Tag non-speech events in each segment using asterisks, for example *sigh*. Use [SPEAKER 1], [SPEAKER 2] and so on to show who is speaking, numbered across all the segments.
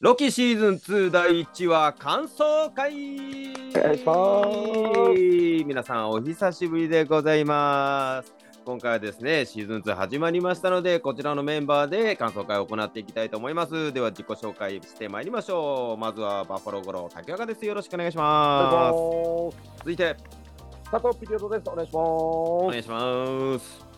[SPEAKER 1] ロキシーズン2第1話感想会
[SPEAKER 2] お願いします
[SPEAKER 1] 皆さんお久しぶりでございます今回はですねシーズン2始まりましたのでこちらのメンバーで感想会を行っていきたいと思いますでは自己紹介してまいりましょうまずはバッファローゴロー竹岡ですよろしくお願いします
[SPEAKER 2] お願いしま
[SPEAKER 1] 続いて
[SPEAKER 2] す。佐藤ピリオドです。お願いし
[SPEAKER 1] お
[SPEAKER 2] ま。
[SPEAKER 1] 願いします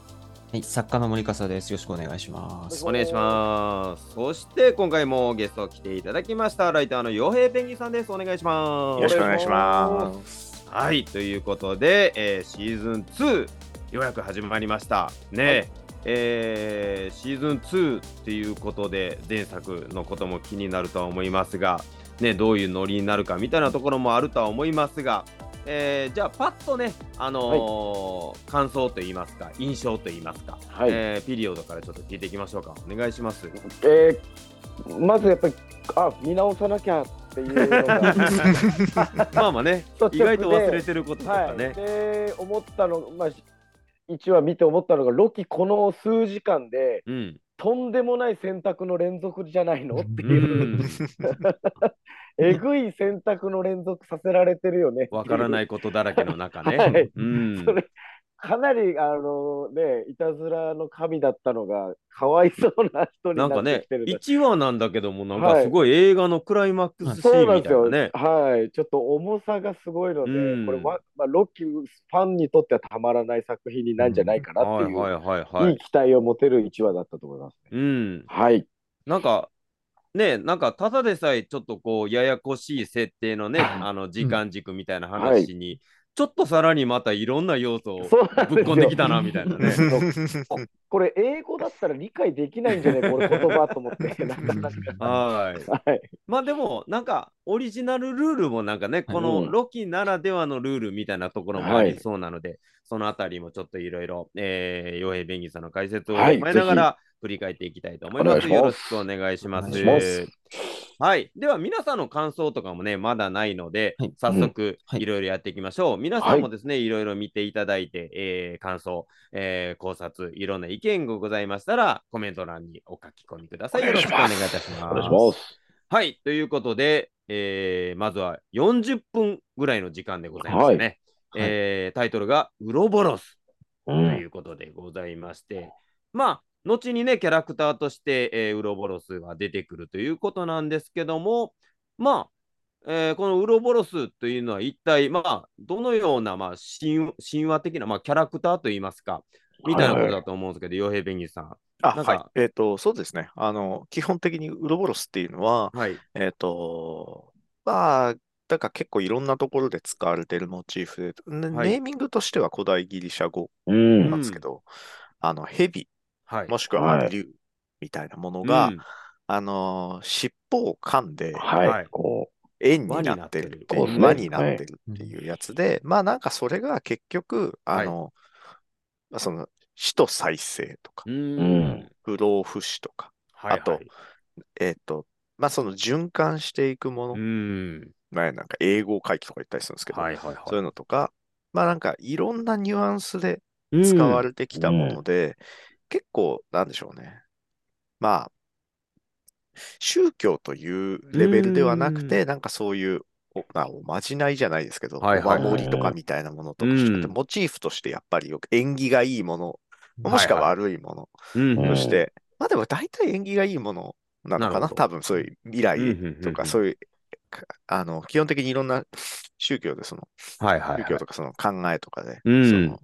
[SPEAKER 3] はい、作家の森笠です。よろしくお願いします。
[SPEAKER 1] お願いしますそして今回もゲスト来ていただきましたライターの洋平ペンギンさんですお願いします
[SPEAKER 4] よろしくお願いします
[SPEAKER 1] はい、ということで、えーシーズン2、ようやく始まりました。ね、えーシーズン2っていうことで、前作のことも気になるとは思いますが、ね、どういうノリになるかみたいなところもあるとは思いますが、えーじゃあ、パッとね、あのー感想といいますか、印象といいますか、
[SPEAKER 2] はい。え
[SPEAKER 1] えーピリオドからちょっと聞いていきましょうか。お願いし
[SPEAKER 2] *laughs*
[SPEAKER 1] ます。
[SPEAKER 2] ーまずやっぱり、あ、見直さなきゃっていうのが
[SPEAKER 1] まあまあね、 *laughs* 意外と忘れてることとか
[SPEAKER 2] はい。
[SPEAKER 1] ね。
[SPEAKER 2] で、思ったの、まあ、一話見て思ったのが、ロキこの数時間で、
[SPEAKER 1] うん、
[SPEAKER 2] とんでもない選択の連続じゃな
[SPEAKER 1] *laughs*
[SPEAKER 2] いのって
[SPEAKER 1] う
[SPEAKER 2] いう、
[SPEAKER 1] ん、
[SPEAKER 2] えぐい選択の連続させられてるよね。
[SPEAKER 1] わからないことだらけの中ね。
[SPEAKER 2] はい
[SPEAKER 1] うん
[SPEAKER 2] それかなりあのねいたずらの神だったのがかわいそうな人に
[SPEAKER 1] なんか
[SPEAKER 2] なって
[SPEAKER 1] ね
[SPEAKER 2] きてる、
[SPEAKER 1] 1話なんだけども、なんか
[SPEAKER 2] はい
[SPEAKER 1] すごい映画のクライマックスシ
[SPEAKER 2] そう
[SPEAKER 1] ーン
[SPEAKER 2] なん
[SPEAKER 1] みた
[SPEAKER 2] です
[SPEAKER 1] いな
[SPEAKER 2] よ
[SPEAKER 1] ね。
[SPEAKER 2] はいちょっと重さがすごいので、
[SPEAKER 1] うん
[SPEAKER 2] これわ、まあ、ロッキーファンにとってはたまらない作品になんじゃないかなって
[SPEAKER 1] はい
[SPEAKER 2] いう、
[SPEAKER 1] はい
[SPEAKER 2] い
[SPEAKER 1] はいはい
[SPEAKER 2] い、期待を持てる1話だったと思いますね、
[SPEAKER 1] うん。
[SPEAKER 2] はい
[SPEAKER 1] なんか、ね、なんかただでさえちょっとこう、ややこしい設定のね、あの時間軸みたいな話に、ちょっとさらにまたいろんな要素を
[SPEAKER 2] そうなんです
[SPEAKER 1] ぶっ
[SPEAKER 2] よ
[SPEAKER 1] 込んできたな、みたいな
[SPEAKER 2] *laughs*
[SPEAKER 1] ね。
[SPEAKER 2] これ英語だったら理解できないんじゃないこれ言葉と
[SPEAKER 1] *laughs*
[SPEAKER 2] 思ってなかなか
[SPEAKER 1] はい。
[SPEAKER 2] はい
[SPEAKER 1] まあでも、なんか、オリジナルルールもなんかね、このロキならではのルールみたいなところもありそうなので、そのあたりもちょっといろいろ、えー、洋平便宜さんの解説を
[SPEAKER 2] はい
[SPEAKER 1] 踏まえながら振り返っていきたいと思います。
[SPEAKER 2] お願いします
[SPEAKER 1] よろしくお願いします。
[SPEAKER 3] お願いし
[SPEAKER 2] ます
[SPEAKER 1] はい。では、皆さんの感想とかもね、まだないので、
[SPEAKER 3] はい
[SPEAKER 1] 早速
[SPEAKER 3] は、い
[SPEAKER 1] いろいろやっていきましょう。皆さんもですね、いろいろ見ていただいて、えー感想、えー考察、いろんな意見がございましたら、コメント欄にお書き込みください。よろしくお願いいたします。
[SPEAKER 2] お願いします
[SPEAKER 1] はい、ということで、えーまずは40分ぐらいの時間でございましたね。
[SPEAKER 3] はい
[SPEAKER 1] えータイトルがウロボロス
[SPEAKER 2] う
[SPEAKER 1] と
[SPEAKER 2] ん
[SPEAKER 1] いうことでございまして、まあ、後にね、キャラクターとして、えーウロボロスが出てくるということなんですけども、まあ、えーこのウロボロスというのは一体、まあ、どのような、まあ、神神話的な、まあ、キャラクターといいますか、みたいなことだと思うんですけど、洋平ペンギンさん。
[SPEAKER 4] あ、
[SPEAKER 1] なんか
[SPEAKER 4] はい。えっ、と、そうですね。あの、基本的にウロボロスっていうのは、
[SPEAKER 1] はい。
[SPEAKER 4] えっ、と、まあ、だから結構いろんなところで使われてるモチーフで、ね
[SPEAKER 1] はい
[SPEAKER 4] ネーミングとしては古代ギリシャ語
[SPEAKER 2] うん
[SPEAKER 4] なんですけど、あの、蛇、
[SPEAKER 1] はい。
[SPEAKER 4] もしくは竜みたいなものが、あの、尻尾を噛んで、
[SPEAKER 2] はい、
[SPEAKER 1] はい
[SPEAKER 2] こ
[SPEAKER 4] 円になってるってい
[SPEAKER 2] 輪になってるこうです
[SPEAKER 4] う、
[SPEAKER 2] ね
[SPEAKER 4] 輪になってるっていうやつで、まあなんかそれが結局、あの、まあその、死と再生とか
[SPEAKER 1] う、ん、
[SPEAKER 2] う
[SPEAKER 1] うん
[SPEAKER 2] ん
[SPEAKER 4] 不老不死とか、
[SPEAKER 1] はいはい
[SPEAKER 4] あとえっと、まあ、その循環していくもの、
[SPEAKER 1] うん。
[SPEAKER 4] まあなんか英語回帰とか言ったりするんですけど、
[SPEAKER 1] はいはいはい。
[SPEAKER 4] そういうのとか、まあなんかいろんなニュアンスで
[SPEAKER 1] うん
[SPEAKER 4] 使われてきたもので、結構なんでしょうね。まあ、宗教というレベルではなくて、なんかそういうお,、まあ、おまじないじゃないですけど、
[SPEAKER 1] はいはい
[SPEAKER 2] はい
[SPEAKER 4] お守りとかみたいなものとか、
[SPEAKER 1] うん
[SPEAKER 4] モチーフとしてやっぱりよく縁起がいいもの、もしくは悪いもの、
[SPEAKER 1] うん
[SPEAKER 2] うん
[SPEAKER 4] そして、まあでも大体縁起がいいものなの
[SPEAKER 1] なる
[SPEAKER 4] かな、
[SPEAKER 1] ほど
[SPEAKER 4] 多分そういう未来
[SPEAKER 1] うんうんうんうん
[SPEAKER 4] とか、そういう、かあの、基本的にいろんな宗教で、その、
[SPEAKER 1] はいはいはい
[SPEAKER 4] 宗教とかその考えとかで、
[SPEAKER 1] うん
[SPEAKER 4] その、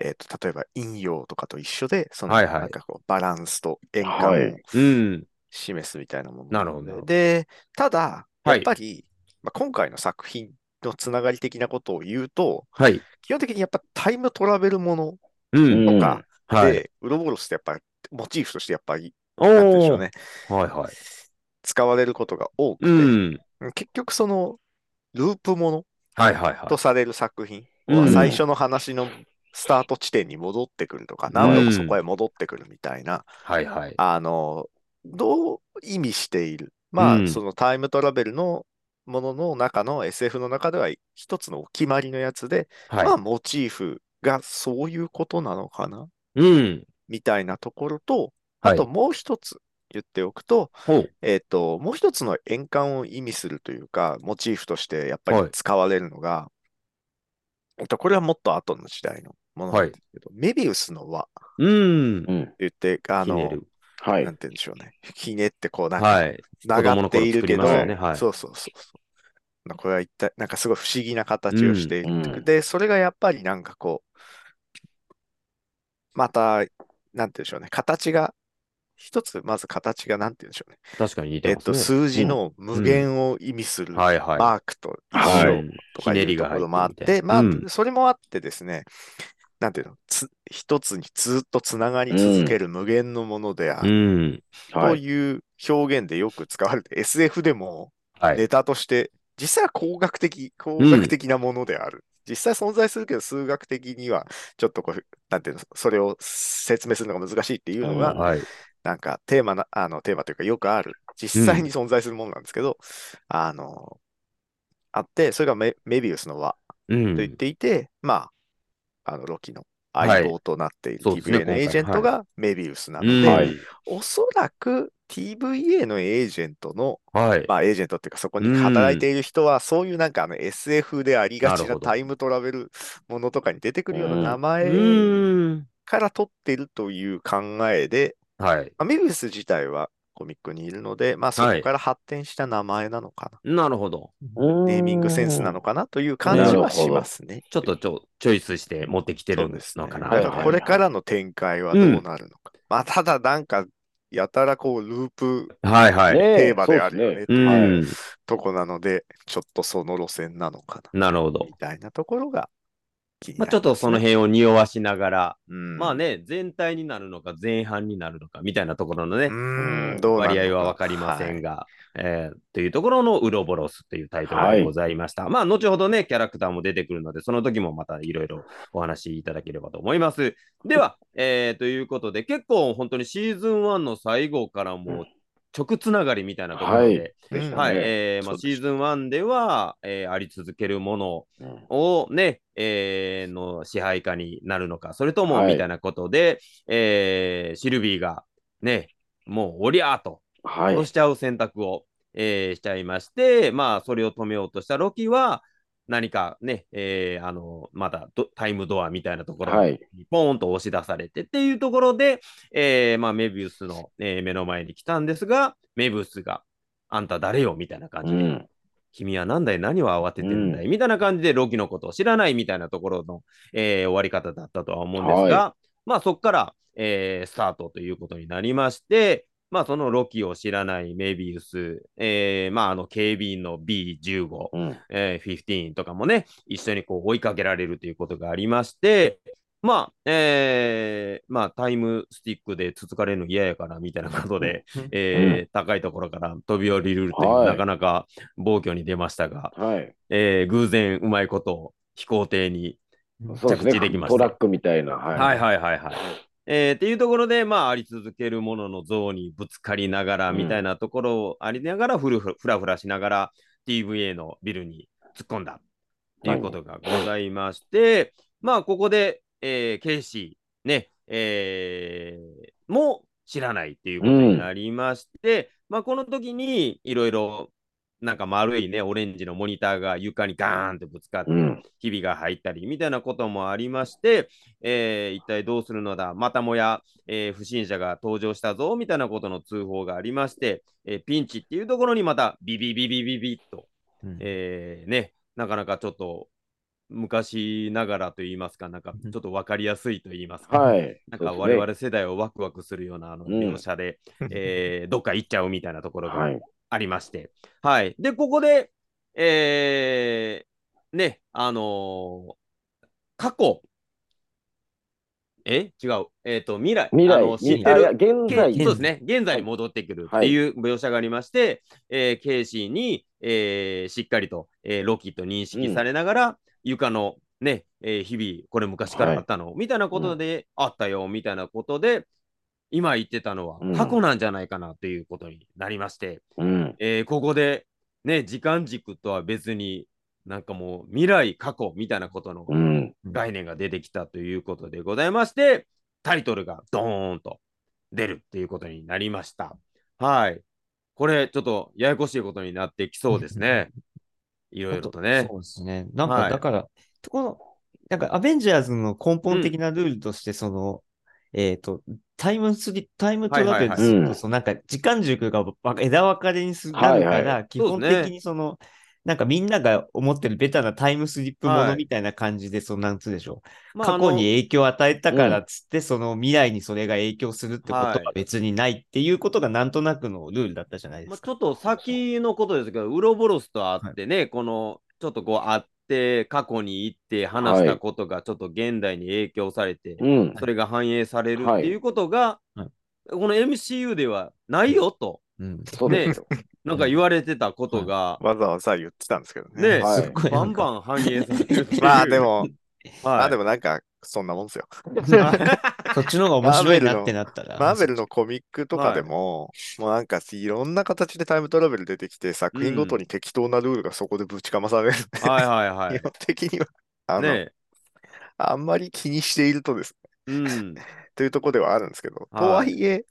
[SPEAKER 4] えっと、例えば陰陽とかと一緒で、その、
[SPEAKER 1] はいはい
[SPEAKER 4] なんかこう、バランスと円
[SPEAKER 2] は
[SPEAKER 4] 環を
[SPEAKER 2] い
[SPEAKER 1] うん。
[SPEAKER 4] 示すみたいなもの
[SPEAKER 1] なるほど
[SPEAKER 4] で、ただ、
[SPEAKER 1] は
[SPEAKER 4] や
[SPEAKER 1] い
[SPEAKER 4] っぱり、まあ、今回の作品のつながり的なことを言うと、
[SPEAKER 1] はい。
[SPEAKER 4] 基本的にやっぱタイムトラベルもの
[SPEAKER 1] う
[SPEAKER 2] う、
[SPEAKER 1] ん。
[SPEAKER 4] とか
[SPEAKER 1] はい。
[SPEAKER 4] で、ウロボロスってやっぱり、モチーフとしてやっぱり、
[SPEAKER 1] お
[SPEAKER 4] なんて言うんでしょう
[SPEAKER 1] ー
[SPEAKER 4] ね。
[SPEAKER 1] はいはい。
[SPEAKER 4] 使われることが多くて、
[SPEAKER 1] うん。
[SPEAKER 4] 結局そのループもの
[SPEAKER 1] はいはい
[SPEAKER 4] と
[SPEAKER 1] は
[SPEAKER 4] される作品
[SPEAKER 1] うん
[SPEAKER 4] は最初の話のスタート地点に戻ってくるとか、
[SPEAKER 1] ん
[SPEAKER 4] 何度もそこへ戻ってくるみたい
[SPEAKER 1] い。
[SPEAKER 4] な、
[SPEAKER 1] はいはい。
[SPEAKER 4] あの、どう意味しているまあ、
[SPEAKER 1] うん
[SPEAKER 4] そのタイムトラベルのものの中の SF の中では一つのお決まりのやつで、まあ、
[SPEAKER 1] は。
[SPEAKER 4] モチーフがそういうことなのかない
[SPEAKER 1] うん。
[SPEAKER 4] みたいなところと、
[SPEAKER 1] はい
[SPEAKER 4] あともう一つ、言っておくと、
[SPEAKER 1] ほう
[SPEAKER 4] えっと、もう一つの円環を意味するというか、モチーフとしてやっぱり
[SPEAKER 1] はい
[SPEAKER 4] 使われるのが、えっと、これはもっと後の時代のものなんですけど、メビウスの輪って
[SPEAKER 1] うん。
[SPEAKER 2] うん。
[SPEAKER 4] 言って、あ
[SPEAKER 1] ひね
[SPEAKER 4] の、
[SPEAKER 1] る
[SPEAKER 2] はい
[SPEAKER 4] なん。て言うんでしょうね。ひねってこう、なんか
[SPEAKER 1] はい。
[SPEAKER 4] 繋がっているけど、
[SPEAKER 1] 子供の頃作りましたよねはい
[SPEAKER 4] そうそうそうそう。これは一体、なんかすごい不思議な形をしている、
[SPEAKER 2] うんうん
[SPEAKER 4] で、それがやっぱりなんかこう、また、なんて言うんでしょうね。形が、一つ、まず形がなんて言うんでしょうね。
[SPEAKER 1] 確かに似
[SPEAKER 4] え
[SPEAKER 1] て
[SPEAKER 4] っ
[SPEAKER 1] ます
[SPEAKER 4] と、
[SPEAKER 1] ね。
[SPEAKER 4] 数字の無限を意味するマ
[SPEAKER 1] はいはい。
[SPEAKER 4] ークと一
[SPEAKER 2] は
[SPEAKER 4] 緒
[SPEAKER 2] い
[SPEAKER 1] うん
[SPEAKER 4] と
[SPEAKER 1] ひ
[SPEAKER 4] かい
[SPEAKER 1] ね
[SPEAKER 4] う
[SPEAKER 1] り
[SPEAKER 4] と
[SPEAKER 1] が
[SPEAKER 4] こ
[SPEAKER 1] 入
[SPEAKER 4] ろもあっ
[SPEAKER 1] って
[SPEAKER 4] て、まあ、
[SPEAKER 1] うん
[SPEAKER 4] それもあってですね、なんていうの、つ一つにずっとつながり続ける無限のものである
[SPEAKER 1] うん。
[SPEAKER 4] と
[SPEAKER 2] はい。
[SPEAKER 4] いう表現でよく使われて、SF でも
[SPEAKER 1] はい。
[SPEAKER 4] ネタとして、実際は工学的、工学的なものである。実際存在するけど、数学的には、ちょっとこう、なんていうの、それを説明するのが難しいっていうのが、
[SPEAKER 2] うん
[SPEAKER 1] はい。
[SPEAKER 4] なんかテーマな、あの、テーマというかよくある、実際に存在するものなんですけど、あの、あって、それがメメビウスの輪
[SPEAKER 1] う
[SPEAKER 4] と言っ
[SPEAKER 1] ん。
[SPEAKER 4] ていて、まあ、あの、ロキの
[SPEAKER 1] はい
[SPEAKER 4] 相棒となっている
[SPEAKER 1] そうですね
[SPEAKER 4] TVA のエージェントがメビウスなの
[SPEAKER 1] うん
[SPEAKER 4] で、
[SPEAKER 2] はい。
[SPEAKER 4] おそらく TVA のエージェントの、
[SPEAKER 1] はい。
[SPEAKER 4] まあ、エージェントっていうか、そこに働いている人は、そういうなんかあの SF でありがち
[SPEAKER 1] なる
[SPEAKER 4] な
[SPEAKER 1] ほど
[SPEAKER 4] タイムトラベルものとかに出てくるような
[SPEAKER 2] うん
[SPEAKER 4] 名
[SPEAKER 1] う
[SPEAKER 4] 前
[SPEAKER 1] ん。
[SPEAKER 4] から取っているという考えで、
[SPEAKER 1] はい。
[SPEAKER 4] まあ、メビウス自体はコミックにいるので、まあ、そ
[SPEAKER 1] は
[SPEAKER 4] こ
[SPEAKER 1] い
[SPEAKER 4] から発展した名前なのかな、
[SPEAKER 1] なるほど。
[SPEAKER 4] ネーミングセンスなのかなという感じはしますね。
[SPEAKER 1] ちょっとちょチョイスして持ってきてるんです
[SPEAKER 4] そう
[SPEAKER 1] の
[SPEAKER 4] で
[SPEAKER 1] か
[SPEAKER 4] すね
[SPEAKER 1] な。
[SPEAKER 2] はい
[SPEAKER 4] だからこれからの展開はどうなるのか。まあ、ただなんか、やたらこう、ループ
[SPEAKER 1] はいはい。
[SPEAKER 2] ねえ
[SPEAKER 4] テーマであるよ
[SPEAKER 2] そう
[SPEAKER 4] ね
[SPEAKER 2] で
[SPEAKER 4] と
[SPEAKER 1] う。
[SPEAKER 4] いうんとこなので、ちょっとその路線なのかな、
[SPEAKER 1] なるほど
[SPEAKER 4] み。たいなところが気に
[SPEAKER 1] ま
[SPEAKER 4] な
[SPEAKER 1] あ
[SPEAKER 4] り
[SPEAKER 1] ちょっとその辺を匂わしながら、
[SPEAKER 4] すね、うん
[SPEAKER 1] まあ、ね、全体になるのか前半になるのかみたいなところのね
[SPEAKER 4] う、ーん、どうなるの
[SPEAKER 1] 割合は分かりません
[SPEAKER 4] が。
[SPEAKER 1] が、えーというところのウロボロスというタイトルでございました。まあ、後ほどね、キャラクターも出てくるので、その時もまたいろいろお話しいただければと思います。では、えーということで、結構本当にシーズン1の最後からもう直つながりみたいなところで、
[SPEAKER 4] はい
[SPEAKER 2] でしたね
[SPEAKER 1] はい、えーまあ、
[SPEAKER 4] そう
[SPEAKER 1] シ
[SPEAKER 4] で
[SPEAKER 1] ーズン1では、えーあり続けるもの
[SPEAKER 2] うん
[SPEAKER 1] をね、えーの支配下になるのか、それとも、
[SPEAKER 2] はい
[SPEAKER 1] みたいなことで、えーシルビーがね、もうおりゃーと
[SPEAKER 2] はい。
[SPEAKER 1] 殺しちゃう選択を、えーしちゃいまして、まあ、それを止めようとしたロキは、何かね、えーあの、まだドタイムドアみたいなところに
[SPEAKER 2] はい。
[SPEAKER 1] ポーンと押し出されてっていうところで、えーまあ、メビウスの、えー目の前に来たんですが、メビウスが、あんた誰よみたいな感
[SPEAKER 2] う
[SPEAKER 1] じで、
[SPEAKER 2] ん。
[SPEAKER 1] 君は何だい何を慌ててるんだい、みたいな感じでロキのことを知らないみたいなところの、えー終わり方だったとは思うんですが、まあそこから、えースタートということになりまして、まあそのロキを知らないメビウス、えーまああの警備員の B15、
[SPEAKER 2] うん。
[SPEAKER 1] えー、15とかもね、一緒にこう追いかけられるということがありまして、まあ、えーまあ、タイムスティックでつつかれるの嫌やからみたいなことで、えー高いところから飛び降りるという、
[SPEAKER 2] はい
[SPEAKER 1] なかなか暴挙に出ましたが、
[SPEAKER 2] はい。
[SPEAKER 1] えー偶然うまいことを飛行艇に、
[SPEAKER 2] そうです
[SPEAKER 1] 着地でき
[SPEAKER 2] ね。
[SPEAKER 1] ました
[SPEAKER 2] トラックみたいな。はい。
[SPEAKER 1] はいはいはいはい。えーっていうところで、まあ、あり続けるものの像にぶつかりながら、
[SPEAKER 2] うん
[SPEAKER 1] みたいなところをありながら、ふるふふらふらしながら、TVA のビルに突っ込んだっていうことがございまして、まあ、ここで、えーケイシー、ね、えーも知らないっていうことになりまして、まあ、この時に、いろいろ、なんか丸いね、オレンジのモニターが床にガーンってぶつかって、
[SPEAKER 2] うん。
[SPEAKER 1] ひびが入ったりみたいなこともありまして、えー一体どうするのだ、またもや、えー不審者が登場したぞみたいなことの通報がありまして、えーピンチっていうところにまたビビビビビビッと、
[SPEAKER 3] うん
[SPEAKER 1] えーね、なかなかちょっと昔ながらと言いますか、なんかちょっと分かりやすいと言いますか、
[SPEAKER 2] はい。
[SPEAKER 1] なんか
[SPEAKER 2] そうで
[SPEAKER 1] 我
[SPEAKER 2] すね
[SPEAKER 1] 々世代をワクワクするようなあの
[SPEAKER 2] うん
[SPEAKER 1] 描写で、えーどっか行っちゃうみたいなところが
[SPEAKER 2] はい。
[SPEAKER 1] ありまして、はい。で、ここで、えー、ね、あのー過去、え違う、えっ、と、未来、
[SPEAKER 2] 未
[SPEAKER 1] あ
[SPEAKER 2] 来
[SPEAKER 1] の知
[SPEAKER 2] に
[SPEAKER 1] って
[SPEAKER 2] あいや
[SPEAKER 1] る、
[SPEAKER 2] 現在
[SPEAKER 1] けそうですね、現在に戻ってくるっ
[SPEAKER 2] は
[SPEAKER 1] て
[SPEAKER 2] い
[SPEAKER 1] いう描写がありまして、えーケイシーに、えーしっかりと、えーロキと認識されながら、床のね、えー日々、これ昔からあったの、みたいなことで、あったよ、みたいなことで、今言ってたのは
[SPEAKER 2] うん
[SPEAKER 1] 過去なんじゃないかなということになりまして、
[SPEAKER 2] うん。
[SPEAKER 1] えーここで、ね、時間軸とは別に、なんかもう未来、過去みたいなことの
[SPEAKER 2] うん。
[SPEAKER 1] 概念が出てきたということでございまして、タイトルがドーンと出るっていうことになりました。はい。これ、ちょっとややこしいことになってきそうです
[SPEAKER 3] *laughs*
[SPEAKER 1] ね。いろいろとね
[SPEAKER 3] そ。うですね。なん
[SPEAKER 1] は
[SPEAKER 3] か、
[SPEAKER 1] い
[SPEAKER 3] だから、この、なんか、アベンジャーズの根本的なルールとして、その、えっ、と、タイムスリ、タイムトラベル
[SPEAKER 1] はい
[SPEAKER 2] はいはい
[SPEAKER 3] すると、そのなんか、時間軸がば枝分かれにするなるか
[SPEAKER 2] はい
[SPEAKER 3] ら、
[SPEAKER 2] は
[SPEAKER 3] 基本
[SPEAKER 1] そうです
[SPEAKER 3] 的にその、なんかみんなが思ってるベタなタイムスリップも
[SPEAKER 1] は
[SPEAKER 3] の
[SPEAKER 1] い
[SPEAKER 3] みたいな感じで、そのなんつうでしょう。
[SPEAKER 1] まあ
[SPEAKER 3] 過去に
[SPEAKER 1] あの
[SPEAKER 3] 影響を与えたからっつって、その未来にそれが影響するってこと
[SPEAKER 1] は
[SPEAKER 3] はい別にないっていうことがなんとなくのルールだったじゃないで
[SPEAKER 1] ますあ、
[SPEAKER 3] か。
[SPEAKER 1] ちょっと先のことですけど、ウロボロスと会ってね、このちょっとこう会って、過去に行って話したことがちょっと現代に影響されて、
[SPEAKER 2] うん。
[SPEAKER 1] それが反映されるっ
[SPEAKER 2] はい
[SPEAKER 1] ていうことが、
[SPEAKER 3] はい
[SPEAKER 1] この MCU ではないよと、
[SPEAKER 3] うん。
[SPEAKER 2] そうですよ。
[SPEAKER 1] なんか言われてたことが、
[SPEAKER 4] わざわざ言ってたんですけど
[SPEAKER 1] ね、
[SPEAKER 4] ね。
[SPEAKER 2] はい
[SPEAKER 3] すっごい
[SPEAKER 1] バ
[SPEAKER 3] なん
[SPEAKER 1] ン
[SPEAKER 3] か
[SPEAKER 1] バン反映されてるっていう
[SPEAKER 4] *laughs* まあで、も、ま
[SPEAKER 1] は
[SPEAKER 4] あ
[SPEAKER 1] い
[SPEAKER 4] でもなんか、そんなもんですよ。
[SPEAKER 3] *laughs* そっちの方が面白いなってなったら。
[SPEAKER 4] マーベルのコミックとかでも、もうなんかいろんな形でタイムトラベル出てきて、作品ごとに適当なルールがそこでぶちかまされるんで、
[SPEAKER 1] はいはいは
[SPEAKER 4] *laughs* 基本的には、あ
[SPEAKER 1] い。
[SPEAKER 4] の、
[SPEAKER 1] ね、
[SPEAKER 4] あんまり気にしているとです
[SPEAKER 1] うん、
[SPEAKER 4] というところではあるんですけど、
[SPEAKER 1] はい
[SPEAKER 4] とはいえ、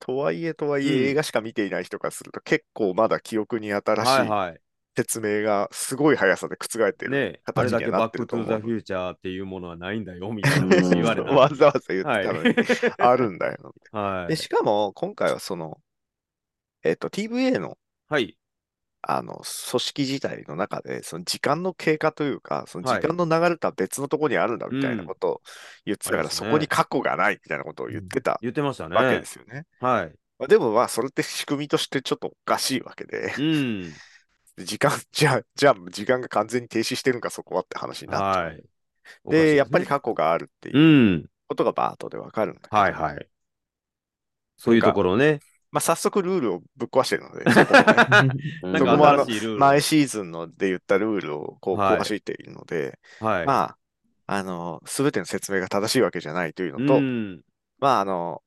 [SPEAKER 4] とはいえ、とはいえ、
[SPEAKER 1] うん
[SPEAKER 4] 映画しか見ていない人からすると、結構まだ記憶に新し
[SPEAKER 1] はい
[SPEAKER 4] い
[SPEAKER 1] はい。
[SPEAKER 4] 説明がすごい速さで覆ってる。
[SPEAKER 1] ね、あれ
[SPEAKER 4] 形
[SPEAKER 1] だ
[SPEAKER 4] に
[SPEAKER 1] け
[SPEAKER 4] はな
[SPEAKER 1] バッ
[SPEAKER 4] ってる
[SPEAKER 1] ク
[SPEAKER 4] と
[SPEAKER 1] トゥ
[SPEAKER 4] 思う
[SPEAKER 1] ーザフューチャーっていうものはないんだよみたいな
[SPEAKER 2] うん
[SPEAKER 1] 言
[SPEAKER 4] *laughs*
[SPEAKER 1] われた。
[SPEAKER 4] わざわざ言って
[SPEAKER 1] はい
[SPEAKER 4] たのに、あるんだよ。
[SPEAKER 1] *laughs* はい
[SPEAKER 4] で、。しかも、今回はその、えっと、TVA の、
[SPEAKER 1] はい。
[SPEAKER 4] あの、組織自体の中で、その時間の経過というか、その
[SPEAKER 1] はい
[SPEAKER 4] 時間の流れとは別のところにあるんだみたいなことを言ってたから、
[SPEAKER 1] あります
[SPEAKER 4] そ
[SPEAKER 1] ね
[SPEAKER 4] こに過去がないみたいなことを言ってた
[SPEAKER 1] 言ってましたね。
[SPEAKER 4] わけですよね。
[SPEAKER 1] はい。
[SPEAKER 4] まあでもまあ、それって仕組みとしてちょっとおかしいわけで、
[SPEAKER 1] うん。
[SPEAKER 4] 時間、 *laughs* じゃあ、じゃあ、時間が完全に停止してるんか、そこはって話になって、
[SPEAKER 1] はい。おかしい
[SPEAKER 4] で、
[SPEAKER 1] すね。
[SPEAKER 4] やっぱり過去があるっていううんことがバートでわかるんだけど、
[SPEAKER 1] はいはい。そういうところ
[SPEAKER 4] *laughs*
[SPEAKER 1] ね。
[SPEAKER 4] まあ、早速ルールをぶっ壊してる
[SPEAKER 1] *laughs*
[SPEAKER 4] ので、そこもね
[SPEAKER 3] *laughs*
[SPEAKER 1] な
[SPEAKER 4] そ
[SPEAKER 1] ん
[SPEAKER 4] こも
[SPEAKER 1] か
[SPEAKER 4] あの
[SPEAKER 1] 新しいルール。
[SPEAKER 4] 前シーズンので言ったルールをこう
[SPEAKER 1] はい
[SPEAKER 4] 壊しているので、
[SPEAKER 1] はい。
[SPEAKER 4] まあ、あの、すべての説明が正しいわけじゃないという
[SPEAKER 1] う
[SPEAKER 4] のと、
[SPEAKER 1] ん。
[SPEAKER 4] まあ、あの、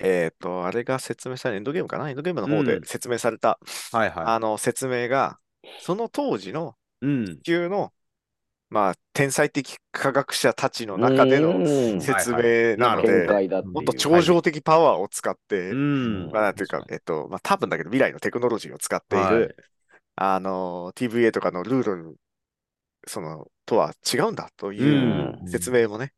[SPEAKER 4] えっ、と、あれが説明され、エンドゲームかなエンドゲームの方で
[SPEAKER 1] うん
[SPEAKER 4] 説明された、
[SPEAKER 1] はいは
[SPEAKER 4] あの、説明が、その当時の
[SPEAKER 1] い。うん。
[SPEAKER 4] 地球の、まあ、天才的科学者たちの中での
[SPEAKER 2] の
[SPEAKER 4] 説明な
[SPEAKER 1] はいは
[SPEAKER 4] の
[SPEAKER 1] い
[SPEAKER 4] で、
[SPEAKER 2] 見解だっていう
[SPEAKER 4] もっと超常的パワーを使って、
[SPEAKER 1] うん。
[SPEAKER 4] まあ、なんていうか、えっと、まあ、多分だけど未来のテクノロジーを使っている、
[SPEAKER 1] はい
[SPEAKER 4] あの、TVA とかのルールに、その、とは違うんだと
[SPEAKER 1] う
[SPEAKER 4] いうん説明もね、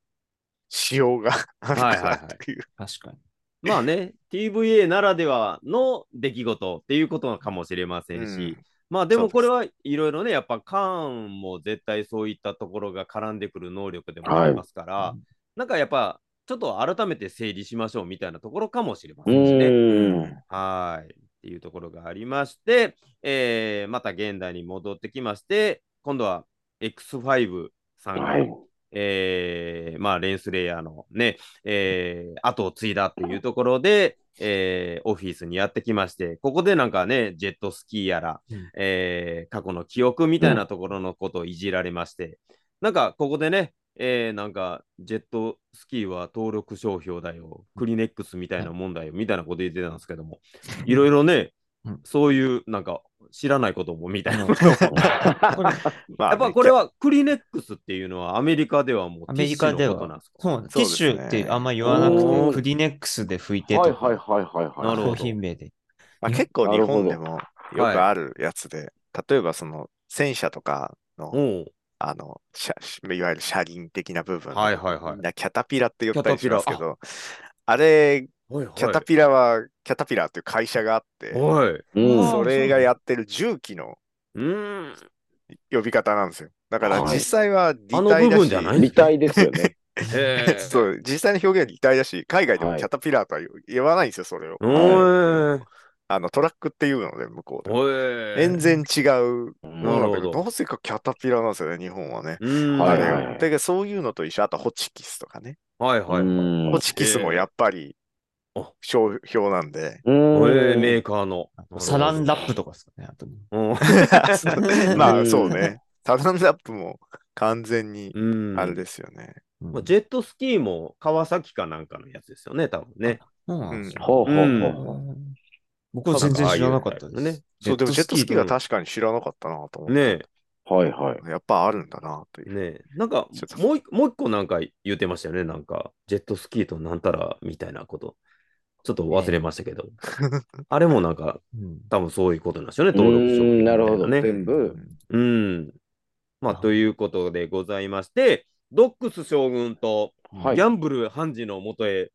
[SPEAKER 4] しようが *laughs* ある
[SPEAKER 1] はいはいは
[SPEAKER 4] か
[SPEAKER 1] い
[SPEAKER 4] なっていう。
[SPEAKER 3] 確かに。
[SPEAKER 1] まあね、TVA ならではの出来事っていうことかもしれませんし、まあでもこれはいろいろね、やっぱカーンも絶対そういったところが絡んでくる能力でもありますから、
[SPEAKER 3] はい
[SPEAKER 1] なんかやっぱちょっと改めて整理しましょうみたいなところかもしれませ
[SPEAKER 2] うん
[SPEAKER 1] しね。
[SPEAKER 2] ん。
[SPEAKER 1] はい。っていうところがありまして、えーまた現代に戻ってきまして、今度は X5 さんが、
[SPEAKER 2] はい。
[SPEAKER 1] えーまあ、レンスレイヤーのね、えー後を継いだっていうところで、えーオフィスにやってきまして、ここでなんかね、ジェットスキーやら、
[SPEAKER 3] うん
[SPEAKER 1] えー過去の記憶みたいなところのことをいじられまして、なんかここでね、えーなんかジェットスキーは登録商標だよ、クリネックスみたいな問題よ、みたいなこと言ってたんですけ
[SPEAKER 3] *laughs*
[SPEAKER 1] ども、いろいろね
[SPEAKER 3] うん、
[SPEAKER 1] そういうなんか知らないこともみたいな *laughs* ことを
[SPEAKER 3] これ
[SPEAKER 4] まあ
[SPEAKER 1] やっぱこれはクリネックスっていうのはアメリカではもう
[SPEAKER 3] アメリカでは
[SPEAKER 1] ティッシュのことなんですか
[SPEAKER 3] そう、
[SPEAKER 4] そう
[SPEAKER 3] ティ
[SPEAKER 4] で
[SPEAKER 3] ッ
[SPEAKER 4] す
[SPEAKER 3] シ
[SPEAKER 4] ね
[SPEAKER 3] ュってあんま言わなく
[SPEAKER 2] お
[SPEAKER 3] て、
[SPEAKER 2] ー
[SPEAKER 3] クリネックスで拭いて
[SPEAKER 2] はい
[SPEAKER 3] と
[SPEAKER 2] はいはい
[SPEAKER 3] か、
[SPEAKER 2] はいは
[SPEAKER 1] な
[SPEAKER 2] い。
[SPEAKER 1] るほど
[SPEAKER 3] 商品名で。
[SPEAKER 4] まあ、
[SPEAKER 3] うん
[SPEAKER 4] 結構日
[SPEAKER 2] な
[SPEAKER 4] 本で
[SPEAKER 2] るほ
[SPEAKER 4] もよくあるやつで、例えばその戦車とかの、
[SPEAKER 1] お
[SPEAKER 4] あの、車いわゆる車輪的な部分、
[SPEAKER 1] うはいはいはい
[SPEAKER 4] みん。なキャタピラって呼ったりしますけ
[SPEAKER 1] キャタピ
[SPEAKER 4] ど、あれ、
[SPEAKER 1] はいはい
[SPEAKER 4] キャタピラは、キャタピラっていう会社があって、
[SPEAKER 1] はい。
[SPEAKER 2] うん。
[SPEAKER 4] それがやってる重機の
[SPEAKER 1] うーん。
[SPEAKER 4] 呼び方なんですよ。だから
[SPEAKER 2] はい
[SPEAKER 4] 実際は擬
[SPEAKER 1] あの
[SPEAKER 4] 態だ
[SPEAKER 1] 部分
[SPEAKER 4] し、
[SPEAKER 1] じゃない
[SPEAKER 2] 見たいですよね。
[SPEAKER 1] え
[SPEAKER 4] *laughs* そ。う、実際の表現は擬態だし、海外でも
[SPEAKER 2] はい
[SPEAKER 4] キャタピラーとは言言わないんですよ、それを。
[SPEAKER 1] おー
[SPEAKER 4] あのトラックっていうので、向こうで。
[SPEAKER 1] おえ
[SPEAKER 4] 全。然違うものなん
[SPEAKER 1] な
[SPEAKER 4] だけ
[SPEAKER 1] る
[SPEAKER 4] ど、
[SPEAKER 1] ほど
[SPEAKER 4] なぜかキャタピラーなんですよね、日本はね。
[SPEAKER 1] うん。
[SPEAKER 2] は
[SPEAKER 1] はいいは
[SPEAKER 2] は
[SPEAKER 1] いい
[SPEAKER 4] あれがだけどそういうのと一緒、あとホチキスとかね。
[SPEAKER 1] はい。
[SPEAKER 2] うん
[SPEAKER 4] ホチキスもやっぱり
[SPEAKER 1] あ
[SPEAKER 4] 商標な
[SPEAKER 2] *laughs*。
[SPEAKER 4] んで
[SPEAKER 2] う
[SPEAKER 1] お
[SPEAKER 2] ん
[SPEAKER 1] えメーカーの。
[SPEAKER 3] サランラップとかですかね、あと。
[SPEAKER 1] うん。
[SPEAKER 4] まあそうね。サダンラップも完全に
[SPEAKER 1] うん。
[SPEAKER 4] あれですよね。
[SPEAKER 3] うん
[SPEAKER 1] まあ。ジェットスキーも川崎かなんかのやつですよね、多分ね。
[SPEAKER 3] そうなんですよ
[SPEAKER 2] ほうほうほうほう。
[SPEAKER 3] うん僕は全然知らなかったです。
[SPEAKER 1] ね
[SPEAKER 4] そう、でもジェットスキーは
[SPEAKER 3] は
[SPEAKER 4] 確かに知らなかったなと思って。
[SPEAKER 1] ね
[SPEAKER 2] はいはい。
[SPEAKER 4] やっぱあるんだなとい
[SPEAKER 1] え、
[SPEAKER 4] う。
[SPEAKER 1] ねえ。なんか
[SPEAKER 4] ちょっと
[SPEAKER 1] もう一、もう一個なんか言ってましたよね、なんか。ジェットスキーとなんたらみたいなこと。ちょっと忘れましたけど。あれもなんか、多分そういうことなんですよね、登録商
[SPEAKER 2] う
[SPEAKER 1] 品、
[SPEAKER 2] んなるほど。
[SPEAKER 1] ね。
[SPEAKER 4] *laughs*
[SPEAKER 2] 全部。
[SPEAKER 1] うん。まあ、ということでございまして、ドックス将軍と
[SPEAKER 2] はい
[SPEAKER 1] ギャンブル判事のもとへ、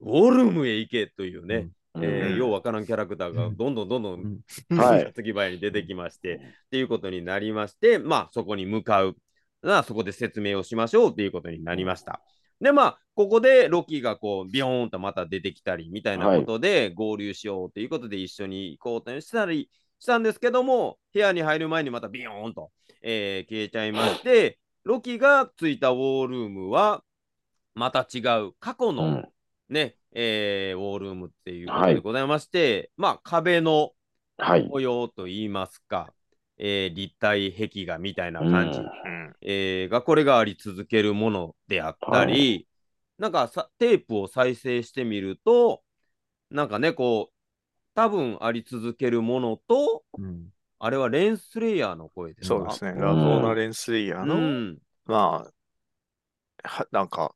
[SPEAKER 1] ウォールームへ行けというね、えーようわからんキャラクターがどんどんどんどん
[SPEAKER 2] はい
[SPEAKER 1] *laughs* 矢継ぎ早に出てきまして、っていうことになりまして、まあ、そこに向かう。まあそこで説明をしましょうっていうことになりました。で、まあ、ここでロキがこう、ビヨーンとまた出てきたりみたいなことで合流しようということで一緒に行こうとしたりしたんですけども、部屋に入る前にまたビヨーンと、えー消えちゃいまして、ロキがついたウォールームは、また違う過去の、
[SPEAKER 2] うん
[SPEAKER 1] ね、えーウォールームっていうこと
[SPEAKER 2] は
[SPEAKER 1] で
[SPEAKER 2] い
[SPEAKER 1] ございまして、まあ壁の
[SPEAKER 2] はい。
[SPEAKER 1] 模様といいますか、えー立体壁画みたいな感じ、
[SPEAKER 2] うん
[SPEAKER 4] うん
[SPEAKER 1] えーがこれがあり続けるものであったり、な
[SPEAKER 2] は
[SPEAKER 1] んかさテープを再生してみるとなんかねこう多分あり続けるものとあれはレンスレイヤーの声ですか
[SPEAKER 4] そうですね。
[SPEAKER 2] うん
[SPEAKER 4] ラブオーナ・レンスリーヤ
[SPEAKER 1] あ
[SPEAKER 4] ー
[SPEAKER 1] の、う
[SPEAKER 4] の、
[SPEAKER 1] ん
[SPEAKER 4] まあ、はなんか、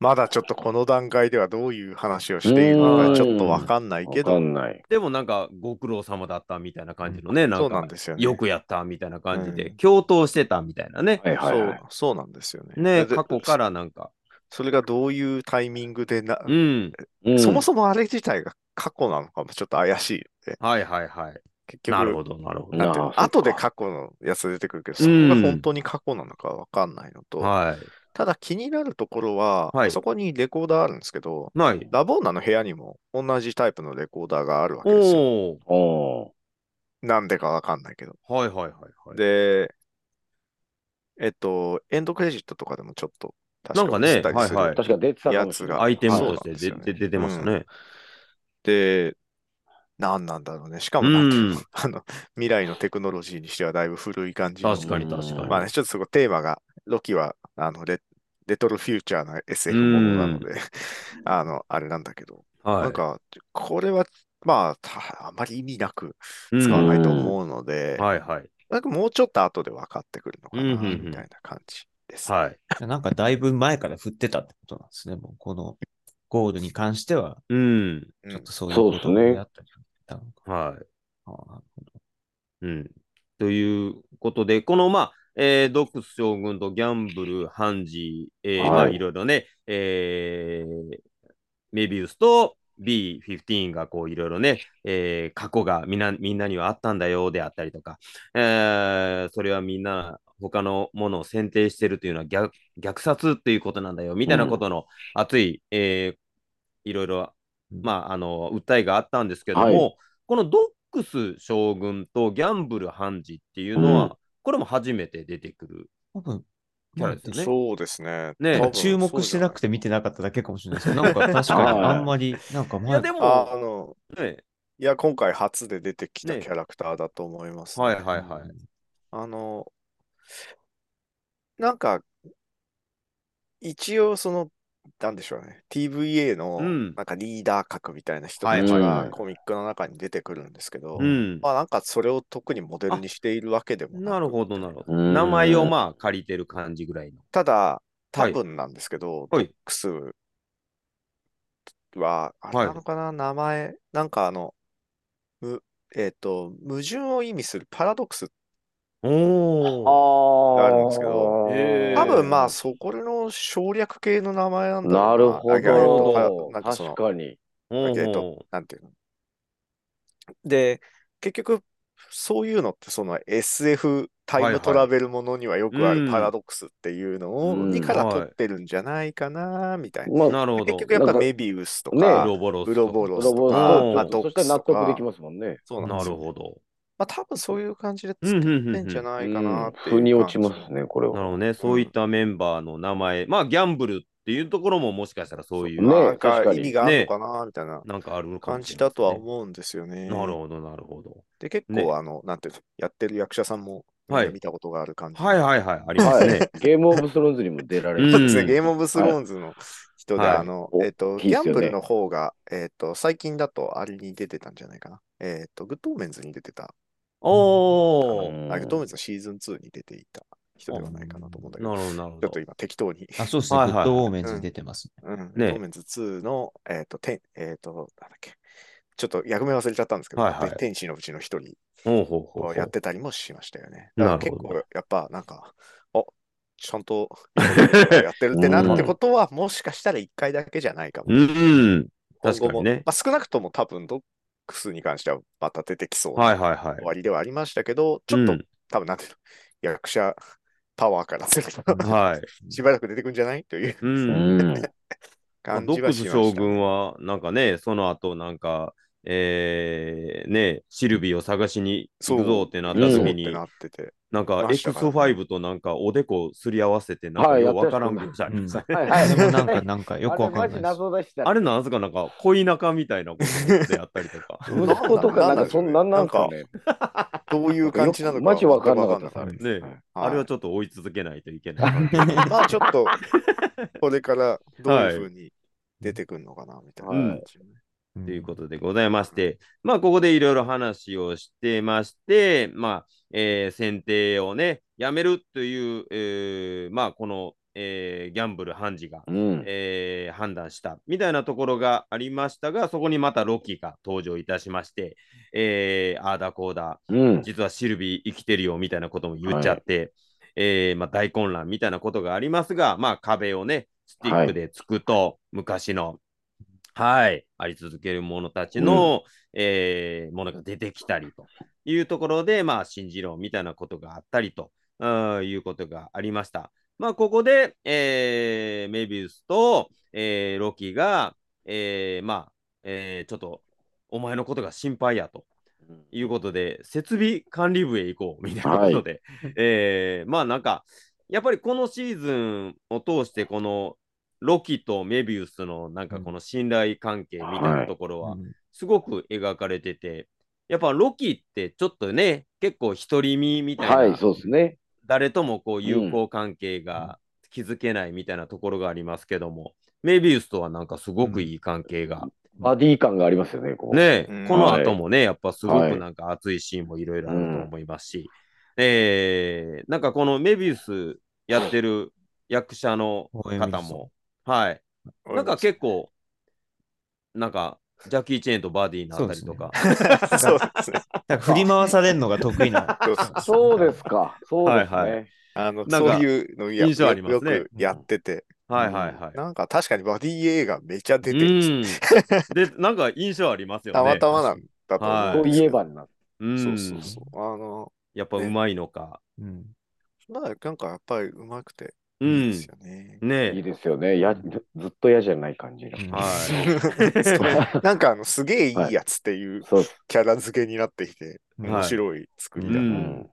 [SPEAKER 4] まだちょっとこの段階ではどういう話をしているのかちょっとわかんないけ
[SPEAKER 2] わか
[SPEAKER 4] ど、
[SPEAKER 2] んない。
[SPEAKER 1] でもなんかご苦労様だったみたいな感じのね、な
[SPEAKER 4] そ
[SPEAKER 1] ん
[SPEAKER 4] うなん
[SPEAKER 1] か
[SPEAKER 4] ですよね。
[SPEAKER 1] よくやったみたいな感じで、
[SPEAKER 4] うん
[SPEAKER 1] 共闘してたみたいなね、
[SPEAKER 2] はいはいはい。
[SPEAKER 4] そうそうなんですよね。
[SPEAKER 1] ね
[SPEAKER 4] で
[SPEAKER 1] 過去からなんか、
[SPEAKER 4] それがどういうタイミングでな、
[SPEAKER 1] うん、
[SPEAKER 2] うん
[SPEAKER 4] そもそもあれ自体が過去なのかもちょっと怪しいよね。
[SPEAKER 1] はいはいはい。
[SPEAKER 4] 結局、
[SPEAKER 1] なるほど、なるほど。
[SPEAKER 4] なんていう
[SPEAKER 2] ああそっ
[SPEAKER 4] の
[SPEAKER 2] か
[SPEAKER 4] 後で過去のやつ出てくるけど、そ
[SPEAKER 1] うん
[SPEAKER 4] れが本当に過去なのかわかんないのと、
[SPEAKER 1] はい。
[SPEAKER 4] ただ気になるところは、
[SPEAKER 1] はい
[SPEAKER 4] あそこにレコーダーあるんですけど、
[SPEAKER 1] ない。
[SPEAKER 4] ラボーナの部屋にも同じタイプのレコーダーがあるわけですよ。
[SPEAKER 1] お
[SPEAKER 2] お
[SPEAKER 4] なんでかわかんないけど。
[SPEAKER 1] お。はいはいはいはい。
[SPEAKER 4] で、えっと、エンドクレジットとかでもちょっと確
[SPEAKER 1] なんかね
[SPEAKER 4] 映ったりする
[SPEAKER 1] はいは
[SPEAKER 2] ー確か出てたか
[SPEAKER 4] や
[SPEAKER 2] もし
[SPEAKER 4] つ
[SPEAKER 2] れない
[SPEAKER 4] が。
[SPEAKER 1] アイテム
[SPEAKER 4] そう
[SPEAKER 1] と
[SPEAKER 4] な
[SPEAKER 1] し
[SPEAKER 4] ん
[SPEAKER 1] てです
[SPEAKER 4] でよね
[SPEAKER 1] 出てますね。
[SPEAKER 4] で、何なんだろうね。しかもなんていうの
[SPEAKER 1] うん
[SPEAKER 4] あの、未来のテクノロジーにしてはだいぶ古い感じの。
[SPEAKER 1] 確かに確かに。
[SPEAKER 4] まあね、ちょっとそこテーマが、ロキは、あの、レ、レトロフューチャーな SF ものなので、 *laughs* あの、あれなんだけど、
[SPEAKER 1] はい、
[SPEAKER 4] なんか、これは、まあ、たあまり意味なく
[SPEAKER 1] うん、
[SPEAKER 4] 使わないと
[SPEAKER 2] う
[SPEAKER 4] 思うので、
[SPEAKER 1] はいはい。
[SPEAKER 4] なんかもうちょっと後で分かってくるのか
[SPEAKER 1] うんう
[SPEAKER 4] な、
[SPEAKER 1] んうん
[SPEAKER 4] みたいな感じです。
[SPEAKER 1] はい。
[SPEAKER 3] なんかだいぶ前から振ってたってことなんですね。もうこのゴールに関しては、
[SPEAKER 1] うん。
[SPEAKER 4] うん
[SPEAKER 3] ちょっとそういう
[SPEAKER 2] そう
[SPEAKER 3] こ
[SPEAKER 2] です
[SPEAKER 3] と
[SPEAKER 2] ね
[SPEAKER 3] であったりしたのか。
[SPEAKER 1] はい。
[SPEAKER 3] ああなるほど
[SPEAKER 1] うん。ということで、このまあ、えードックス将軍とギャンブル、ハンジ、えー
[SPEAKER 2] はい
[SPEAKER 1] まあいろいろね、えーメビウスと B15 がこういろいろね、えー過去がみんなみんなにはあったんだよであったりとか、えーそれはみんな他のものを選定してるというのは逆虐殺っていうことなんだよみたいなことの熱い、えーいろいろ、まあ、あの訴えがあったんですけども、
[SPEAKER 2] はい
[SPEAKER 1] このドックス将軍とギャンブル判事っていうのは、
[SPEAKER 2] うん
[SPEAKER 1] これも初めて出てくる
[SPEAKER 3] 多分、
[SPEAKER 1] キャラですよね。
[SPEAKER 4] そうですね。
[SPEAKER 1] ね
[SPEAKER 4] 多分
[SPEAKER 3] 注目してなくて見てなかっただけかもしれないですけど、なんか確かにあんまり、なんか
[SPEAKER 1] い
[SPEAKER 3] 前
[SPEAKER 1] やで
[SPEAKER 4] そうじゃないあ
[SPEAKER 1] も
[SPEAKER 4] あの、
[SPEAKER 1] ね、
[SPEAKER 4] いや、今回初で出てきた
[SPEAKER 1] ね
[SPEAKER 4] キャラクターだと思いますね。
[SPEAKER 1] はいはいはい。
[SPEAKER 4] あの、なんか、一応その、なんでしょうね、TVA の
[SPEAKER 1] うん
[SPEAKER 4] なんかリーダー格みたいな人
[SPEAKER 1] はい
[SPEAKER 4] たち
[SPEAKER 2] は
[SPEAKER 4] が
[SPEAKER 2] い
[SPEAKER 4] コミックの中に出てくるんですけど、
[SPEAKER 1] うん。
[SPEAKER 4] まあなんかそれを特にモデルにしているわけでもな
[SPEAKER 1] なる
[SPEAKER 4] く
[SPEAKER 1] ほどなるほど。
[SPEAKER 2] うん
[SPEAKER 1] 名前をまあ借りてる感じぐらいの。
[SPEAKER 4] ただ、多
[SPEAKER 1] はい
[SPEAKER 4] 分なんですけど、
[SPEAKER 1] はい
[SPEAKER 4] ドックスは、あれなのかな、名前、なんかあの、むえっと、矛盾を意味するパラドックス
[SPEAKER 1] おお。
[SPEAKER 2] あ
[SPEAKER 4] あるんですけど
[SPEAKER 1] へー
[SPEAKER 4] 多分まあ、そこの省略系の名前なんだ
[SPEAKER 2] な
[SPEAKER 4] ろ
[SPEAKER 2] る
[SPEAKER 4] う
[SPEAKER 2] ほ
[SPEAKER 4] あげないと
[SPEAKER 2] ど。
[SPEAKER 4] なんかその
[SPEAKER 2] 確、かに。
[SPEAKER 1] お
[SPEAKER 4] えっと
[SPEAKER 1] お。
[SPEAKER 4] なんていうの。で、結局、そういうのって、その SF タイムトラベルものにはよくあ
[SPEAKER 1] はいは
[SPEAKER 4] る
[SPEAKER 1] い
[SPEAKER 4] パラドックスっていうのを、
[SPEAKER 2] うん
[SPEAKER 4] にから
[SPEAKER 1] うん
[SPEAKER 4] 取ってるんじゃないかな、みたいな。
[SPEAKER 2] ま
[SPEAKER 1] なるほど。
[SPEAKER 4] 結局やっぱ
[SPEAKER 2] なんか
[SPEAKER 4] メビウスと
[SPEAKER 2] ね
[SPEAKER 4] か、
[SPEAKER 1] ロボロスとか。
[SPEAKER 4] ウロボロス
[SPEAKER 2] ロボ
[SPEAKER 4] と
[SPEAKER 2] ッ
[SPEAKER 4] か、
[SPEAKER 1] うん
[SPEAKER 4] まあ
[SPEAKER 2] ト
[SPEAKER 4] ド
[SPEAKER 2] そ
[SPEAKER 4] ッ
[SPEAKER 2] した
[SPEAKER 4] ク
[SPEAKER 2] ら
[SPEAKER 4] ス
[SPEAKER 2] 納
[SPEAKER 4] とか、
[SPEAKER 2] 得できますもんね。
[SPEAKER 4] そうなん
[SPEAKER 1] な
[SPEAKER 4] です
[SPEAKER 1] る
[SPEAKER 4] よ
[SPEAKER 1] ほど。
[SPEAKER 4] まあ多分そういう感じで
[SPEAKER 1] うんう
[SPEAKER 4] 作
[SPEAKER 1] ん
[SPEAKER 4] って
[SPEAKER 1] うんうん
[SPEAKER 4] んじゃ
[SPEAKER 1] な
[SPEAKER 4] ないかなっていう感じ、
[SPEAKER 2] 腑に落ちますね、これ
[SPEAKER 1] る
[SPEAKER 2] は。
[SPEAKER 1] ほどね。そういったメンバーの名前。まあ、ギャンブルっていうところももしかしたらそういう、
[SPEAKER 2] ね
[SPEAKER 4] な
[SPEAKER 2] 確
[SPEAKER 4] んか
[SPEAKER 2] か
[SPEAKER 4] 意
[SPEAKER 2] に
[SPEAKER 4] 味があるのかな、みたいな
[SPEAKER 1] なんかあるのか
[SPEAKER 4] 感
[SPEAKER 1] もし
[SPEAKER 4] じ
[SPEAKER 1] れない
[SPEAKER 4] だ
[SPEAKER 1] ですね
[SPEAKER 4] とは思うんですよね。
[SPEAKER 1] なるほど、なるほど。
[SPEAKER 4] で、結
[SPEAKER 1] ね
[SPEAKER 4] 構、あの、なんていうの、やってる役者さんも、
[SPEAKER 1] はい
[SPEAKER 4] 見たことがある感じ。
[SPEAKER 1] はいはいはい。ありま
[SPEAKER 2] は
[SPEAKER 1] す
[SPEAKER 2] い
[SPEAKER 1] ね。。
[SPEAKER 2] ゲームオブスローンズにも出られ
[SPEAKER 1] うん
[SPEAKER 4] *laughs* そう
[SPEAKER 2] る。
[SPEAKER 4] ですね、ゲームオブスローンズの人で、
[SPEAKER 1] はい
[SPEAKER 4] あの、
[SPEAKER 2] お
[SPEAKER 4] えっと、
[SPEAKER 2] 大きい
[SPEAKER 4] ギ
[SPEAKER 2] っすよ
[SPEAKER 4] ャン
[SPEAKER 2] ね
[SPEAKER 4] ブルの方が、えっと、最近だとあれに出てたんじゃないかな。えっと、グッドオーメンズに出てた。
[SPEAKER 1] お
[SPEAKER 4] あ
[SPEAKER 1] ー。
[SPEAKER 4] のあグッドオーメンズのシーズン2に出ていた。人ではないかなと思うんだけど、
[SPEAKER 1] なるほど、なるほ
[SPEAKER 4] ちょっ
[SPEAKER 1] ど
[SPEAKER 4] と。今適当に。
[SPEAKER 3] あ、そうですね。
[SPEAKER 1] はい
[SPEAKER 3] グ
[SPEAKER 1] はい
[SPEAKER 3] ッドウォーメンズに出てますね。
[SPEAKER 4] うん、
[SPEAKER 1] ね
[SPEAKER 4] ね、ーメンズ2の、えっ、と、てんえっ、と、なんだっけ、ちょっと役名忘れちゃったんですけど、
[SPEAKER 1] はいはい
[SPEAKER 4] て天使のうちの一人
[SPEAKER 1] ほうほうほうほ
[SPEAKER 4] を
[SPEAKER 1] う
[SPEAKER 4] やってたりもしましたよね。
[SPEAKER 1] な
[SPEAKER 4] だ
[SPEAKER 1] る
[SPEAKER 4] か
[SPEAKER 1] ほ
[SPEAKER 4] ら
[SPEAKER 1] ど
[SPEAKER 4] 結構、やっぱ、なんか、あちゃ
[SPEAKER 1] *laughs*
[SPEAKER 4] んとやってるってなってことは、もしかしたら一回だけじゃないかも。
[SPEAKER 1] うん。確
[SPEAKER 4] 今
[SPEAKER 1] か
[SPEAKER 4] 後も
[SPEAKER 1] にね。
[SPEAKER 4] まあ、少なくとも多分、ドックスに関してはまた出てきそう
[SPEAKER 1] はい
[SPEAKER 4] な
[SPEAKER 1] はいはい。
[SPEAKER 4] 終わりではありましたけど、ちょっと、
[SPEAKER 1] うん
[SPEAKER 4] 多分、なんていうの、役者パワーからすると、 *laughs*
[SPEAKER 1] はい。
[SPEAKER 4] しばらく出てくんじゃないという
[SPEAKER 1] うん。
[SPEAKER 2] ん。
[SPEAKER 1] まあ
[SPEAKER 4] 感
[SPEAKER 1] ド
[SPEAKER 4] じ
[SPEAKER 1] ック
[SPEAKER 4] はし
[SPEAKER 1] ス
[SPEAKER 4] まし
[SPEAKER 1] 将
[SPEAKER 4] た。
[SPEAKER 1] 軍は、なんかね、その後、なんか、えー、ね、シルビーを探しに行くぞってなった
[SPEAKER 2] そう
[SPEAKER 1] 時
[SPEAKER 4] っ
[SPEAKER 1] に
[SPEAKER 4] て、なってて。
[SPEAKER 1] なんか
[SPEAKER 4] ましたから
[SPEAKER 1] X5 となんかおでこすり合わせて、なんか
[SPEAKER 2] はい
[SPEAKER 1] ようわからん
[SPEAKER 2] や
[SPEAKER 1] 描
[SPEAKER 2] っ
[SPEAKER 1] 写ありましたね。
[SPEAKER 2] はい
[SPEAKER 3] あ
[SPEAKER 2] は
[SPEAKER 3] れ
[SPEAKER 2] い。
[SPEAKER 3] もなんか、 *laughs* なんかよくわか
[SPEAKER 2] あれマ
[SPEAKER 3] んない
[SPEAKER 2] ジ
[SPEAKER 3] です。
[SPEAKER 2] 謎出し
[SPEAKER 1] *laughs*
[SPEAKER 2] た。
[SPEAKER 1] あれなんすかなんか恋仲みたいなことであったりと
[SPEAKER 4] *laughs*
[SPEAKER 1] か。
[SPEAKER 2] 息子とかなんかそんなんなんすかね。
[SPEAKER 4] どういう感じなのか。
[SPEAKER 2] マジわかんなかった
[SPEAKER 4] わんな
[SPEAKER 1] ね、
[SPEAKER 4] はい
[SPEAKER 1] あれはちょっと追い続けないといけない。
[SPEAKER 4] まあちょ
[SPEAKER 2] *laughs*
[SPEAKER 4] っと、これからどういうふうに出てくるのかな、みたいな感じ、
[SPEAKER 3] っ
[SPEAKER 1] ということでございまして、まあ、ここでいろいろ話をしてまして、まあ、えー選定をね、やめるという、えーまあ、この、えーギャンブル判事が、
[SPEAKER 2] うん。
[SPEAKER 1] えー判断したみたいなところがありましたが、そこにまたロキが登場いたしまして、えー、ああだこうだ、
[SPEAKER 2] うん。
[SPEAKER 1] 実はシルビー生きてるよみたいなことも言っちゃって、えーまあ、大混乱みたいなことがありますが、まあ、壁をね、スティックで突くと、昔の、はい、あり続ける者たちの、えーものが出てきたりというところで、まあ、信じろみたいなことがあったりとうんいうことがありました。まあ、ここで、えーメビウスと、えーロキが、えーまあ、えーちょっと、お前のことが心配やと。いうことで、設備管理部へ行こうみたいなことで、えーまあなんか、やっぱりこのシーズンを通して、このロキとメビウスのなんかこの信頼関係みたいなところは、すごく描かれてて、やっぱロキってちょっとね、結構独り身みたいな、
[SPEAKER 2] はい、そうですね。
[SPEAKER 1] 誰ともこう友好関係が築けないみたいなところがありますけども、メビウスとはなんかすごくいい関係が
[SPEAKER 2] バディ感がありますよね、こう。。
[SPEAKER 1] ねえ、
[SPEAKER 4] うん
[SPEAKER 1] この後もね、やっぱすご
[SPEAKER 2] は
[SPEAKER 1] く
[SPEAKER 2] い
[SPEAKER 1] なんか熱いシーンもいろいろあると思いますし、えーなんかこのメビウスやってる役者の方も、はい、なんか結構、なんかジャッキー・チェーンとバディになったりとか、
[SPEAKER 4] 構、そうですね。
[SPEAKER 3] なんか振り回されるのが得意
[SPEAKER 1] *laughs*
[SPEAKER 3] な。
[SPEAKER 4] そうそう
[SPEAKER 2] そうですか。そうですね。
[SPEAKER 1] はいは
[SPEAKER 4] あの
[SPEAKER 1] なんか
[SPEAKER 4] そういうのや
[SPEAKER 1] 印象ありますね
[SPEAKER 4] よくやってて、
[SPEAKER 1] はいはいはい。
[SPEAKER 4] なんか確かにバディ映画めちゃ出てる、
[SPEAKER 1] うん、で、なんか印象ありますよね。
[SPEAKER 4] たまたまなんだと
[SPEAKER 1] は
[SPEAKER 4] 思
[SPEAKER 2] そううん
[SPEAKER 4] です
[SPEAKER 2] い
[SPEAKER 4] け
[SPEAKER 2] え
[SPEAKER 4] ど、
[SPEAKER 2] ばになって
[SPEAKER 1] うん、
[SPEAKER 4] そうそうそう。あの、
[SPEAKER 1] やっぱうまいのか。
[SPEAKER 3] うん
[SPEAKER 4] まあなんかやっぱりうまくて
[SPEAKER 1] う
[SPEAKER 4] いい
[SPEAKER 1] ん
[SPEAKER 4] です、よね。
[SPEAKER 1] ね
[SPEAKER 2] いい
[SPEAKER 1] え、
[SPEAKER 2] ですよね。やずずっと嫌じゃない感じが。
[SPEAKER 3] うん
[SPEAKER 1] はい。
[SPEAKER 4] そうなんかあのすげえいいやつっていう
[SPEAKER 2] *laughs* そうです。
[SPEAKER 4] キャラ付けになってきて、
[SPEAKER 3] うん
[SPEAKER 4] 面白い作りだ
[SPEAKER 1] う
[SPEAKER 4] な、 *laughs*
[SPEAKER 1] ん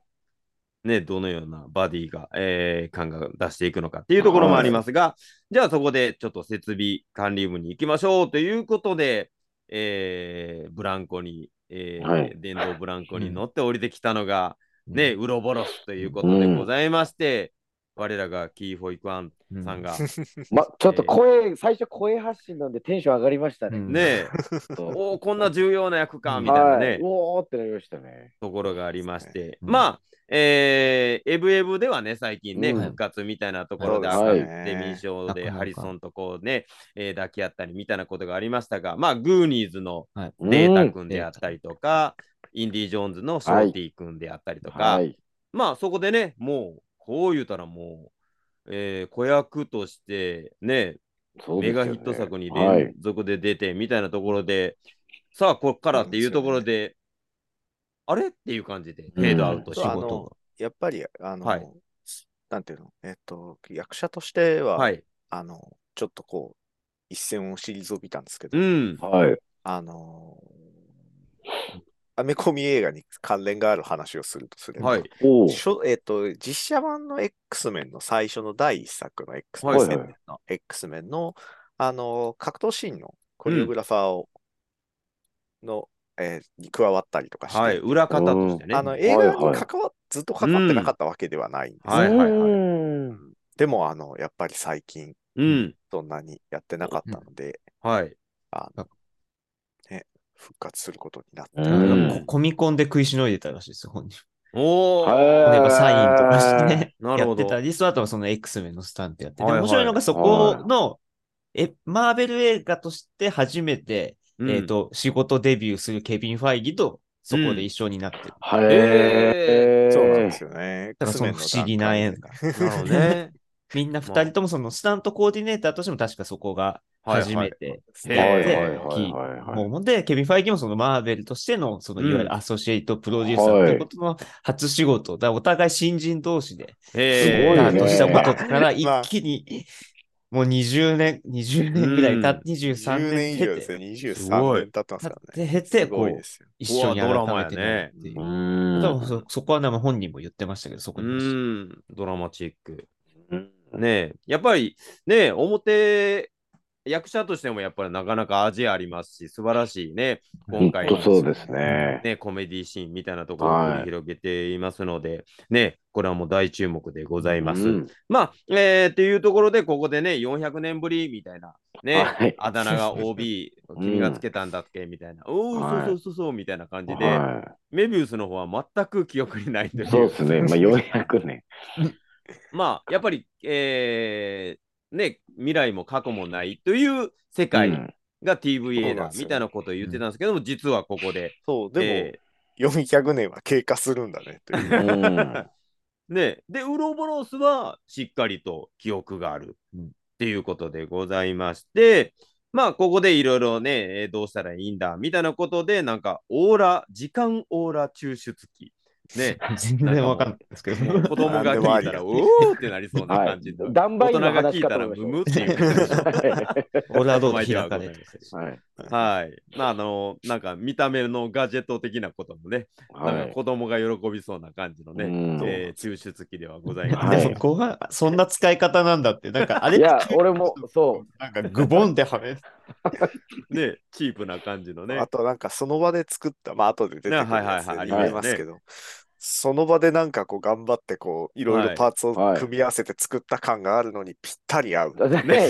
[SPEAKER 1] ね、どのようなバディが、えー、感が出していくのかっていうところもありますが、じゃあそこでちょっと設備管理部に行きましょうということで、えーブランコに、えー
[SPEAKER 2] はい
[SPEAKER 1] 電動ブランコに乗って降りてきたのが、
[SPEAKER 3] うん
[SPEAKER 1] ね、、ウロボロスということでございまして、我らがキー・フォイクアン
[SPEAKER 3] う
[SPEAKER 1] さんが、
[SPEAKER 2] ま、ちょっと声、最初声発信なんでテンション上がりましたね。
[SPEAKER 3] うん
[SPEAKER 1] ね、
[SPEAKER 2] ちょっと
[SPEAKER 1] おお、こんな重要な役か、みたいな
[SPEAKER 2] は
[SPEAKER 1] ね。
[SPEAKER 2] い。うおーってなりましたね。
[SPEAKER 1] ところがありまして、
[SPEAKER 3] うん
[SPEAKER 1] まあ、えーエブエブではね、最近ね、
[SPEAKER 2] うん
[SPEAKER 1] 復活みたいなところで、
[SPEAKER 2] はい
[SPEAKER 1] あって民賞で
[SPEAKER 3] なかなか
[SPEAKER 1] ハリソンとこうね、えー抱き合ったりみたいなことがありましたが、まあ、グーニーズの
[SPEAKER 3] はい。
[SPEAKER 1] データ
[SPEAKER 2] うん
[SPEAKER 1] 君であったりとか、インディ・ジョーンズのショーティー君であったりとか、
[SPEAKER 2] はい。
[SPEAKER 1] まあ、そこでね、もう、こう言うたらもう、えー子役としてね、
[SPEAKER 2] そう
[SPEAKER 1] メ
[SPEAKER 2] ですよ
[SPEAKER 1] ガ
[SPEAKER 2] ね
[SPEAKER 1] ヒット作に
[SPEAKER 2] はい
[SPEAKER 1] 連続で出てみたいなところで、さあ、こっからっていうところで、あれっていう感じで、フェードアウトし
[SPEAKER 3] 仕
[SPEAKER 1] て、
[SPEAKER 4] うん
[SPEAKER 3] 事が。
[SPEAKER 4] やっぱり、あの、
[SPEAKER 1] はい
[SPEAKER 4] なんていうの、えっと、役者としては、
[SPEAKER 1] はい。
[SPEAKER 4] あの、ちょっとこう、一線を退いたんですけど、
[SPEAKER 1] うん。
[SPEAKER 2] はい。
[SPEAKER 4] あの、アメコミ映画に関連がある話をするとすれば、
[SPEAKER 1] はい。
[SPEAKER 2] おー
[SPEAKER 4] しょえっと、実写版の X メンの最初の第一作の X メン、
[SPEAKER 1] はい
[SPEAKER 4] 2000年の X メンの、あの、格闘シーンのコリオグラファーを、の、えーに加わったりとかして、
[SPEAKER 1] はい。裏方としてね。
[SPEAKER 4] あの
[SPEAKER 1] はい
[SPEAKER 4] 映画に関わ、
[SPEAKER 2] はい
[SPEAKER 4] ずっと関わってなかったわけではないんですよ、
[SPEAKER 1] はいはいうはい。
[SPEAKER 2] ーん
[SPEAKER 4] でも、あの、やっぱり最近、
[SPEAKER 1] うん。
[SPEAKER 4] そんなにやってなかったので、
[SPEAKER 1] はい。
[SPEAKER 4] あの
[SPEAKER 3] あ
[SPEAKER 4] ね、復活することになった。
[SPEAKER 2] う
[SPEAKER 3] なん
[SPEAKER 2] ん
[SPEAKER 3] かこコミコンで食いしのいでたらしいですよ、本人。
[SPEAKER 1] おお、
[SPEAKER 2] は
[SPEAKER 3] 例えばサインとかしてね、
[SPEAKER 1] *laughs* なる
[SPEAKER 3] や
[SPEAKER 1] ほ
[SPEAKER 3] って
[SPEAKER 1] ど。
[SPEAKER 3] たり、その後はその X メンのスタンプやってて、
[SPEAKER 1] はいはい
[SPEAKER 3] 面白いのがそこの、え、マーベル映画として初めて、
[SPEAKER 1] うん
[SPEAKER 3] えっ、と、仕事デビューするケビン・ファイギと、そこで一緒になってる。
[SPEAKER 2] い。
[SPEAKER 1] え
[SPEAKER 2] へー。
[SPEAKER 4] そうなんですよね。
[SPEAKER 3] だからその不思議な縁
[SPEAKER 4] *laughs*
[SPEAKER 3] が。
[SPEAKER 1] なるほどね。
[SPEAKER 3] みんな二人ともそのスタントコーディネーターとしても確かそこが初めてスタ
[SPEAKER 1] はいはいはい
[SPEAKER 3] ートで
[SPEAKER 1] はいはい
[SPEAKER 3] 大きい
[SPEAKER 2] はいはい
[SPEAKER 3] もので、ケビン・ファイギもそのマーベルとしての、その
[SPEAKER 1] うん
[SPEAKER 3] いわゆるアソシエイトプロデューサーということの初仕事、だからお互い新人同士で
[SPEAKER 1] へ
[SPEAKER 2] すごい
[SPEAKER 3] ス
[SPEAKER 2] ね
[SPEAKER 3] タートしたことから一
[SPEAKER 4] まあ
[SPEAKER 3] 気に、もう20年、20年ぐらい経って、23
[SPEAKER 4] 10年
[SPEAKER 3] 年
[SPEAKER 4] 以
[SPEAKER 3] 経
[SPEAKER 4] 上
[SPEAKER 3] っ
[SPEAKER 4] です
[SPEAKER 3] て、
[SPEAKER 4] ね。
[SPEAKER 1] すご
[SPEAKER 4] 23
[SPEAKER 1] い
[SPEAKER 4] 年経ったんですか
[SPEAKER 3] 経っ
[SPEAKER 4] らね。
[SPEAKER 3] て経
[SPEAKER 4] す
[SPEAKER 3] て、こ
[SPEAKER 4] ごいで
[SPEAKER 3] う、
[SPEAKER 4] すよ。
[SPEAKER 3] 一緒に改めてなるっていう
[SPEAKER 2] う。
[SPEAKER 3] 多
[SPEAKER 2] ーん
[SPEAKER 3] 分そそこはね、まあ本人も言ってましたけど、そこ
[SPEAKER 1] う
[SPEAKER 3] に関しては。
[SPEAKER 1] ん、ドラマチック。ねえ、やっぱりねえ、表役者としてもやっぱりなかなか味ありますし、素晴らしいね、今回
[SPEAKER 2] 本
[SPEAKER 1] の
[SPEAKER 2] 当そうですね。
[SPEAKER 1] ね、コメディシーンみたいなところを繰り広げていますので、ね、これはもう大注目でございます。
[SPEAKER 2] うん
[SPEAKER 1] まあ、えー、っていうところで、ここでね、400年ぶりみたいな、ね、
[SPEAKER 2] はい
[SPEAKER 1] あだ名
[SPEAKER 2] *laughs*
[SPEAKER 1] が OB、
[SPEAKER 2] ん
[SPEAKER 1] 君がつけたんだっけみたいな、おお、
[SPEAKER 2] はい
[SPEAKER 1] そうそうそうそう、みたいな感じで、
[SPEAKER 2] は
[SPEAKER 1] メビウスの方は全く記憶にないとい
[SPEAKER 2] い。
[SPEAKER 1] う。
[SPEAKER 2] そうですね。まあ、400年。
[SPEAKER 1] まあ、やっぱり、えー、ね、未来も過去もないという世界が TVA
[SPEAKER 4] そうなん
[SPEAKER 1] だ
[SPEAKER 4] ですよ
[SPEAKER 1] みたいなことを言ってたんですけども、実はここで、
[SPEAKER 4] そう、で
[SPEAKER 1] え
[SPEAKER 4] も、400年は経過するんだね。という
[SPEAKER 2] うん。
[SPEAKER 1] ーね、で、ウロボロスはしっかりと記憶がある
[SPEAKER 3] うん
[SPEAKER 1] っていうことでございまして、まあ、ここでいろいろね、えーどうしたらいいんだみたいなことで、なんか、オーラ、時間オーラ抽出器。ね、
[SPEAKER 3] 全然わかんないです
[SPEAKER 1] *laughs*
[SPEAKER 3] け
[SPEAKER 1] もう
[SPEAKER 3] ど。
[SPEAKER 1] 子供が聞いた
[SPEAKER 4] なんでもあり
[SPEAKER 1] ら、
[SPEAKER 4] だ
[SPEAKER 1] おおってなりそうな
[SPEAKER 2] はい
[SPEAKER 1] 感じで、。
[SPEAKER 2] ダンバ
[SPEAKER 1] 大
[SPEAKER 2] イ
[SPEAKER 1] 人
[SPEAKER 2] ン
[SPEAKER 1] が
[SPEAKER 2] の話
[SPEAKER 1] 聞い
[SPEAKER 2] か
[SPEAKER 1] た
[SPEAKER 2] と
[SPEAKER 1] ら、
[SPEAKER 2] 思い
[SPEAKER 1] ム
[SPEAKER 2] ま
[SPEAKER 1] ムっていう感じでしょ。
[SPEAKER 3] オーラードー開かれる。
[SPEAKER 2] した。はい。
[SPEAKER 1] はい。まあ、あの、なんか見た目のガジェット的なこともね、なん
[SPEAKER 2] は
[SPEAKER 1] か
[SPEAKER 2] い。
[SPEAKER 1] 子供が喜びそうな感じの
[SPEAKER 2] う
[SPEAKER 1] ね、
[SPEAKER 2] ん
[SPEAKER 1] えー抽出器ではござい
[SPEAKER 3] で
[SPEAKER 1] ます。
[SPEAKER 2] はい
[SPEAKER 3] そこが、そんな使い方なんだって、なんかあれ
[SPEAKER 2] いや、俺も、そう。 *laughs*
[SPEAKER 3] なんかグボンではめる。
[SPEAKER 1] ね、チープな感じのね
[SPEAKER 4] あ。となんかその場で作った、まあ後で出てく
[SPEAKER 1] ね
[SPEAKER 4] る
[SPEAKER 1] はいはいは
[SPEAKER 4] やつ
[SPEAKER 1] い
[SPEAKER 4] で
[SPEAKER 2] あ
[SPEAKER 4] 見
[SPEAKER 2] り
[SPEAKER 4] ま
[SPEAKER 1] ますね
[SPEAKER 4] すけど、その場でなんかこう頑張ってこういろい
[SPEAKER 1] は
[SPEAKER 4] ろ
[SPEAKER 1] い
[SPEAKER 4] パーツを
[SPEAKER 2] はい
[SPEAKER 4] 組み合わせて作った感があるのにぴったり合う。
[SPEAKER 2] だってね、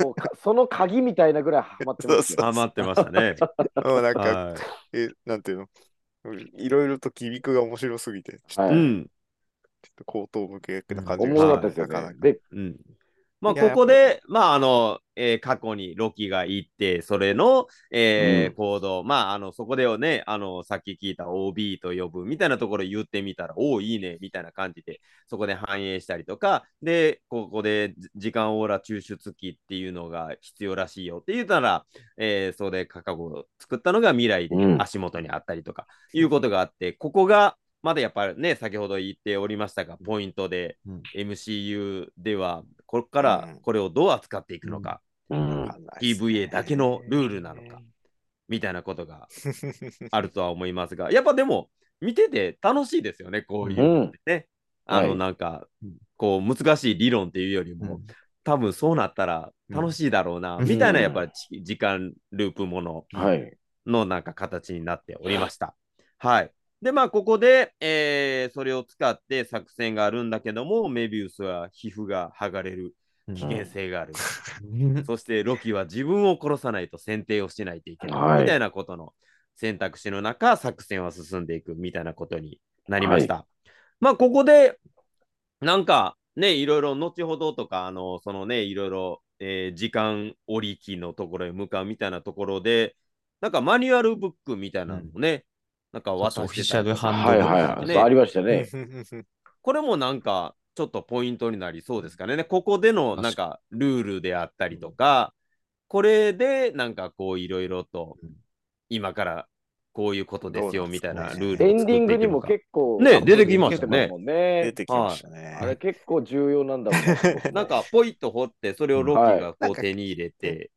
[SPEAKER 2] もうかその鍵みたいなぐらいハマってますよ。
[SPEAKER 1] ハマってましたね。
[SPEAKER 4] うんなんか、
[SPEAKER 1] は。
[SPEAKER 4] え、なんていうのうんいろいろとギミックが面白すぎて、ちょっ
[SPEAKER 2] はい
[SPEAKER 1] う
[SPEAKER 2] い。
[SPEAKER 1] ん。
[SPEAKER 4] と口頭向けな感
[SPEAKER 2] お
[SPEAKER 4] じ
[SPEAKER 2] も
[SPEAKER 4] がし
[SPEAKER 2] ろか
[SPEAKER 4] た
[SPEAKER 2] ったですよ
[SPEAKER 4] なかな
[SPEAKER 2] ね
[SPEAKER 4] か。
[SPEAKER 2] で、
[SPEAKER 1] うん。まあ、
[SPEAKER 4] いや
[SPEAKER 1] ここで、まあ、あの、えー過去にロキが行って、それの、えー
[SPEAKER 2] うん
[SPEAKER 1] 行動、まあ、あの、そこでをね、あの、さっき聞いた OB と呼ぶみたいなところ言ってみたら、おお、いいね、みたいな感じで、そこで反映したりとか、で、ここでじ時間オーラ抽出器っていうのが必要らしいよって言ったら、えーそれで過去を作ったのが未来で
[SPEAKER 2] うん
[SPEAKER 1] 足元にあったりとか、いうことがあって、ここが、まだやっぱりね、先ほど言っておりましたが、ポイントで、
[SPEAKER 3] うん
[SPEAKER 1] MCU では、これから
[SPEAKER 4] うん
[SPEAKER 1] これをどう扱っていくのか、
[SPEAKER 2] うん
[SPEAKER 4] わかんないっすね
[SPEAKER 1] TVA だけのルールなのか。みたいなことがあるとは思いますが、やっぱでも、見てて楽しいですよね、こういうのってね。
[SPEAKER 2] うん
[SPEAKER 1] あ
[SPEAKER 2] は
[SPEAKER 1] の、
[SPEAKER 2] い
[SPEAKER 1] なんか
[SPEAKER 3] うん、
[SPEAKER 1] こう、難しい理論っていうよりも、多分そうなったら楽しいだろうな、
[SPEAKER 3] うん
[SPEAKER 1] みたいな、
[SPEAKER 2] うん
[SPEAKER 1] やっぱりち時間ループもの
[SPEAKER 2] はい。
[SPEAKER 1] のなんか形になっておりました。はい。で、まあ、ここで、えーそれを使って作戦があるんだけども、メビウスは皮膚が剥がれる
[SPEAKER 3] うん
[SPEAKER 1] 危険性がある。
[SPEAKER 3] うん
[SPEAKER 1] そしてロキは自分を殺さないと選定をしないといけない、
[SPEAKER 2] はい
[SPEAKER 1] みたいなことの選択肢の中、作戦は進んでいくみたいなことになりました。まあ、ここで、なんかね、いろいろ後ほどとか、あのそのね、いろいろ、えー時間折り機のところへ向かうみたいなところで、なんかマニュアルブックみたいなのもね、なんか渡してたり
[SPEAKER 3] オフィシャルハンド
[SPEAKER 2] はい
[SPEAKER 3] ル
[SPEAKER 2] はいはい。そうありましたね。
[SPEAKER 4] *laughs*
[SPEAKER 1] これもなんかちょっとポイントになりそうですかね。ここでのなんかルールであったりとか、これでなんかこういろいろと
[SPEAKER 3] うん
[SPEAKER 1] 今からこういうことですよみたいな
[SPEAKER 4] そう
[SPEAKER 1] ルー
[SPEAKER 4] で
[SPEAKER 1] ル
[SPEAKER 2] エ
[SPEAKER 1] を
[SPEAKER 2] ン
[SPEAKER 1] 作
[SPEAKER 2] ディン
[SPEAKER 1] って
[SPEAKER 2] グ
[SPEAKER 1] い
[SPEAKER 2] に
[SPEAKER 1] くの
[SPEAKER 2] も
[SPEAKER 1] か。
[SPEAKER 2] 結構。
[SPEAKER 1] ね出てきましたね
[SPEAKER 2] 出てますもんね
[SPEAKER 4] 出てきましたね。
[SPEAKER 2] あれ結構重要なんだもん
[SPEAKER 4] *laughs*
[SPEAKER 2] ね
[SPEAKER 1] なんかポイッと掘って、それをロキがこう手に入れて、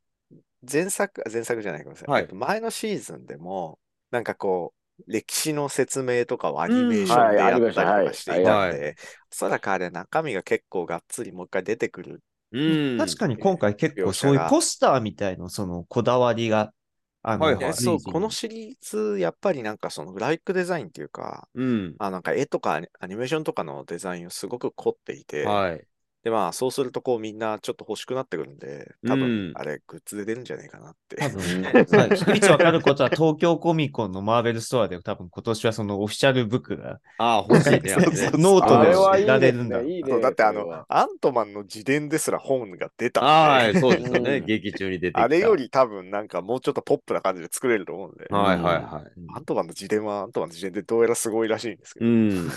[SPEAKER 4] 前作、あ前作じゃない、ごめんなさい。
[SPEAKER 1] はい
[SPEAKER 4] えっと前のシーズンでも、なんかこう、歴史の説明とかをアニメーションでやったりとかしていた
[SPEAKER 1] うん
[SPEAKER 4] ん
[SPEAKER 1] はいありましたはいはい
[SPEAKER 4] で、おそらくあれ中身が結構がっつりもう一回出てくる。
[SPEAKER 1] うん。
[SPEAKER 3] 確かに今回結構そういうポスターみたいなそのこだわりが、あの、
[SPEAKER 1] はいはい
[SPEAKER 4] でそう、このシリーズ、やっぱりなんかそのグラフィックデザインっていうか、
[SPEAKER 1] うん。
[SPEAKER 4] あなんか絵とかアニアニメーションとかのデザインをすごく凝っていて、
[SPEAKER 1] はい。
[SPEAKER 4] で、まあ、そうすると、こう、みんなちょっと欲しくなってくるんで、多
[SPEAKER 1] うん
[SPEAKER 4] 分、あれ、グッズで出るんじゃないかなって。
[SPEAKER 3] 多分、はい、唯一わかることは東京コミコンのマーベルストアで多分今年はそのオフィシャルブックが
[SPEAKER 1] ああ、欲しいね。
[SPEAKER 3] *laughs*
[SPEAKER 4] そう
[SPEAKER 1] あれ
[SPEAKER 4] そうそう
[SPEAKER 1] ね
[SPEAKER 3] ノー
[SPEAKER 2] あ
[SPEAKER 3] ト
[SPEAKER 2] れ
[SPEAKER 3] で
[SPEAKER 2] はいい
[SPEAKER 3] ら
[SPEAKER 2] で
[SPEAKER 3] れ
[SPEAKER 2] す
[SPEAKER 3] るんだ。
[SPEAKER 2] ね。いいね
[SPEAKER 4] *laughs* そうだって、あ
[SPEAKER 2] それ
[SPEAKER 4] の
[SPEAKER 2] は、
[SPEAKER 4] アントマンの自伝ですら本が出たんで
[SPEAKER 1] はい、そうですよね。
[SPEAKER 2] うん
[SPEAKER 1] 劇中に出てきた。
[SPEAKER 4] あれより多分、なんかもうちょっとポップな感じで作れると思うんで、
[SPEAKER 1] はいはいはい。
[SPEAKER 4] アントマンの自伝はアントマンの自伝でどうやらすごいらしいんですけど
[SPEAKER 1] う、ん、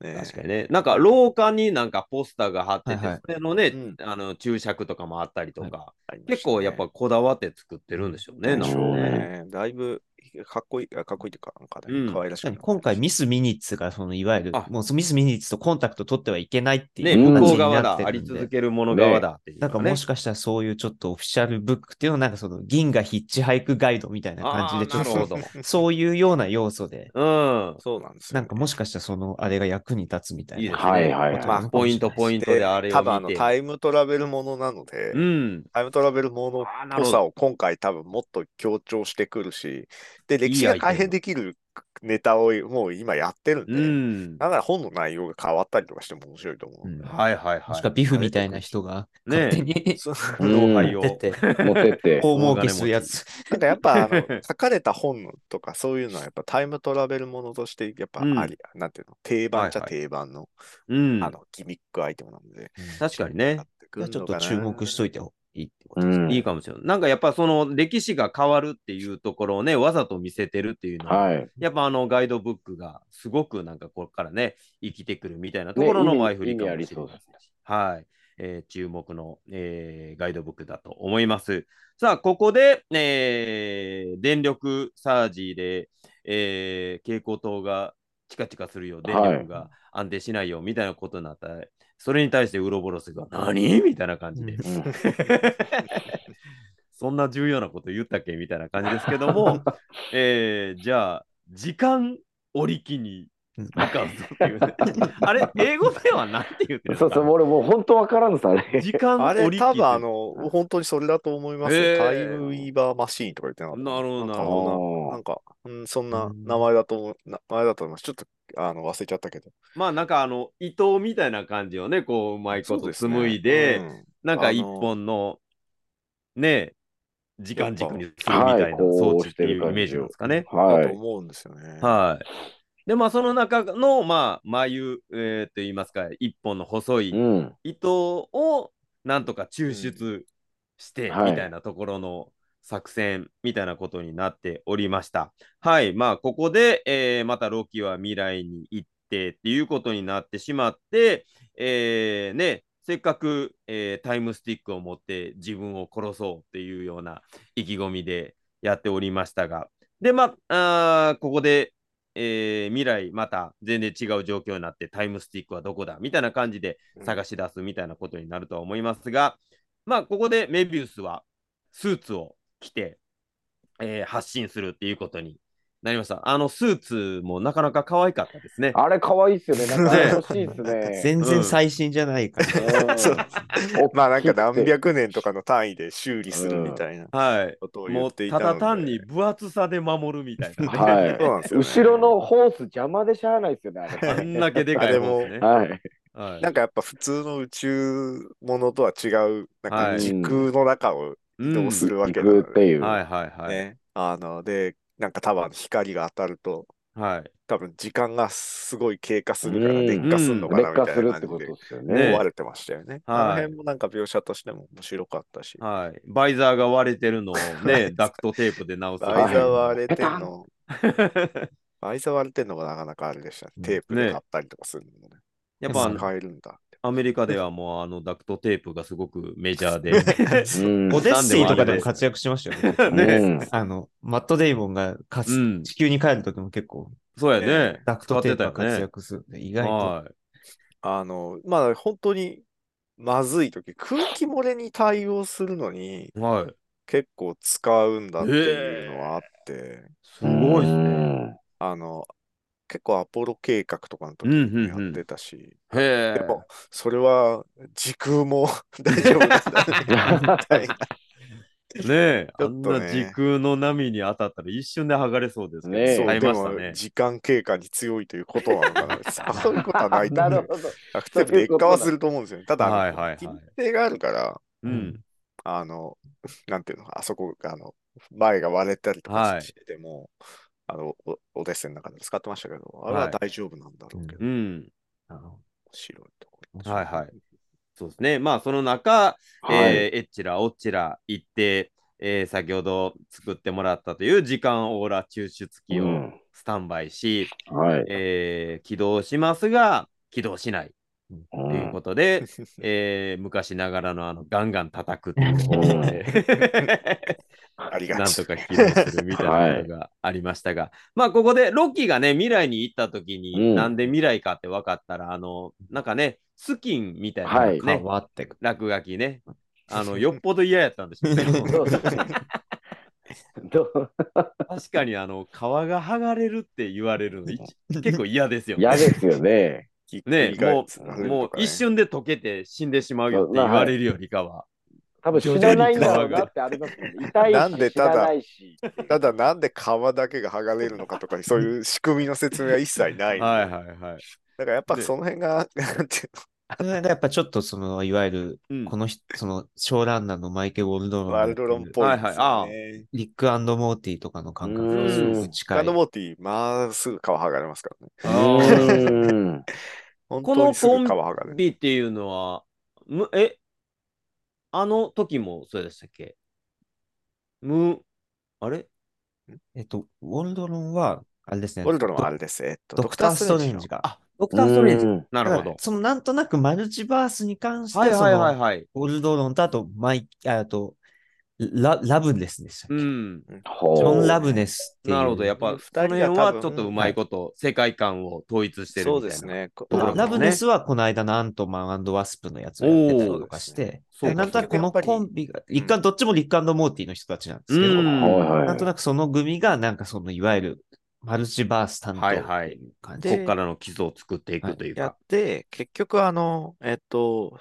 [SPEAKER 4] ね
[SPEAKER 1] 確かにね。なんか廊下になんかポスターが貼ってて、
[SPEAKER 3] はいはい
[SPEAKER 1] それのね、
[SPEAKER 4] うん
[SPEAKER 1] あの注釈とかもあったりとか、
[SPEAKER 4] ありましたね
[SPEAKER 1] 結構やっぱこだわって作ってるんでしょうね。
[SPEAKER 4] なん
[SPEAKER 1] なん
[SPEAKER 4] でし
[SPEAKER 1] か
[SPEAKER 4] ょう
[SPEAKER 1] ね
[SPEAKER 4] ね。だいぶかっこいい、あかっこいいというか、なんか
[SPEAKER 1] う
[SPEAKER 4] ね、
[SPEAKER 1] ん
[SPEAKER 4] 可愛らし
[SPEAKER 3] 確か
[SPEAKER 4] く
[SPEAKER 3] に今回ミス・ミニッツがそのいわゆる
[SPEAKER 1] あ、
[SPEAKER 3] もうミス・ミニッツとコンタクト取ってはいけないってい
[SPEAKER 1] ね
[SPEAKER 3] う
[SPEAKER 1] 向
[SPEAKER 3] 形
[SPEAKER 1] こう
[SPEAKER 3] に
[SPEAKER 1] 側
[SPEAKER 3] なっ
[SPEAKER 1] だ
[SPEAKER 3] て、
[SPEAKER 1] あ
[SPEAKER 3] る
[SPEAKER 1] り
[SPEAKER 3] ん
[SPEAKER 1] 続
[SPEAKER 3] で、
[SPEAKER 1] けるもの側だっていう、ね。
[SPEAKER 3] なんかもしかしたらそういうちょっとオフィシャルブックっていうのはなんかその銀河ヒッチハイクガイドみたいな感じでちょっ
[SPEAKER 1] あーなる
[SPEAKER 3] と
[SPEAKER 1] ほど。
[SPEAKER 3] そういうような要素で、
[SPEAKER 1] うん。
[SPEAKER 4] そうなんですよね
[SPEAKER 3] なんかもしかしたらそのあれが役に立つみたい
[SPEAKER 1] いいで
[SPEAKER 3] な。
[SPEAKER 1] すね。
[SPEAKER 2] はいはいはい
[SPEAKER 1] まあ、ポイントポイントであれを見て。
[SPEAKER 4] 多分あのタイムトラベルものなので、
[SPEAKER 1] うん。
[SPEAKER 4] タイムトラベルものっ
[SPEAKER 1] あーなる
[SPEAKER 4] ぽ
[SPEAKER 1] ほ
[SPEAKER 4] さ
[SPEAKER 1] ど。
[SPEAKER 4] を今回多分もっと強調してくるし、で、歴
[SPEAKER 1] いい
[SPEAKER 4] 史
[SPEAKER 1] ア
[SPEAKER 4] が
[SPEAKER 1] イテム
[SPEAKER 4] 改変できるネタをもう今やってるんで、
[SPEAKER 1] うん。
[SPEAKER 4] だから本の内容が変わったりとかしても面白いと思う。
[SPEAKER 3] うん
[SPEAKER 1] はいはいは
[SPEAKER 3] もし
[SPEAKER 1] い
[SPEAKER 3] くは。ビフみたいな人が
[SPEAKER 1] ね
[SPEAKER 3] 勝手に
[SPEAKER 4] そう
[SPEAKER 2] うん
[SPEAKER 1] 老廃を
[SPEAKER 3] 出。て、
[SPEAKER 2] 持ってって。
[SPEAKER 1] *laughs*
[SPEAKER 3] 大儲けするやつ。
[SPEAKER 4] なんかやっぱあの書かれた本とかそういうのはやっぱタイムトラベルものとしてやっぱあり、なんていうの定番じゃ
[SPEAKER 1] はい
[SPEAKER 4] 定番の、
[SPEAKER 1] うん
[SPEAKER 4] あ。のギミックアイテムなので、
[SPEAKER 1] 確かにね
[SPEAKER 4] な。てく
[SPEAKER 3] が
[SPEAKER 4] る
[SPEAKER 3] ちょっ
[SPEAKER 4] のか
[SPEAKER 3] と
[SPEAKER 4] な
[SPEAKER 3] 注目しといてほいいってこと
[SPEAKER 2] う
[SPEAKER 3] です。
[SPEAKER 2] ん
[SPEAKER 1] いいかもしれない。なんかやっぱその歴史が変わるっていうところをね、わざと見せてるっていうのは、
[SPEAKER 2] はい。
[SPEAKER 1] やっぱあのガイドブックがすごくなんかこれからね、生きてくるみたいなところの
[SPEAKER 2] ね
[SPEAKER 1] 前振りかもしれない
[SPEAKER 2] 意味意味ありそうですね
[SPEAKER 1] はい。えー注目の、えーガイドブックだと思います。さあ、ここで、えー電力サージで、えー蛍光灯がチカチカするよう、電力が安定しないよみたいなことになったら、それに対してウロボロスが何みたいな感じで。
[SPEAKER 2] うん
[SPEAKER 1] そんな重要なこと言ったっけみたいな感じですけど
[SPEAKER 4] *laughs*
[SPEAKER 1] も、えーじゃあ、時間折り機に
[SPEAKER 3] うん
[SPEAKER 1] 向かうぞっていう
[SPEAKER 4] *laughs*
[SPEAKER 1] ね。あれ、英語ではなんて言ってるんですか
[SPEAKER 2] そうそう、俺もう本当わからんです、あれ。
[SPEAKER 1] 時間
[SPEAKER 4] あ
[SPEAKER 1] 折り
[SPEAKER 4] れ
[SPEAKER 1] 機。
[SPEAKER 4] 多分あ、の本当にそれだと思いますよ、
[SPEAKER 1] へー
[SPEAKER 4] タイムウィーバーマシーンとか言ってなかった
[SPEAKER 1] なるほど
[SPEAKER 4] な
[SPEAKER 1] な
[SPEAKER 4] んか
[SPEAKER 1] る
[SPEAKER 4] そんな
[SPEAKER 1] ほ
[SPEAKER 2] お
[SPEAKER 4] なん
[SPEAKER 2] ー
[SPEAKER 4] か、うん、そんな
[SPEAKER 3] うん
[SPEAKER 4] 名前だと思う、名前だと思います。ちょっとあの忘れちゃったけど。
[SPEAKER 1] ど。まあ、なんかあの、伊藤みたいな感じをね、こう、うまいこ
[SPEAKER 4] そう
[SPEAKER 1] と
[SPEAKER 4] すね
[SPEAKER 1] 紡いで、
[SPEAKER 4] うん
[SPEAKER 1] なんか
[SPEAKER 4] あの
[SPEAKER 1] 一本の、ね、時間軸にするみ
[SPEAKER 2] はい
[SPEAKER 1] たいな
[SPEAKER 2] こう
[SPEAKER 1] 装置ってい
[SPEAKER 2] してる
[SPEAKER 1] う
[SPEAKER 2] 感じを
[SPEAKER 1] イメージなんですかね。
[SPEAKER 4] だ
[SPEAKER 2] は
[SPEAKER 4] と
[SPEAKER 2] い。
[SPEAKER 4] 思うんですよね。
[SPEAKER 1] はい。で、まあ、その中の、まあ、眉、えー、と言いますか、一本の細い、
[SPEAKER 2] うん。
[SPEAKER 1] 糸をなんとか抽出して
[SPEAKER 2] うんはい
[SPEAKER 1] みたいなところの作戦みたいなことになっておりました。はい、まあここで、えーまたロキは未来に行ってっていうことになってしまって、えーね、せっかく、えータイムスティックを持って自分を殺そうっていうような意気込みでやっておりましたが、で、まあ、あーここで、えー未来また全然違う状況になってタイムスティックはどこだみたいな感じで探し出すみたいなことになるとは思いますが、まあここでメビウスはスーツを着て、えー発信するっていうことになりました。あのスーツもなかなか可愛かったですね。
[SPEAKER 2] あれ、可愛いっすよね。なんか、あれ欲しいっす
[SPEAKER 3] なんか
[SPEAKER 2] ね。
[SPEAKER 3] 全然最新じゃないから。
[SPEAKER 2] うん
[SPEAKER 4] そう
[SPEAKER 2] お
[SPEAKER 4] まあなんか何百年とかの単位で修理するみたいな
[SPEAKER 1] は
[SPEAKER 4] ことを
[SPEAKER 1] い。
[SPEAKER 4] 言
[SPEAKER 1] も
[SPEAKER 4] っ
[SPEAKER 1] う
[SPEAKER 4] てい
[SPEAKER 1] た
[SPEAKER 4] たので。
[SPEAKER 1] だ単に分厚さで守るみたい
[SPEAKER 4] *laughs*
[SPEAKER 1] な、ね。
[SPEAKER 2] はい
[SPEAKER 4] そうなんですよね
[SPEAKER 2] 後ろのホース邪魔でしゃあないっすよね、あ
[SPEAKER 1] あ
[SPEAKER 2] れ。
[SPEAKER 1] んだけでかいもんですね。
[SPEAKER 2] はい。
[SPEAKER 1] はい
[SPEAKER 4] なんかやっぱ普通の宇宙ものとは違う、なん
[SPEAKER 1] は
[SPEAKER 4] か
[SPEAKER 1] い
[SPEAKER 4] 時空の中を移動するわけなの
[SPEAKER 2] 行くって
[SPEAKER 4] で、
[SPEAKER 2] いう。
[SPEAKER 1] はいはいはい。
[SPEAKER 4] ね。あの、で、なんか多分光が当たると、
[SPEAKER 1] はい。
[SPEAKER 4] 多分時間がすごい経過するから
[SPEAKER 2] うん
[SPEAKER 4] 劣化するのかな
[SPEAKER 2] 劣
[SPEAKER 4] み
[SPEAKER 2] 化
[SPEAKER 4] た
[SPEAKER 2] す
[SPEAKER 4] い
[SPEAKER 2] る
[SPEAKER 4] な
[SPEAKER 2] ってこ
[SPEAKER 4] 感
[SPEAKER 2] と
[SPEAKER 4] じで
[SPEAKER 2] ですよ
[SPEAKER 1] ね
[SPEAKER 2] ね。
[SPEAKER 4] 壊れてましたよね。
[SPEAKER 1] はい
[SPEAKER 4] あの辺もなんか描写としても面白かったし、
[SPEAKER 1] はい。バイザーが割れてるのを
[SPEAKER 4] *laughs*
[SPEAKER 1] ね、ダクトテープで直す。
[SPEAKER 4] バイザー
[SPEAKER 2] は
[SPEAKER 4] 割れてん
[SPEAKER 2] ペタ
[SPEAKER 4] の、バイザー割れてんのがなかなかあれでしたね。テープで買ったりとかするのもね。
[SPEAKER 1] *laughs* やっぱあの
[SPEAKER 4] 使えるんだって。
[SPEAKER 1] アメリカではもうあのダクトテープがすごくメジャー
[SPEAKER 4] *laughs*
[SPEAKER 1] で。
[SPEAKER 2] うん
[SPEAKER 3] オデッセイとかでも活躍してましたよね。
[SPEAKER 1] ね
[SPEAKER 2] うん
[SPEAKER 3] あの、マット・デイボンがかす
[SPEAKER 1] うん
[SPEAKER 3] 地球に帰るときも結構、
[SPEAKER 1] そうやね。
[SPEAKER 3] ダクトテープ
[SPEAKER 1] 使ってた
[SPEAKER 3] が活
[SPEAKER 1] よね
[SPEAKER 3] 躍するんで、意外と。
[SPEAKER 1] はい。
[SPEAKER 4] あの、まあ本当にまずい時、空気漏れに対応するのに
[SPEAKER 1] はい。
[SPEAKER 4] 結構使うんだっていうのはあって、
[SPEAKER 1] すごいです
[SPEAKER 2] う
[SPEAKER 1] ね。
[SPEAKER 4] *laughs*
[SPEAKER 2] ん
[SPEAKER 4] あの、結構アポロ計画とかの時
[SPEAKER 1] うんうん
[SPEAKER 4] に
[SPEAKER 1] うん
[SPEAKER 4] やってたし、
[SPEAKER 1] へえ
[SPEAKER 4] で。も、 *laughs*
[SPEAKER 1] *laughs*
[SPEAKER 4] それは時空も大丈夫なんだねみたいな
[SPEAKER 1] ねえ、
[SPEAKER 4] ち
[SPEAKER 1] あ
[SPEAKER 4] ょ
[SPEAKER 1] ん
[SPEAKER 4] っとね
[SPEAKER 1] な時空の波に当たったら一瞬で剥がれそうです
[SPEAKER 2] ねえ
[SPEAKER 1] けど、買いました
[SPEAKER 4] でも
[SPEAKER 1] ね。
[SPEAKER 4] 時間経過に強いということなのかな。
[SPEAKER 1] *laughs*
[SPEAKER 4] そういうことはないと
[SPEAKER 2] な
[SPEAKER 4] 思
[SPEAKER 2] るほ
[SPEAKER 4] う。
[SPEAKER 2] ど。
[SPEAKER 4] アクティブで劣化はすると思うんですよね。ただ、
[SPEAKER 1] はいはいはい
[SPEAKER 4] 日程があるから、
[SPEAKER 1] うん。
[SPEAKER 4] あの、 *laughs* なんていうのか、あそこが、あの、前が割れたりと
[SPEAKER 1] は
[SPEAKER 4] か
[SPEAKER 1] い
[SPEAKER 4] してても、あの、おオデッセイの中で使ってましたけど、あれは大丈夫なんだろうけど、
[SPEAKER 1] う
[SPEAKER 4] 面
[SPEAKER 1] ん。
[SPEAKER 4] 白いところ。
[SPEAKER 1] はいはい。そうですね。まあ、その中、
[SPEAKER 2] はい。
[SPEAKER 1] えー、えっちらおっちら行って、えー先ほど作ってもらったという時間オーラ抽出器
[SPEAKER 2] う
[SPEAKER 1] を
[SPEAKER 2] ん
[SPEAKER 1] スタンバイし、
[SPEAKER 2] はい。
[SPEAKER 1] えー起動しますが、起動しないということで、えー昔ながらのあのガンガン叩くっていう方法
[SPEAKER 2] *laughs*
[SPEAKER 1] で
[SPEAKER 4] ありが
[SPEAKER 1] なん
[SPEAKER 4] ち
[SPEAKER 1] と。か起動するみたいなことがありましたが、まあここでロッキーがね未来に行った時に、
[SPEAKER 2] うん
[SPEAKER 1] なんで未来かって分かったらあのなんかねスキンみたいな、
[SPEAKER 2] は
[SPEAKER 1] ね
[SPEAKER 2] い
[SPEAKER 3] 変わってく。
[SPEAKER 1] 落書きね。あの、よっぽど嫌やったんでしょうね。
[SPEAKER 2] そうそうそうどう
[SPEAKER 1] 確かに、あの、皮が剥がれるって言われるの、いち結構嫌ですよね。
[SPEAKER 2] 嫌ですよね。
[SPEAKER 1] ねもう、もう一
[SPEAKER 4] 瞬
[SPEAKER 1] 瞬で溶けて死んでしまうよって言われるよりかは。
[SPEAKER 2] 多分知らないんだろうなってありますもんね。痛い
[SPEAKER 4] なんで
[SPEAKER 2] し、知
[SPEAKER 4] ただ
[SPEAKER 2] らないし。
[SPEAKER 4] ただなんで皮だけが剥がれるのかと
[SPEAKER 1] *laughs*
[SPEAKER 4] か、そういう仕組みの説明は一切ない。
[SPEAKER 1] はいはいはい。
[SPEAKER 4] だからやっぱ
[SPEAKER 1] で
[SPEAKER 4] その辺が、なんていう
[SPEAKER 3] それがやっぱちょっとその、いわゆる、
[SPEAKER 1] うん
[SPEAKER 3] この人、その、ショーランナーのマイケル・ウォルドロ
[SPEAKER 4] の、
[SPEAKER 3] ン。
[SPEAKER 4] ワールドロンっぽいですよね。
[SPEAKER 3] リックモーティーとかの感覚がすごく近い。
[SPEAKER 4] ガンドモーティー、まあすぐ皮剥がれますからね。
[SPEAKER 1] あ
[SPEAKER 4] 本
[SPEAKER 1] こ
[SPEAKER 4] 当
[SPEAKER 1] の
[SPEAKER 4] にすぐ
[SPEAKER 1] コ
[SPEAKER 4] 皮
[SPEAKER 1] ン
[SPEAKER 4] 剥がれ
[SPEAKER 1] ー
[SPEAKER 4] る。
[SPEAKER 1] ビっていうのは、むえ、あの時もそうでしたっけむ、あれ
[SPEAKER 3] えっと、ウォルドロンは、あれですね。
[SPEAKER 4] ウォルドロンはあ
[SPEAKER 3] ド
[SPEAKER 4] れです。えっと、
[SPEAKER 3] ドクター・ストレン
[SPEAKER 4] の
[SPEAKER 3] ジが。
[SPEAKER 1] あ、ドクターストレンジ。
[SPEAKER 2] うん
[SPEAKER 1] なるほ
[SPEAKER 3] だから
[SPEAKER 1] ど。
[SPEAKER 3] そのなんとなくマルチバースに関して、
[SPEAKER 1] はいはいはい
[SPEAKER 3] その
[SPEAKER 1] はい。
[SPEAKER 3] ウォルドロンとあとマイ、ああとララブネスでしたっけ、
[SPEAKER 1] うん。
[SPEAKER 2] ほう
[SPEAKER 3] ジョン・ラブネスっていう。
[SPEAKER 1] なるほど、やっぱ、そ
[SPEAKER 4] 二
[SPEAKER 1] の
[SPEAKER 4] 人
[SPEAKER 1] 辺
[SPEAKER 4] が多
[SPEAKER 1] は
[SPEAKER 4] 分
[SPEAKER 1] ちょっとうまいこと、世界観を統一してるみたいな。
[SPEAKER 4] そうです。ね。こ
[SPEAKER 1] ド
[SPEAKER 3] ラ
[SPEAKER 1] ラマ
[SPEAKER 3] ラブネ
[SPEAKER 1] ね
[SPEAKER 3] スはこの間のアントマンワスプのやつをやってたりとかして、
[SPEAKER 1] おーそうですね
[SPEAKER 3] でなんとなくこのコンビが、一貫、どっちもリックモーティーの人たちなんですけど、
[SPEAKER 1] うん。
[SPEAKER 2] はい
[SPEAKER 3] な
[SPEAKER 2] は
[SPEAKER 3] ん
[SPEAKER 2] い
[SPEAKER 3] と。なくその組が、なんかそのいわゆるマルチバース担当っ
[SPEAKER 1] は
[SPEAKER 3] てい
[SPEAKER 1] いうはい
[SPEAKER 3] 感じ
[SPEAKER 1] こっからの基礎を作っていくという
[SPEAKER 4] やっ
[SPEAKER 1] か。
[SPEAKER 4] て、結局、あの、えっと、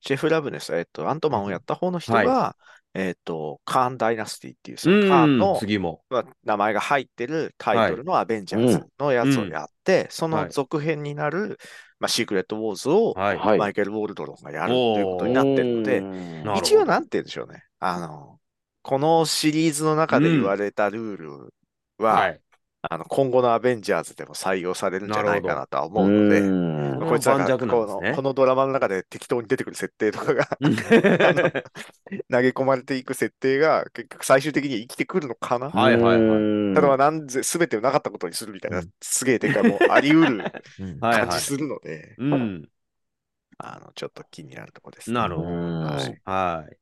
[SPEAKER 4] ジェフ・ラブネス、えっと、アントマンをやった方の人が、えっと、カーン・ダイナスティっていう、そのカーン
[SPEAKER 1] う
[SPEAKER 4] の
[SPEAKER 1] ん、次も。
[SPEAKER 4] まあ名前が入ってるタイトルのアベンジャーズのやつをやって、その続編になる、まあ、シークレット・ウォーズを、
[SPEAKER 1] はい。
[SPEAKER 2] はい
[SPEAKER 4] マイケル・ウォルドロンがやるということになってるので、
[SPEAKER 2] うん
[SPEAKER 1] なるほど
[SPEAKER 4] 一応なんて言うんでしょうね。あの、このシリーズの中で言われたルールは、
[SPEAKER 1] はい。
[SPEAKER 4] あの今後のアベンジャーズでも採用されるんじゃないかなとは思うので、
[SPEAKER 2] うん
[SPEAKER 1] ほど
[SPEAKER 4] こいつだか
[SPEAKER 1] こ
[SPEAKER 4] らこ
[SPEAKER 1] の盤石なん
[SPEAKER 4] の
[SPEAKER 1] ですね
[SPEAKER 4] このドラマの中で適当に出てくる設定と
[SPEAKER 1] *laughs*
[SPEAKER 4] かが投げ込まれていく設定が結局最終的に生きてくるのかな、
[SPEAKER 1] はいはいはい
[SPEAKER 2] うん
[SPEAKER 4] ただまあなんぜ全てをなかったことにするみたいな、
[SPEAKER 3] うん
[SPEAKER 4] すげえ展開も
[SPEAKER 1] *laughs*
[SPEAKER 4] あり得る
[SPEAKER 3] うん
[SPEAKER 1] はいは
[SPEAKER 4] 感じ
[SPEAKER 1] い。
[SPEAKER 4] するので、
[SPEAKER 1] うん。
[SPEAKER 4] あのちょっと気になるとこですね、
[SPEAKER 1] なる
[SPEAKER 2] う
[SPEAKER 1] ほど。
[SPEAKER 2] ん
[SPEAKER 4] はい
[SPEAKER 1] はい。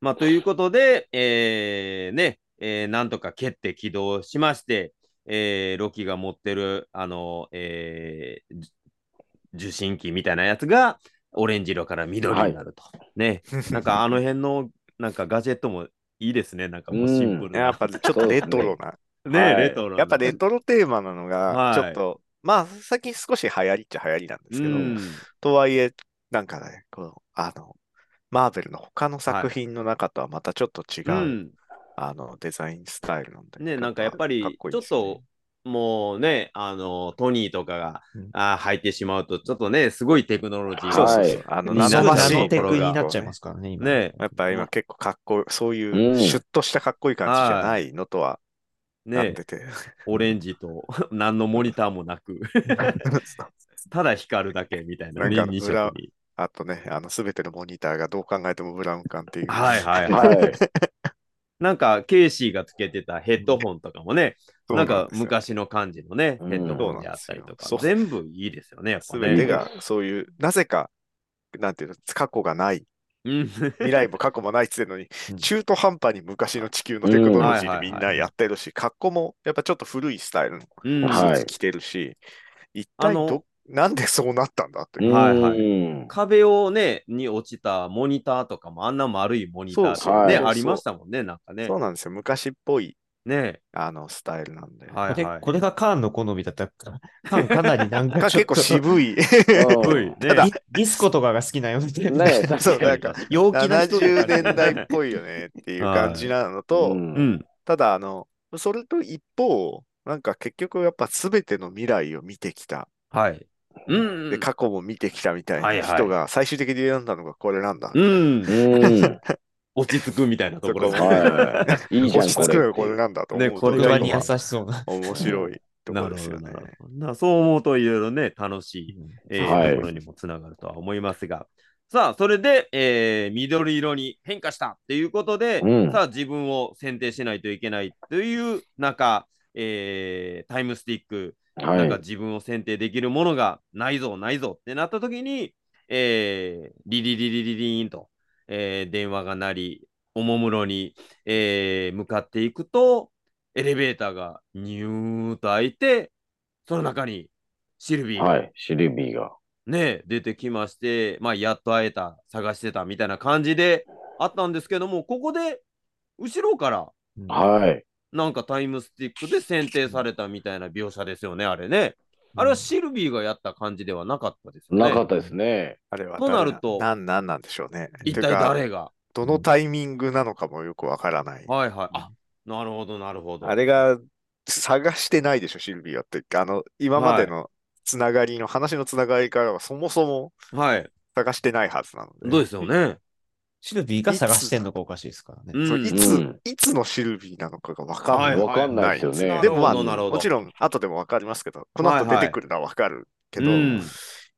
[SPEAKER 1] まあ、ということで、えー、ね、えー、なんとか蹴って起動しまして、えー、ロキが持ってる、あの、えー、じ受信機みたいなやつが、オレンジ色から緑になると。
[SPEAKER 4] *laughs*
[SPEAKER 1] ね、なんかあの辺の、なんかガジェットもいいですね、なんかもうシンプルな。
[SPEAKER 4] やっぱちょっとレトロな、
[SPEAKER 1] ね、
[SPEAKER 2] はい
[SPEAKER 1] レトロな。
[SPEAKER 4] やっぱレトロテーマなの
[SPEAKER 1] は
[SPEAKER 4] が
[SPEAKER 1] い
[SPEAKER 4] ちょっと、まあ最近少し流行りっちゃ流行りなんですけど、
[SPEAKER 1] うん
[SPEAKER 4] とはいえ、なんかね、この、あの、マーベルの他の作品の中とはまたちょっと違う、
[SPEAKER 1] うん
[SPEAKER 4] あの、デザインスタイルなんで。
[SPEAKER 1] ね、なんかやっぱり、
[SPEAKER 4] か
[SPEAKER 1] ち
[SPEAKER 4] こいい
[SPEAKER 1] ょ
[SPEAKER 4] で
[SPEAKER 1] っ
[SPEAKER 4] すね
[SPEAKER 1] と、もうね、あの、トニーとかが
[SPEAKER 3] うん、
[SPEAKER 1] あー入ってしまうと、ちょっとね、すごいテクノロジー
[SPEAKER 4] そう
[SPEAKER 1] が
[SPEAKER 4] そう
[SPEAKER 2] は
[SPEAKER 4] そ。
[SPEAKER 2] いう
[SPEAKER 4] あの、
[SPEAKER 1] みんな
[SPEAKER 4] 生
[SPEAKER 1] が
[SPEAKER 4] 々
[SPEAKER 1] ナ
[SPEAKER 4] し
[SPEAKER 1] ノ
[SPEAKER 4] い
[SPEAKER 1] テクにな
[SPEAKER 3] っちゃいますからね、今。
[SPEAKER 1] ね、
[SPEAKER 4] やっぱ今結構かっこそういうう、
[SPEAKER 2] ん
[SPEAKER 4] シュッとしたかっこいい感じじゃないのとはなっ
[SPEAKER 1] ね
[SPEAKER 4] て、て。
[SPEAKER 1] オレンジと *laughs* 何のモニターもなく、
[SPEAKER 4] *laughs*
[SPEAKER 1] ただ光るだけみたいな、
[SPEAKER 4] なんか
[SPEAKER 1] 二色
[SPEAKER 4] 裏
[SPEAKER 1] に。
[SPEAKER 4] あとね、あの、すべてのモニターがどう考えてもブラウン管っていう。
[SPEAKER 1] はいはいはい。
[SPEAKER 2] はい。
[SPEAKER 1] なんか、ケイシーがつけてたヘッドホンとかもね、
[SPEAKER 4] そう
[SPEAKER 1] なん
[SPEAKER 4] ですよ
[SPEAKER 1] か昔の感じのね、ヘ
[SPEAKER 2] うん
[SPEAKER 1] ッドホンであったりとか
[SPEAKER 4] そ、うなん
[SPEAKER 1] 全部いいですよね、やっぱ
[SPEAKER 4] すべて
[SPEAKER 1] ね。
[SPEAKER 4] がそういう、なぜか、なんていうの、過去がない、
[SPEAKER 1] うん
[SPEAKER 4] 未来も過去もないっつってんのに
[SPEAKER 3] うん、
[SPEAKER 4] 中途半端に昔の地球のテクノロジー
[SPEAKER 1] うん
[SPEAKER 4] でみんなやってるし、格好もやっぱちょっと古いスタイルのス
[SPEAKER 1] うん
[SPEAKER 2] はい
[SPEAKER 4] ーツ着てるし、一体
[SPEAKER 1] あの
[SPEAKER 4] ど、なんでそうなったんだっていう。
[SPEAKER 1] はいはい
[SPEAKER 2] うん
[SPEAKER 1] 壁をね、に落ちたモニターとかも、あんな丸いモニターとかね、
[SPEAKER 2] そうそう
[SPEAKER 1] ありましたもんね、なんかね。
[SPEAKER 4] そうなんですよ。昔っぽい
[SPEAKER 1] ね
[SPEAKER 4] あのスタイルなんで。
[SPEAKER 1] はい
[SPEAKER 3] これ
[SPEAKER 1] はい。
[SPEAKER 3] これがカーンの好みだったから、カーンかなりなんか
[SPEAKER 4] が
[SPEAKER 3] ちょっ
[SPEAKER 4] 結
[SPEAKER 3] *laughs* と
[SPEAKER 4] 構
[SPEAKER 1] *laughs*
[SPEAKER 4] 渋い。
[SPEAKER 1] う
[SPEAKER 2] うんん
[SPEAKER 1] ね
[SPEAKER 4] ただ
[SPEAKER 3] ディディスコとかが好きなよみたいな。
[SPEAKER 2] ねえ
[SPEAKER 4] そうなんか
[SPEAKER 3] 陽気な人
[SPEAKER 4] 70
[SPEAKER 3] だから
[SPEAKER 4] 年代っぽいよねっていう感じなのと、
[SPEAKER 2] うん
[SPEAKER 1] うん。
[SPEAKER 4] ただあの、それと一方、なんか結局やっぱ全ての未来を見てきた、
[SPEAKER 1] はい。うん。
[SPEAKER 4] で過去も見てきたみたい
[SPEAKER 1] はい
[SPEAKER 4] な
[SPEAKER 1] はい
[SPEAKER 4] 人が最終的に選んだのがこれなんだ。
[SPEAKER 1] うん。
[SPEAKER 2] うん。
[SPEAKER 1] 落ち着くみたいなと
[SPEAKER 4] そ
[SPEAKER 1] ころ
[SPEAKER 4] こ
[SPEAKER 1] で
[SPEAKER 2] そこはいいいじゃん、
[SPEAKER 4] 落ち
[SPEAKER 2] こ
[SPEAKER 4] 着くのが
[SPEAKER 2] れ。
[SPEAKER 4] これなんだと思
[SPEAKER 1] ね
[SPEAKER 4] う
[SPEAKER 1] ことれ
[SPEAKER 4] なんか
[SPEAKER 1] が
[SPEAKER 3] 言葉に優しそうな。
[SPEAKER 4] 面白いところですよね
[SPEAKER 1] な。るほどなるほどなそう思うといろいろね、楽しい、えー
[SPEAKER 2] はい
[SPEAKER 1] ところにもつながるとは思いますが。さあ、それで、えー緑色に変化したっていうことで、
[SPEAKER 2] うん
[SPEAKER 1] さあ、自分を選定しないといけないという中、えータイムスティック、
[SPEAKER 2] は
[SPEAKER 1] なん
[SPEAKER 2] い
[SPEAKER 1] か。自分を選定できるものがないぞ、ないぞってなった時に、えーリリリリリリーンと、えー電話が鳴り、おもむろに、えー向かっていくと、エレベーターがニューと開いて、その中にシルビーが、
[SPEAKER 2] はい。シルビーが。
[SPEAKER 1] ね、出てきまして、まあ、やっと会えた、探してたみたいな感じであったんですけども、ここで後ろから
[SPEAKER 2] はい。
[SPEAKER 1] なんかタイムスティックで選定されたみたいな描写ですよね、あれね。あれはシルビーがやった感じではなかったですよね。
[SPEAKER 2] なかったですね。
[SPEAKER 4] あれは
[SPEAKER 1] となると
[SPEAKER 4] 何なんなんでしょうね。
[SPEAKER 1] 一
[SPEAKER 4] と
[SPEAKER 1] 体
[SPEAKER 4] いうか
[SPEAKER 1] 誰が
[SPEAKER 4] どのタイミングなのかもよくわからない。
[SPEAKER 1] はいはい。あなるほど、なるほど。
[SPEAKER 4] あれが探してないでしょ、シルビアって。あの、今までのつながりの、話のつながりからはそもそも
[SPEAKER 1] はい。
[SPEAKER 4] 探してないはずなので。
[SPEAKER 1] どうですよね。
[SPEAKER 3] シルビーが探してんのがおかしいですからね。
[SPEAKER 1] うん
[SPEAKER 4] そういつ、
[SPEAKER 2] うん
[SPEAKER 4] いつのシルビーなのかがわかんない。
[SPEAKER 1] はいわか
[SPEAKER 2] んないですよね
[SPEAKER 4] でもま
[SPEAKER 1] な
[SPEAKER 4] あ、
[SPEAKER 1] るほどなるほど
[SPEAKER 4] もちろん後でもわかりますけど、この後出てくるのはわかるけど、
[SPEAKER 1] うん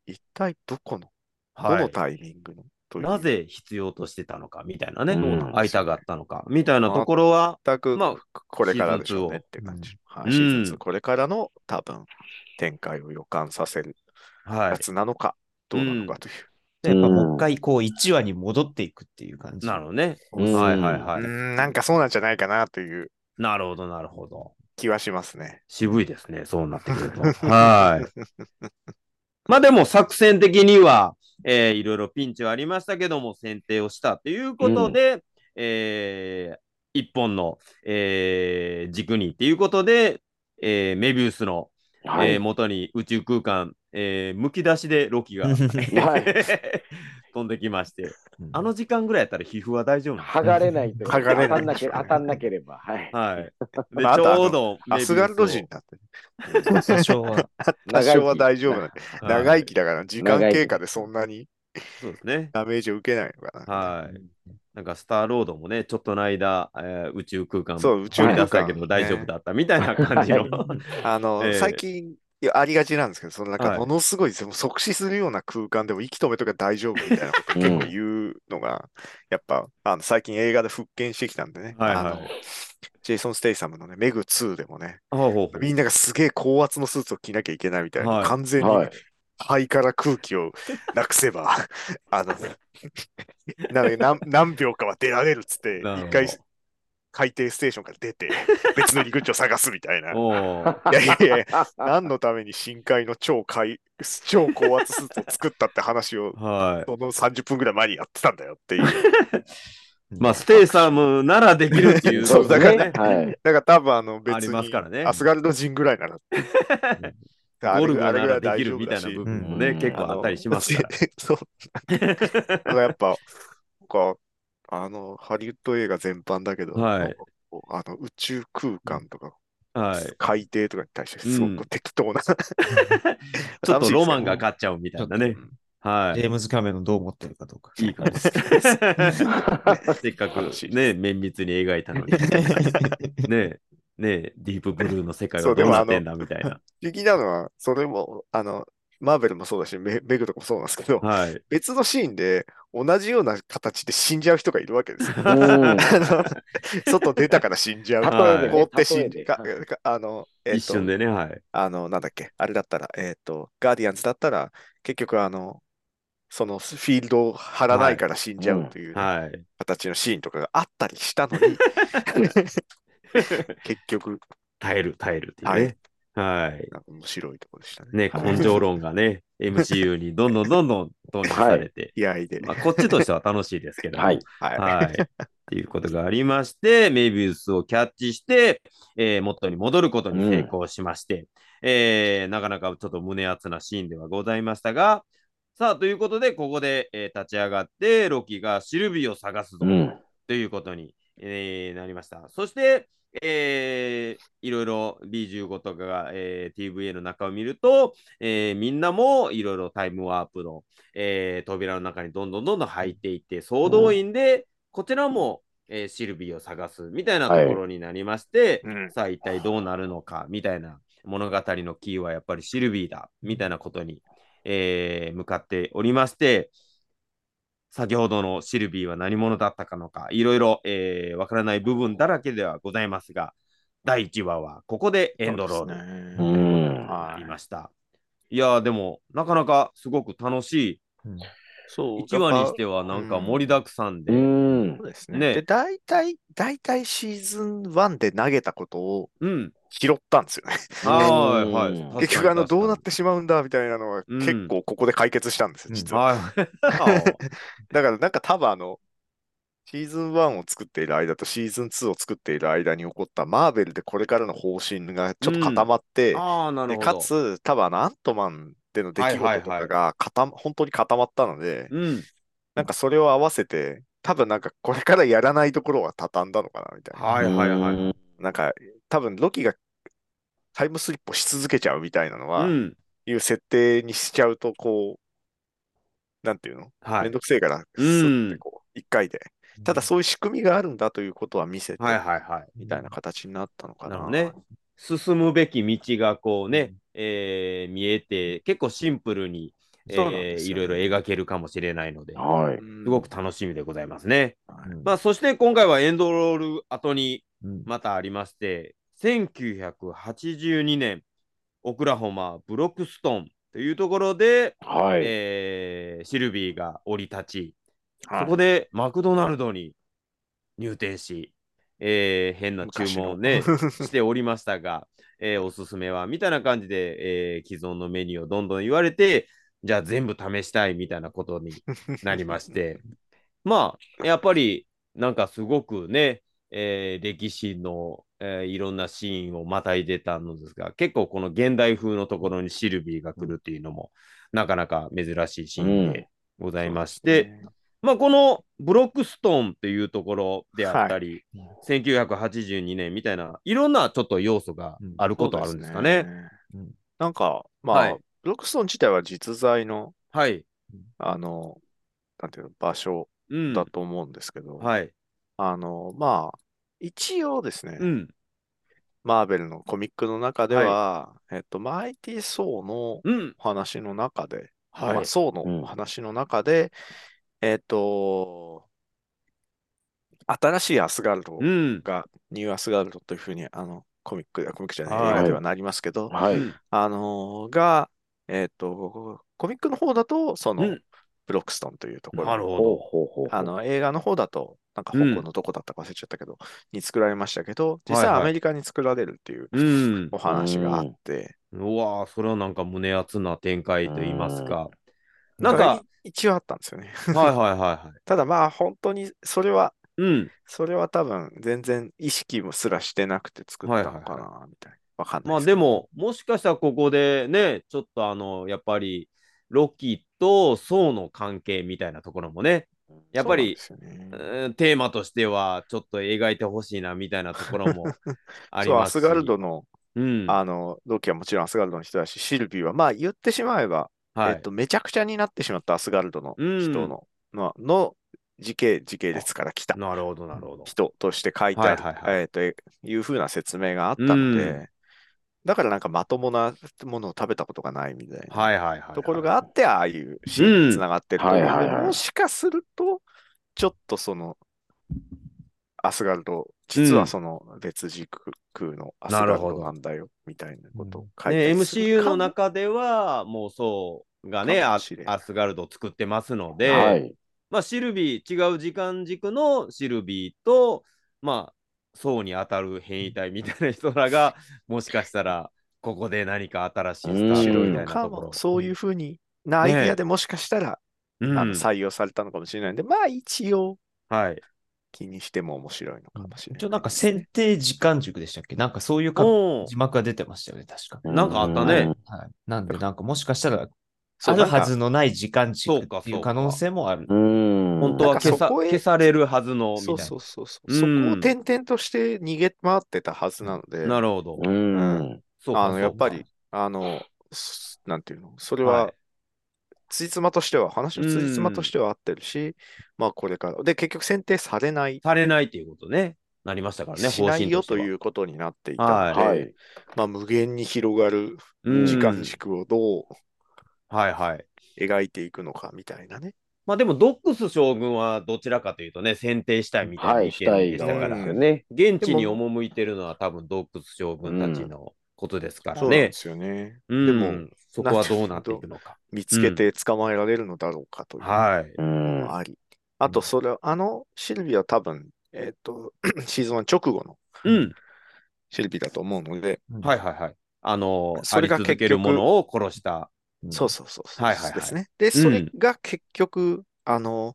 [SPEAKER 4] 一体どこの、
[SPEAKER 1] はい
[SPEAKER 4] どのタイミングのという
[SPEAKER 1] なぜ必要としてたのかみたいなね、
[SPEAKER 2] うん
[SPEAKER 1] 会いたかったのかみたいなところは、
[SPEAKER 4] 全く
[SPEAKER 1] まあ
[SPEAKER 4] これからでしょうねっていう感じ。はいシーズン2、これからの多分展開を予感させる
[SPEAKER 1] は
[SPEAKER 4] や
[SPEAKER 1] い、
[SPEAKER 4] つなのか、どうなのかという。
[SPEAKER 3] やっぱもう一回こう1話に戻っていくっていう感じ。
[SPEAKER 1] なるほどね。
[SPEAKER 2] うん
[SPEAKER 1] はいはいは
[SPEAKER 4] う
[SPEAKER 1] い。
[SPEAKER 4] ん、なんかそうなんじゃないかなという
[SPEAKER 1] なるほど、なるほど。
[SPEAKER 4] 気はしますね。
[SPEAKER 1] 渋いですね、そうなってくると。
[SPEAKER 4] *laughs*
[SPEAKER 1] はい。まあでも作戦的には、えーいろいろピンチはありましたけども、選定をしたということで、えー一本の、えー軸にっていうことで、えーメビウスの、
[SPEAKER 2] は
[SPEAKER 1] えー
[SPEAKER 2] い。
[SPEAKER 1] 元に宇宙空間、えーむき出しでロキ *laughs* が、
[SPEAKER 2] はい。
[SPEAKER 1] 飛んできまして、あ
[SPEAKER 3] あの、
[SPEAKER 1] の時間ぐらいやったら皮膚は大丈夫なんです
[SPEAKER 2] 剥がれないと。
[SPEAKER 4] 剥がれな
[SPEAKER 2] 当
[SPEAKER 4] い
[SPEAKER 2] たんなけ当たんなければ。はい。
[SPEAKER 1] はい。で、ち
[SPEAKER 4] *laughs* まああとあの
[SPEAKER 1] ょうどメ
[SPEAKER 4] ア
[SPEAKER 1] ビウ
[SPEAKER 4] ス
[SPEAKER 1] スを、
[SPEAKER 4] ガルド人だって、
[SPEAKER 3] *laughs* 多少は。
[SPEAKER 4] 多少は大丈夫なんで、
[SPEAKER 1] はい
[SPEAKER 4] *laughs* 長生きだから、時間
[SPEAKER 2] 長生き
[SPEAKER 4] 経過でそんなに
[SPEAKER 1] そうですね。
[SPEAKER 4] ダメージを受けないのかな。
[SPEAKER 1] はい。なんかスターロードもね、ちょっとの間、えー宇宙空間
[SPEAKER 4] そう宇宙空
[SPEAKER 1] 掘
[SPEAKER 4] 間
[SPEAKER 1] り出したけど大丈夫だったみたいな感じの。
[SPEAKER 4] あの、
[SPEAKER 1] ええ
[SPEAKER 4] 最近いやありがちなんですけど、そのなん
[SPEAKER 1] は
[SPEAKER 4] か
[SPEAKER 1] い
[SPEAKER 4] ものすごい、その即死するような空間でも息止めとか大丈夫みたいなことを結構言うのが、やっぱあの最近映画で復権してきたんでね、
[SPEAKER 1] はいはい
[SPEAKER 4] あのジェイソン・ステイサムのね、メグ2でもね、
[SPEAKER 1] *laughs* ほうほうほう
[SPEAKER 4] みんながすげえ高圧のスーツを着なきゃいけないみたいな、
[SPEAKER 1] はい
[SPEAKER 4] 完全に
[SPEAKER 2] はい。
[SPEAKER 4] 肺から空気をなくせば、 *laughs* あの、なので何何秒かは出られるっつって、
[SPEAKER 1] なるほど
[SPEAKER 4] 一回海底ステーションから出て、別の陸地を探すみたいな。い
[SPEAKER 1] おー
[SPEAKER 4] やいやいや、 *laughs* 何のために深海の超海、超高圧スーツを作ったって話を、
[SPEAKER 1] *laughs* はい。
[SPEAKER 4] その30分ぐらい前にやってたんだよっていう。
[SPEAKER 1] まあ、ステイサムならできるっていう。
[SPEAKER 2] そう
[SPEAKER 4] だ
[SPEAKER 2] で
[SPEAKER 4] か
[SPEAKER 2] す
[SPEAKER 4] ら
[SPEAKER 2] ね。はい。
[SPEAKER 4] だから多分あの別に
[SPEAKER 1] ありますからね
[SPEAKER 4] アスガルド人ぐらいなら。あれ
[SPEAKER 1] *laughs* ゴルガ
[SPEAKER 4] あれ
[SPEAKER 1] な
[SPEAKER 4] ぐら
[SPEAKER 1] ら
[SPEAKER 4] い
[SPEAKER 1] で
[SPEAKER 4] 大
[SPEAKER 1] き
[SPEAKER 4] 丈
[SPEAKER 1] る
[SPEAKER 4] 夫
[SPEAKER 1] みたいな部分
[SPEAKER 4] だし
[SPEAKER 1] も
[SPEAKER 2] う
[SPEAKER 1] ね、
[SPEAKER 2] ん
[SPEAKER 1] 結構あったりしますから。
[SPEAKER 4] *laughs* そう。だからやっぱ、こうあの、ハリウッド映画全般だけど、
[SPEAKER 1] はい
[SPEAKER 4] なんかこうあの宇宙空間とか、
[SPEAKER 1] はい。
[SPEAKER 4] 海底とかに対して、すごく
[SPEAKER 1] *laughs*
[SPEAKER 4] 適当な、 *laughs*
[SPEAKER 1] ちょっとロマンが勝っちゃうみたいなね。は
[SPEAKER 3] ジ
[SPEAKER 1] い。
[SPEAKER 3] ェームズ・キャメロンどう思ってるかどうか。
[SPEAKER 1] いい感じ
[SPEAKER 4] *laughs*
[SPEAKER 1] です。せっかくね、綿密に描いたの
[SPEAKER 4] *laughs*
[SPEAKER 1] に。ねねディープブルーの世界
[SPEAKER 4] そ
[SPEAKER 1] は
[SPEAKER 4] うで
[SPEAKER 1] どう
[SPEAKER 4] も
[SPEAKER 1] な
[SPEAKER 4] あの
[SPEAKER 1] ってんだみたいな。
[SPEAKER 4] 不思議なのは、それも、あの、マーベルもそうだし、メメグとかもそうなんですけど、
[SPEAKER 1] はい。
[SPEAKER 4] 別のシーンで同じような形で死んじゃう人がいるわけです
[SPEAKER 1] *laughs*
[SPEAKER 4] よ。
[SPEAKER 2] うん。
[SPEAKER 4] あの *laughs* 外出たから死んじゃう。
[SPEAKER 1] えで
[SPEAKER 2] 例
[SPEAKER 1] ね
[SPEAKER 4] 凍って死ん
[SPEAKER 2] 例えで
[SPEAKER 4] かかあの、えっと
[SPEAKER 1] 一瞬でね、はい。
[SPEAKER 4] あの、なんだっけ、あれだったら、えっと、ガーディアンズだったら、結局、あの、そのフィールドを張らないから死んじゃうという
[SPEAKER 1] はい。
[SPEAKER 4] 形のシーンとかがあった
[SPEAKER 1] *laughs*
[SPEAKER 4] りしたのに、結局、
[SPEAKER 1] 耐える、耐えるっていう
[SPEAKER 4] あれ
[SPEAKER 1] ね。はい。
[SPEAKER 4] なんか面白いところでしたね。
[SPEAKER 1] ね、
[SPEAKER 3] はい
[SPEAKER 1] 根性論がね、MCU にどんどんどんどん投入されて、
[SPEAKER 4] 居合で。
[SPEAKER 1] まあ、こっちとしては楽しいですけども、
[SPEAKER 2] はい。
[SPEAKER 4] はい。
[SPEAKER 1] はい。っていうことがありまして、メビウスをキャッチして、えー元に戻ることに成功しまして、えーなかなかちょっと胸熱なシーンではございましたが、さあ、ということで、ここで、えー立ち上がって、ロキがシルビーを探すぞ、
[SPEAKER 2] うん。
[SPEAKER 1] ということに、えーなりました。そして、えーいろいろ B15 とかが、えー TVA の中を見ると、えーみんなもいろいろタイムワープの、えー扉の中にどんどんどんどん入っていって、総動員で、こちらも、えーシルビーを探すみたいなところになりまして、
[SPEAKER 4] うん
[SPEAKER 1] さあ一体どうなるのかみたいな物語のキーはやっぱりシルビーだみたいなことに、えー向かっておりまして先ほどのシルビーは何者だったかのかいろいろ、えーわからない部分だらけではございますが第1話はここでエンドロールに
[SPEAKER 4] ル。
[SPEAKER 2] うん。
[SPEAKER 1] なり
[SPEAKER 4] はい。
[SPEAKER 1] ました、いやーでもなかなかすごく楽し
[SPEAKER 4] そう。
[SPEAKER 1] い1話にしてはなんか盛りだくさんで、
[SPEAKER 2] う
[SPEAKER 1] うん
[SPEAKER 2] ん
[SPEAKER 4] そうですね。
[SPEAKER 1] ね
[SPEAKER 4] で、大体、大体シーズン1で投げたことを拾ったんですよね。
[SPEAKER 1] はいはい
[SPEAKER 2] うん
[SPEAKER 4] 結局、あの、どうなっ
[SPEAKER 1] 確
[SPEAKER 4] てしまうんだみたいなのは、
[SPEAKER 1] うん
[SPEAKER 4] 結構ここで解決したんです
[SPEAKER 3] う
[SPEAKER 4] よ、
[SPEAKER 3] ん
[SPEAKER 4] 実は。
[SPEAKER 1] かにはい
[SPEAKER 4] *laughs* だから、なんか多分あの、シーズン1を作っている間とシーズン2を作っている間に起こったマーベルでこれからの方針がちょっと固まって、
[SPEAKER 1] ああなる
[SPEAKER 4] で
[SPEAKER 1] ほ
[SPEAKER 4] か
[SPEAKER 1] ど
[SPEAKER 4] つ、多分あのアントマンでの出来
[SPEAKER 1] はいは
[SPEAKER 4] 事
[SPEAKER 1] い
[SPEAKER 4] と
[SPEAKER 1] はい
[SPEAKER 4] かが固ま本当に固まったので、
[SPEAKER 1] うん
[SPEAKER 4] なんかそれを合わせて、多分なんかこれからやらないところは畳んだのかなみたいな。
[SPEAKER 1] はいはいはい。
[SPEAKER 2] うん
[SPEAKER 4] なんか多分ロキがタイムスリップをし続けちゃうみたいなのは、
[SPEAKER 1] うん。
[SPEAKER 4] いう設定にしちゃうと、こう、なんていうの
[SPEAKER 1] は
[SPEAKER 4] め
[SPEAKER 1] い
[SPEAKER 4] ん。どくせえから、
[SPEAKER 1] う
[SPEAKER 4] ス
[SPEAKER 1] ん
[SPEAKER 4] ッてこう、一回で。ただそういう仕組みがあるんだということは見せて、
[SPEAKER 1] はいはいはい。
[SPEAKER 4] みたいな形になったのか
[SPEAKER 1] なる
[SPEAKER 4] な。
[SPEAKER 1] ほどね。進むべき道がこうね、
[SPEAKER 3] う
[SPEAKER 1] えー見えて、結構シンプルに、え
[SPEAKER 4] そうなんで
[SPEAKER 1] ー
[SPEAKER 4] す
[SPEAKER 1] い
[SPEAKER 4] よ
[SPEAKER 1] ろいろ描けるかもしれないので、
[SPEAKER 2] はい。
[SPEAKER 4] うん
[SPEAKER 1] すごく楽しみでございますね。
[SPEAKER 3] うん
[SPEAKER 1] まあ、そして今回はエンドロール後に
[SPEAKER 3] うん
[SPEAKER 1] またありまして、1982年、オクラホマ・ブロックストンというところで、
[SPEAKER 2] はい。
[SPEAKER 1] えーシルビーが降り立ち、
[SPEAKER 4] はい
[SPEAKER 1] そこでマクドナルドに入店し、えー変な注文をね、 *laughs* しておりましたが、えーおすすめはみたいな感じで、えー既存のメニューをどんどん言われて、じゃあ全部試したいみたいなことになりまし。て、まあ、やっぱりなんかすごくね、えー歴史の、えーいろんなシーンをまたいでたのですが、結構この現代風のところにシルビーが来るっていうのも、なかなか珍しいシーンでございまして、まあ、このブロックストーンというところであったり、
[SPEAKER 3] は
[SPEAKER 1] 1982年みたいないろんなちょっと要素がある
[SPEAKER 4] そ
[SPEAKER 1] こ
[SPEAKER 4] うで
[SPEAKER 1] とあ
[SPEAKER 4] す
[SPEAKER 1] るん
[SPEAKER 4] ね
[SPEAKER 1] ですかね。。
[SPEAKER 3] うん
[SPEAKER 4] なんか、まあ、
[SPEAKER 1] はい
[SPEAKER 4] ブロックストーン自体は実在の、
[SPEAKER 1] はい。
[SPEAKER 4] あの、なんていうの、場所
[SPEAKER 1] うん。
[SPEAKER 4] だと思うんですけど、
[SPEAKER 1] はい。
[SPEAKER 4] あの、まあ、一応ですね、
[SPEAKER 1] うん。
[SPEAKER 4] マーベルのコミックの中では、えっと、マイティ・ソーの
[SPEAKER 1] うん。
[SPEAKER 4] お話の中で、
[SPEAKER 1] はい
[SPEAKER 4] まあ、ソー
[SPEAKER 2] うん
[SPEAKER 4] のお話の中で、えっと、新しいアスガルド
[SPEAKER 1] うん。
[SPEAKER 4] が、ニューアスガルドというふうに、あの、コミック、コミックじゃない、
[SPEAKER 1] はい
[SPEAKER 4] 映画ではなりますけど、
[SPEAKER 2] はい。
[SPEAKER 4] あのが、えっと、コミックの方だと、その、
[SPEAKER 1] うん
[SPEAKER 4] ブロックストンというところ、
[SPEAKER 1] なるほ
[SPEAKER 2] ほう
[SPEAKER 1] ど。
[SPEAKER 2] ほうほうほう。
[SPEAKER 4] あの映画の方だと、なんか香
[SPEAKER 1] うん
[SPEAKER 4] 港のどこだったか忘れちゃったけど、に作られましたけど、実
[SPEAKER 1] はい
[SPEAKER 4] 際
[SPEAKER 1] はい
[SPEAKER 4] アメリカに作られるっていう
[SPEAKER 1] うん。
[SPEAKER 4] お話があって、
[SPEAKER 1] うわーそれはなんか胸熱な展開と言いますか。な
[SPEAKER 4] な
[SPEAKER 1] んん
[SPEAKER 4] か
[SPEAKER 1] か、
[SPEAKER 4] 一応あったんですよね。 *laughs*
[SPEAKER 1] はいはいはい *laughs* は
[SPEAKER 4] ただまあ本当にそれは、
[SPEAKER 1] い。うん。
[SPEAKER 4] それは多分全然意識もすらしてなくて作ったのか
[SPEAKER 1] はいは
[SPEAKER 4] な、みたいな。わかんない
[SPEAKER 1] まあ
[SPEAKER 4] す
[SPEAKER 1] でも、もしかしたらここでね、ちょっとあの、やっぱり、ロキとソウの関係みたいなところもね、やっぱり
[SPEAKER 4] そうなんですよね
[SPEAKER 1] うんテーマとしてはちょっと描いてほしいなみたいなところ *laughs* もあり
[SPEAKER 4] そう、
[SPEAKER 1] ま
[SPEAKER 4] ア
[SPEAKER 1] す
[SPEAKER 4] スガルドの、
[SPEAKER 1] うん、
[SPEAKER 4] あの、同期はもちろんアスガルドの人だし、シルビーは、まあ言ってしまえば、
[SPEAKER 1] はい
[SPEAKER 4] えっと、めちゃくちゃになってしまったアスガルドの
[SPEAKER 1] うん
[SPEAKER 4] 人の、まあの時系、時系列から来た
[SPEAKER 1] なるほどなるほど。
[SPEAKER 4] 人として書いてある、
[SPEAKER 1] はいはいは
[SPEAKER 4] えっと、いうふうな説明があったので、
[SPEAKER 1] うん
[SPEAKER 4] だからなんかまともなものを食べたことがないみたいな。
[SPEAKER 1] はいはいはいはい。
[SPEAKER 4] ところがあって、ああいうシーンにつながってると思うので
[SPEAKER 2] うんはいはいはい
[SPEAKER 4] もしかすると、ちょっとその、アスガルド、実はその別軸のアスガルドなんだよ、みたいなことを書い
[SPEAKER 1] ね、
[SPEAKER 4] て
[SPEAKER 1] MCU の中ではもうそうがね
[SPEAKER 4] かも
[SPEAKER 1] あ
[SPEAKER 4] しれない
[SPEAKER 1] アスガルドを作ってますので、
[SPEAKER 2] はい。
[SPEAKER 1] まあシルビー違う時間軸のシルビーとまあ層に当たる変異体みたいな人らがもしかしたらここで何か新しいスタ
[SPEAKER 2] うん
[SPEAKER 1] ート
[SPEAKER 4] 白い
[SPEAKER 1] みた
[SPEAKER 4] の
[SPEAKER 1] いな
[SPEAKER 4] か
[SPEAKER 1] とこ
[SPEAKER 4] も
[SPEAKER 1] ろ。、
[SPEAKER 4] そういうふうになアイディアでもしかしたら、
[SPEAKER 1] うん
[SPEAKER 4] あの採用されたのかもしれないんで、まあ一応
[SPEAKER 1] はい。
[SPEAKER 4] 気にしても面白いのかもしれない、
[SPEAKER 3] 一応なんか選定時間軸でしたっけなんかそういうか
[SPEAKER 1] お
[SPEAKER 3] 字幕が出てましたよね、確か。
[SPEAKER 1] なんかあったね。
[SPEAKER 3] はい、なんで、なんかもしかしたら、
[SPEAKER 4] そ
[SPEAKER 3] あ
[SPEAKER 4] う
[SPEAKER 3] るは。
[SPEAKER 4] なんか
[SPEAKER 3] ずのない時間軸
[SPEAKER 1] そうか
[SPEAKER 3] っていう可能性もある。
[SPEAKER 2] うん。
[SPEAKER 1] 本当は消
[SPEAKER 4] なんか
[SPEAKER 1] さ
[SPEAKER 4] そこへ
[SPEAKER 1] 消されるはずのみた
[SPEAKER 4] そ
[SPEAKER 1] いうな。
[SPEAKER 4] そうそうそう。
[SPEAKER 1] うん
[SPEAKER 4] そこを転々として逃げ回ってたはずなので、
[SPEAKER 1] なるほど。
[SPEAKER 2] うん。
[SPEAKER 1] そうか
[SPEAKER 4] あのやっぱ
[SPEAKER 1] そう
[SPEAKER 4] り
[SPEAKER 1] か、
[SPEAKER 4] あの、すなんていうの、それ
[SPEAKER 1] は、
[SPEAKER 4] はいついつまとしては、話のついつま
[SPEAKER 1] うん
[SPEAKER 4] としては合ってるし、まあこれから、で、結局選定されない、
[SPEAKER 1] されないということね。なりましたからね、
[SPEAKER 4] し
[SPEAKER 1] 方
[SPEAKER 4] ない
[SPEAKER 1] 針
[SPEAKER 4] よ
[SPEAKER 1] として
[SPEAKER 4] と
[SPEAKER 1] は。
[SPEAKER 4] いううことになってい
[SPEAKER 1] は
[SPEAKER 4] たので、
[SPEAKER 2] はい。
[SPEAKER 4] まあ無限に広がる
[SPEAKER 1] ん
[SPEAKER 4] 時間軸をどう
[SPEAKER 1] はいはい。
[SPEAKER 4] 描いていくのかみたいなね。
[SPEAKER 1] まあでも、ドックス将軍はどちらかというとね、選定したいみたいな
[SPEAKER 2] は
[SPEAKER 1] 意見
[SPEAKER 2] い、
[SPEAKER 1] で
[SPEAKER 2] し
[SPEAKER 1] した
[SPEAKER 2] い
[SPEAKER 1] た
[SPEAKER 2] で
[SPEAKER 1] か
[SPEAKER 4] した
[SPEAKER 1] ら、
[SPEAKER 4] ね
[SPEAKER 2] すよね。
[SPEAKER 1] 現地に赴いてるのは多分洞窟将軍たちのことですから
[SPEAKER 4] そうなん
[SPEAKER 1] ね
[SPEAKER 4] で。すよね。
[SPEAKER 1] うん
[SPEAKER 4] でも
[SPEAKER 1] そこはどうなっていくのか。
[SPEAKER 4] 見つけて捕まえられるのだろうかという。
[SPEAKER 1] はい。
[SPEAKER 2] うん。
[SPEAKER 4] あり。あと、それは、あの、シルビーは多分、えっ、と、 *clears throat* シーズン1直後の
[SPEAKER 1] うん。
[SPEAKER 4] シルビーだと思うので、
[SPEAKER 1] はいはいはい。あの、
[SPEAKER 4] それが
[SPEAKER 1] あり続け
[SPEAKER 4] 結
[SPEAKER 1] る
[SPEAKER 4] 局
[SPEAKER 1] ものを殺した。
[SPEAKER 4] そうそうそうそう、
[SPEAKER 1] はいはいはい
[SPEAKER 4] ですね。で、それが結局、あの、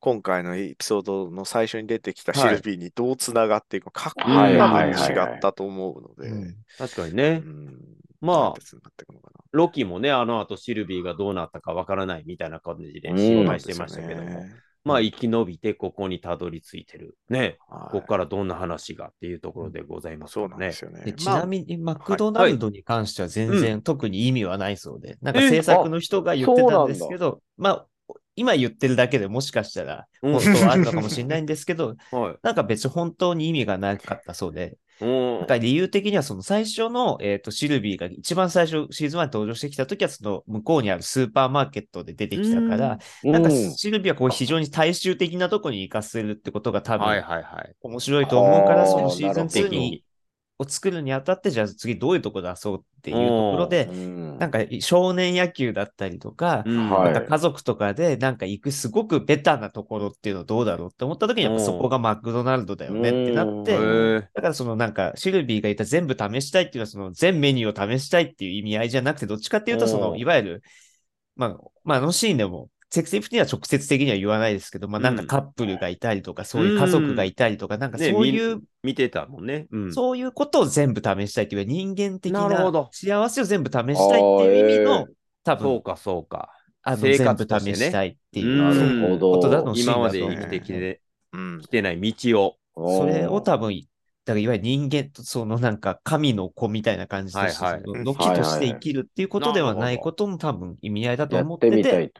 [SPEAKER 4] 今回のエピソードの最初に出てきたシルビーにどうつながっていくのか、確
[SPEAKER 1] はいは
[SPEAKER 4] 認
[SPEAKER 1] い
[SPEAKER 4] が
[SPEAKER 1] はい
[SPEAKER 2] はい
[SPEAKER 4] 違ったと思うので、
[SPEAKER 3] うん
[SPEAKER 1] 確かにね。
[SPEAKER 4] うん
[SPEAKER 1] まあ、
[SPEAKER 4] 別になっていくのかな
[SPEAKER 1] ロキもね、あの後シルビーがどうなったかわからないみたいな感じで
[SPEAKER 2] うん
[SPEAKER 1] 心
[SPEAKER 4] そうなん
[SPEAKER 1] 配
[SPEAKER 4] で
[SPEAKER 1] し
[SPEAKER 4] す
[SPEAKER 1] て
[SPEAKER 4] よね
[SPEAKER 1] ましたけども、まあ生き延びてここにたどり着いてる。ね、
[SPEAKER 4] はい
[SPEAKER 1] ここからどんな話がっていうところでございます
[SPEAKER 4] そ
[SPEAKER 1] から
[SPEAKER 4] うなんで
[SPEAKER 1] ね。
[SPEAKER 4] すよね。
[SPEAKER 3] でち
[SPEAKER 4] まあ
[SPEAKER 3] なみに、マクドナルドに関しては全
[SPEAKER 1] はい
[SPEAKER 3] 然特に意味はないそうで、なんか制作の人が言ってたんですけど、まあ、今言ってるだけでもしかしたら
[SPEAKER 1] うん
[SPEAKER 3] 本当はあるのかもしれないんですけど、 *laughs*
[SPEAKER 1] はい。
[SPEAKER 3] なんか別に本当に意味がなかったそうで、
[SPEAKER 1] うん
[SPEAKER 3] なんか理由的にはその最初の、えー、とシルビーが一番最初シーズン1に登場してきた時はその向こうにあるスーパーマーケットで出てきたから、なんかシルビーはこう非常に大衆的なとこに行かせるってことが多
[SPEAKER 1] はい
[SPEAKER 3] 分
[SPEAKER 1] はいはい。
[SPEAKER 3] 面白いと思うから、
[SPEAKER 2] あー
[SPEAKER 3] そのシ
[SPEAKER 2] な
[SPEAKER 3] ーズン
[SPEAKER 2] る
[SPEAKER 3] 2
[SPEAKER 2] ほど
[SPEAKER 3] にを作るにあたって、じゃあ次どういうとこ出そうっていうところで、
[SPEAKER 2] うん
[SPEAKER 3] なんか少年野球だったりとか、
[SPEAKER 1] うん
[SPEAKER 2] はい
[SPEAKER 3] なんか家族とかでなんか行くすごくベタなところっていうのどうだろうって思った時にやっぱそこがマクドナルドだよねってなっ
[SPEAKER 1] へ
[SPEAKER 3] て、
[SPEAKER 1] ー
[SPEAKER 3] だからそのなんかシルビーが言った全部試したいっていうのはその全メニューを試したいっていう意味合いじゃなくてどっちかっていうとそ
[SPEAKER 1] お
[SPEAKER 3] の
[SPEAKER 1] う
[SPEAKER 3] いわゆる、まあ、まああのシーンでも積極的には直接的には言わないですけど、まあなんかカップルがいたりとか、そういう家族がいたりとか、なんかそう
[SPEAKER 1] ね
[SPEAKER 3] いう、
[SPEAKER 1] 見てたもんね。うん
[SPEAKER 3] そういうことを全部試したいっていう人間的
[SPEAKER 1] なるほ
[SPEAKER 3] な
[SPEAKER 1] ど
[SPEAKER 3] 幸せを全部試したいっていう意味
[SPEAKER 2] あーえ
[SPEAKER 3] の
[SPEAKER 2] ー
[SPEAKER 3] 多
[SPEAKER 1] そう
[SPEAKER 3] 分
[SPEAKER 1] かそうか。
[SPEAKER 3] あの
[SPEAKER 1] 生
[SPEAKER 3] 全
[SPEAKER 1] 活
[SPEAKER 3] 部
[SPEAKER 1] としてね
[SPEAKER 3] 試したいっていうう。
[SPEAKER 2] な
[SPEAKER 1] な
[SPEAKER 3] そう
[SPEAKER 1] る
[SPEAKER 2] る
[SPEAKER 1] ほど
[SPEAKER 2] ほど。
[SPEAKER 3] ことだと
[SPEAKER 1] 今まで生きてきて
[SPEAKER 4] うん
[SPEAKER 1] きてない道を。
[SPEAKER 3] それを多分、だからいわゆる人間とそのなんか神の子みたいな感じで、
[SPEAKER 1] はいはい
[SPEAKER 3] そののきとして生きるっていうことではないことも多分意味合いだと
[SPEAKER 2] や
[SPEAKER 3] 思っ
[SPEAKER 2] ってて
[SPEAKER 3] て、
[SPEAKER 2] みたい。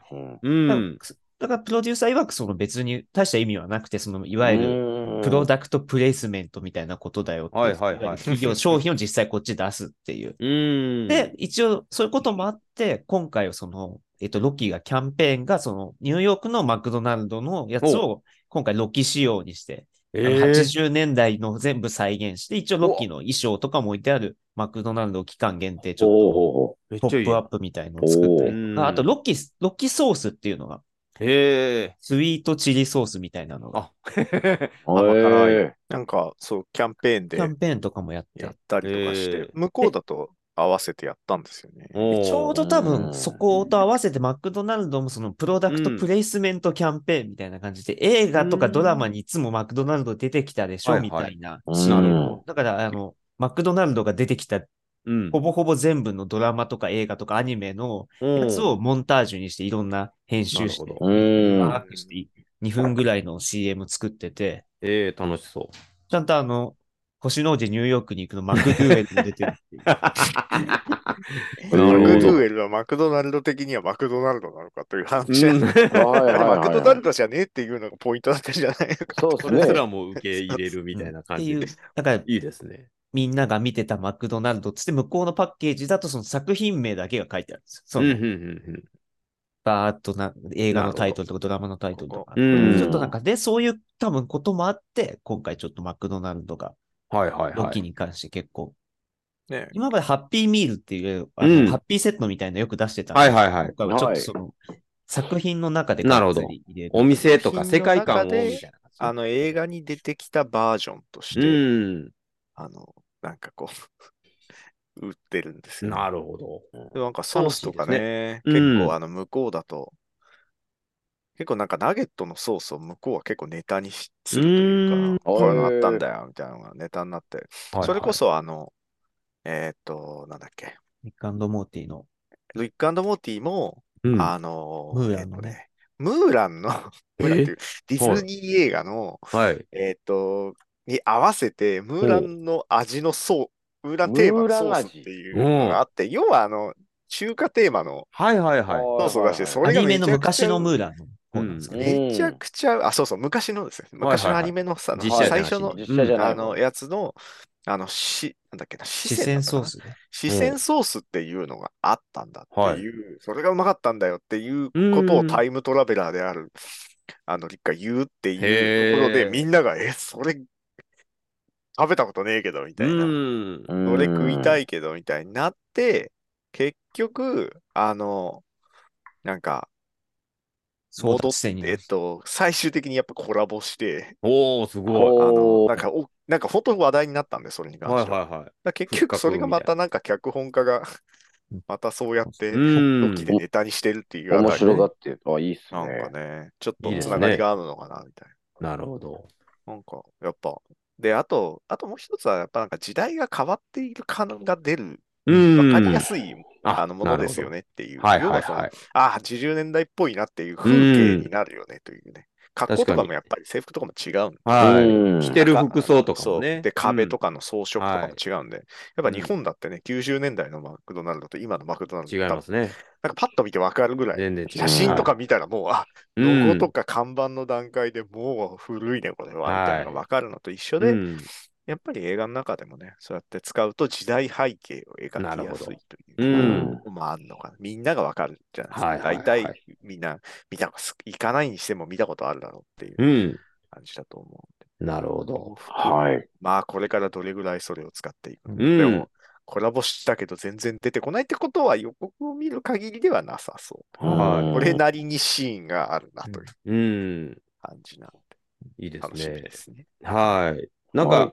[SPEAKER 2] う
[SPEAKER 1] う
[SPEAKER 2] ん
[SPEAKER 3] だから
[SPEAKER 1] ん。
[SPEAKER 3] だからプロデューサー曰くその別に大した意味はなくて、そのいわゆるプロダクトプレイスメントみたいなことだよってう
[SPEAKER 1] はいはいはい
[SPEAKER 3] 企業、商品を実際こっち出すっていう。
[SPEAKER 1] うん。
[SPEAKER 3] で、、一応そういうこともあって、今回はその、えっと、ロキがキャンペーンがそのニューヨークのマクドナルドのやつを今回ロキ仕様にして、
[SPEAKER 1] え
[SPEAKER 3] あの
[SPEAKER 1] ー、
[SPEAKER 3] 80年代の全部再現して、一応ロッキーの衣装とかも置いてあるマクドナルド期間限定、ちょっ
[SPEAKER 2] ょ
[SPEAKER 1] めっ
[SPEAKER 3] とポ
[SPEAKER 1] ちゃい
[SPEAKER 3] ッ
[SPEAKER 1] い
[SPEAKER 3] プアッ
[SPEAKER 1] よ。
[SPEAKER 3] プみたいのを作ったり
[SPEAKER 1] お
[SPEAKER 3] と
[SPEAKER 1] ー
[SPEAKER 3] か、あとロッキー、ロッキーソースっていうのが、
[SPEAKER 1] へえ
[SPEAKER 3] スイートチリソースみたいな
[SPEAKER 1] ー。
[SPEAKER 3] の *laughs* が、
[SPEAKER 1] あ、へ
[SPEAKER 2] っと。え
[SPEAKER 4] なんか、そう、キャンペーン
[SPEAKER 3] キ
[SPEAKER 4] で
[SPEAKER 3] ャンペーンとかもやって
[SPEAKER 4] やったりとかして、
[SPEAKER 1] へー
[SPEAKER 4] 向こうだと合わせてやったんですよね。
[SPEAKER 1] おー
[SPEAKER 3] ちょうど多分そこと合わせてマクドナルドもそのプロダクトプレイスメントキャンペーンみたいな感じで、映画とかドラマにいつもマクドナルド出てきたでし
[SPEAKER 1] はい
[SPEAKER 3] ょ
[SPEAKER 1] はい
[SPEAKER 3] みたいな。
[SPEAKER 2] うん
[SPEAKER 1] なるほど。
[SPEAKER 3] だから、あの、マクドナルドが出てきた
[SPEAKER 1] うん
[SPEAKER 3] ほぼほぼ全部のドラマとか映画とかアニメのやつをモンタージュにしていろんな編集して
[SPEAKER 1] なる、ほど
[SPEAKER 2] うん。
[SPEAKER 3] 長くして2分ぐらいの CM 作ってて、
[SPEAKER 1] えー、楽しそ
[SPEAKER 3] ちゃんとあの、星の王子ニューヨークに行くのマクドゥエルも出
[SPEAKER 1] *laughs*
[SPEAKER 3] てるっていう
[SPEAKER 1] う。
[SPEAKER 2] な
[SPEAKER 4] マ
[SPEAKER 2] るほど
[SPEAKER 4] クドゥエルはマクドナルド的にはマクドナルドなのかという話じゃな
[SPEAKER 2] は
[SPEAKER 4] い。
[SPEAKER 3] *laughs*
[SPEAKER 2] いはいはいはい
[SPEAKER 4] マクドナルドじゃねえっていうのがポイントだったんじゃないのか。
[SPEAKER 2] そう
[SPEAKER 1] そ
[SPEAKER 2] で
[SPEAKER 1] れ
[SPEAKER 2] す
[SPEAKER 1] す
[SPEAKER 2] ね。
[SPEAKER 1] らも受け入れるみたいな
[SPEAKER 3] っ
[SPEAKER 1] 感
[SPEAKER 3] て
[SPEAKER 1] じ
[SPEAKER 3] いう
[SPEAKER 1] で。、
[SPEAKER 3] だから
[SPEAKER 1] いいですね。
[SPEAKER 3] みんなが見てたマクドナルドっつって向こうのパッケージだとその作品名だけが書いてあるんですよ。そ
[SPEAKER 1] うんう
[SPEAKER 3] の
[SPEAKER 1] んうん
[SPEAKER 3] バーっとな映画のタイトルとかドラマのタイトルとか。ちょっとなんかで、そういう多分こともあって、今回ちょっとマクドナルドが
[SPEAKER 1] うん。はいはい
[SPEAKER 3] ロ
[SPEAKER 1] は
[SPEAKER 3] キ
[SPEAKER 1] い。
[SPEAKER 3] に関して結構
[SPEAKER 4] ね
[SPEAKER 3] 今までハッピーミールっていう、あの
[SPEAKER 1] うん
[SPEAKER 3] ハッピーセットみたいなのよく出してたんで
[SPEAKER 1] はいはいはい。
[SPEAKER 3] 今回はちょっとその、作品の中で
[SPEAKER 1] なるほど
[SPEAKER 3] がっつり入れる
[SPEAKER 1] お店とか世界観をみ
[SPEAKER 4] 作品の中で
[SPEAKER 1] たいな
[SPEAKER 4] あ
[SPEAKER 1] 感
[SPEAKER 4] の映画に出てきたバージョンとし
[SPEAKER 1] じ。
[SPEAKER 4] て、
[SPEAKER 1] うん。
[SPEAKER 4] あの、なんかこう、 *laughs* 売ってるんですよ。
[SPEAKER 3] なるほど。
[SPEAKER 4] でなんかソースとかね、
[SPEAKER 3] 楽しい
[SPEAKER 4] 結
[SPEAKER 3] ですねうん
[SPEAKER 4] 構あの向こうだと、結構なんかナゲットのソースを向こうは結構ネタにしするというか、
[SPEAKER 2] うん
[SPEAKER 4] こういうのあったんだよみたいなのがネタになって、それこ
[SPEAKER 3] そ。
[SPEAKER 4] そあの、えーっと、なんだっけ、
[SPEAKER 3] リックモーティの。
[SPEAKER 4] リックモーティも、
[SPEAKER 3] うん
[SPEAKER 4] あの、
[SPEAKER 3] ムーランのね
[SPEAKER 4] えっと。ムーランの、ムーランっていうディズニー映画の、
[SPEAKER 1] はい。
[SPEAKER 4] えーっと、に合わせて、ムーランの味のソー、ムーランテーマのソースっていうのがあって、要はあの、中華テーマの
[SPEAKER 1] はいはい
[SPEAKER 2] あ
[SPEAKER 1] はい。
[SPEAKER 2] ー
[SPEAKER 4] そうそうだし、そ
[SPEAKER 3] ア
[SPEAKER 4] れが
[SPEAKER 3] ニメ
[SPEAKER 4] めちゃ
[SPEAKER 3] の
[SPEAKER 4] くちゃ
[SPEAKER 3] 昔のムーランの方なんですけどね。
[SPEAKER 4] めちゃくちゃ、あ、そうそう、昔のですね。
[SPEAKER 1] はいはい
[SPEAKER 4] 昔のアニメのさ、あの
[SPEAKER 1] 実写じゃな
[SPEAKER 4] 最
[SPEAKER 1] い
[SPEAKER 4] 初の、
[SPEAKER 2] 実写じゃない
[SPEAKER 4] あの、やつの、あの、し、なんだっけな、視
[SPEAKER 3] 視線ソー
[SPEAKER 4] だっ
[SPEAKER 3] スね。
[SPEAKER 4] たかな。視線ソースっていうのがあったんだっていう、それがうまかったんだよっていうこと
[SPEAKER 1] う
[SPEAKER 4] を
[SPEAKER 1] ん
[SPEAKER 4] タイムトラベラーである、あの、立夏言うってい
[SPEAKER 1] へー
[SPEAKER 4] うところで、みんなが、え、それ、食べたことねえけど、みた
[SPEAKER 1] う
[SPEAKER 4] いな。
[SPEAKER 1] ん。
[SPEAKER 4] それ食いた
[SPEAKER 2] い。
[SPEAKER 4] いけどみたいになって、結局、あの、なんか、
[SPEAKER 3] そう
[SPEAKER 4] 戻
[SPEAKER 3] だ、
[SPEAKER 4] っ
[SPEAKER 3] 視線に
[SPEAKER 4] えっと、最終的にやっぱコラボして、
[SPEAKER 1] おおす
[SPEAKER 4] あ
[SPEAKER 1] ごい。
[SPEAKER 4] の
[SPEAKER 2] おー
[SPEAKER 4] なんかお、なんか本当に話題になったんで、それに関して
[SPEAKER 1] は
[SPEAKER 4] は。
[SPEAKER 1] いはいはい。
[SPEAKER 4] だから結局、それがまたなんか脚本家が
[SPEAKER 3] うん、
[SPEAKER 4] またそうやって、
[SPEAKER 1] うん
[SPEAKER 4] 時でネタにしてるっていうあ
[SPEAKER 2] 面
[SPEAKER 4] たりで
[SPEAKER 2] 白がって、あ、いいっす
[SPEAKER 4] なん
[SPEAKER 2] ね
[SPEAKER 4] か。ね、ちょっ
[SPEAKER 1] いい
[SPEAKER 4] と
[SPEAKER 1] です
[SPEAKER 4] つ
[SPEAKER 1] ね
[SPEAKER 4] ながりがあるのかな、みたい
[SPEAKER 1] なるほど。
[SPEAKER 4] な。なんか、やっぱ、で、あと、あともう一つは、やっぱなんか時代が変わっている感が出る、
[SPEAKER 1] うん。
[SPEAKER 4] わかりやすい、
[SPEAKER 1] あ
[SPEAKER 4] あの、ものですよねっていう。
[SPEAKER 1] はい
[SPEAKER 4] 要
[SPEAKER 1] はい
[SPEAKER 4] その
[SPEAKER 1] はい。
[SPEAKER 4] ああ、80年代っぽいなっていう風景になるよねというね。格好と
[SPEAKER 1] 確か
[SPEAKER 4] か
[SPEAKER 1] に
[SPEAKER 4] もやっぱり制服とかも違うんで。
[SPEAKER 1] はい。
[SPEAKER 2] うん
[SPEAKER 1] 着てる服装とかも
[SPEAKER 4] そ
[SPEAKER 1] ね。
[SPEAKER 4] うで、壁と
[SPEAKER 1] か
[SPEAKER 4] かの装飾とかも違うんで、やっぱ日本だってね、90年代のマクドナルドと今のマクドナルド
[SPEAKER 1] 違いますね。
[SPEAKER 4] なんかパッと見てわかるぐらい。
[SPEAKER 1] 全然違う。
[SPEAKER 4] 写真とか見たらもう、あ、
[SPEAKER 1] う
[SPEAKER 4] ロ
[SPEAKER 1] ん、
[SPEAKER 4] ゴとか看板の段階でもう古いね、これは、みたいなのがわかるのと一緒で、
[SPEAKER 1] うん
[SPEAKER 4] やっぱり映画の中でもね、そうやって使うと時代背景を
[SPEAKER 1] な
[SPEAKER 4] 描き
[SPEAKER 1] る
[SPEAKER 4] や
[SPEAKER 1] ほ
[SPEAKER 4] す
[SPEAKER 1] ど
[SPEAKER 4] いという。
[SPEAKER 1] うん
[SPEAKER 4] まあ、あんのかな。みんながわかるじゃないですか。
[SPEAKER 1] はいはいはい。
[SPEAKER 4] 大体みんな見たす、行かないにしても見たことあるだろうっていううん感じだと思うんで。
[SPEAKER 1] なるほど。
[SPEAKER 4] はい。
[SPEAKER 2] はい。
[SPEAKER 4] まあ、これからどれぐらいそれを使っていくのか
[SPEAKER 1] うん
[SPEAKER 4] でも、コラボしたけど全然出てこないってことは予告を見る限りではなさそう。
[SPEAKER 1] はい
[SPEAKER 4] これなりにシーンがあるなという
[SPEAKER 1] うん。
[SPEAKER 4] 感じなの
[SPEAKER 1] いいで
[SPEAKER 4] で、楽
[SPEAKER 1] す
[SPEAKER 4] し
[SPEAKER 1] ね
[SPEAKER 4] み。ですね。
[SPEAKER 1] はい。なんか、
[SPEAKER 2] は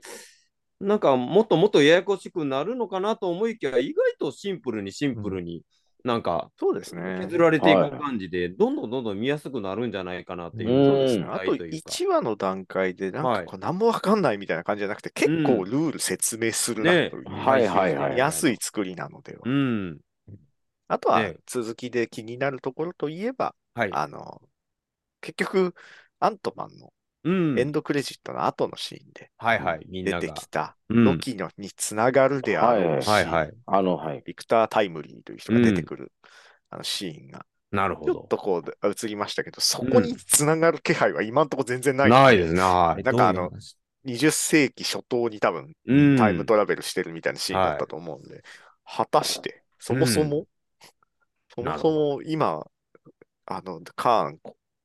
[SPEAKER 1] なんかもっともっとややこしくなるのかなと思いきや、意外とシンプルにシンプルに、なんか
[SPEAKER 4] そうですね。
[SPEAKER 1] 削られてい
[SPEAKER 2] は
[SPEAKER 1] く
[SPEAKER 2] い
[SPEAKER 1] 感じで、どんどんどんどん見やすくなるんじゃないかなっていう。
[SPEAKER 2] うん
[SPEAKER 1] そうですね
[SPEAKER 4] あ
[SPEAKER 1] 期
[SPEAKER 4] と
[SPEAKER 1] 待というか
[SPEAKER 4] 1話の段階で、なん
[SPEAKER 1] は
[SPEAKER 4] か
[SPEAKER 1] い
[SPEAKER 4] こう、何もわかんないみたいな感じじゃなくて、結構ルール説明するな
[SPEAKER 1] ね
[SPEAKER 4] という。
[SPEAKER 2] はいはいはい
[SPEAKER 4] 安い。作りなのでは。
[SPEAKER 1] うん。
[SPEAKER 4] あとは
[SPEAKER 1] ね
[SPEAKER 4] 続きで気になるところといえば、
[SPEAKER 1] はい。
[SPEAKER 4] あの、結局、アントマンの
[SPEAKER 1] うん
[SPEAKER 4] エンドクレジットの後のシーンで
[SPEAKER 1] はいはい。みん
[SPEAKER 4] 出
[SPEAKER 1] な
[SPEAKER 4] て
[SPEAKER 1] が。
[SPEAKER 4] きた、
[SPEAKER 1] うん
[SPEAKER 4] ロキのにつながるであろうシーン、
[SPEAKER 1] はいはい。
[SPEAKER 2] あの、はい。
[SPEAKER 4] ビクター・タイムリーという人が出てくる、あのシーンが、
[SPEAKER 1] なるほ
[SPEAKER 4] ちょっ
[SPEAKER 1] ど。
[SPEAKER 4] とこう映りましたけど、そこにつながる気配は今のところ全然ない。
[SPEAKER 1] ないですね。はい。
[SPEAKER 4] なんかあの20世紀初頭に多分、
[SPEAKER 1] うん
[SPEAKER 4] タイムトラベルしてるみたいなシーンだったと思うんで、果たして、そもそも、そもそも今、あの、カーン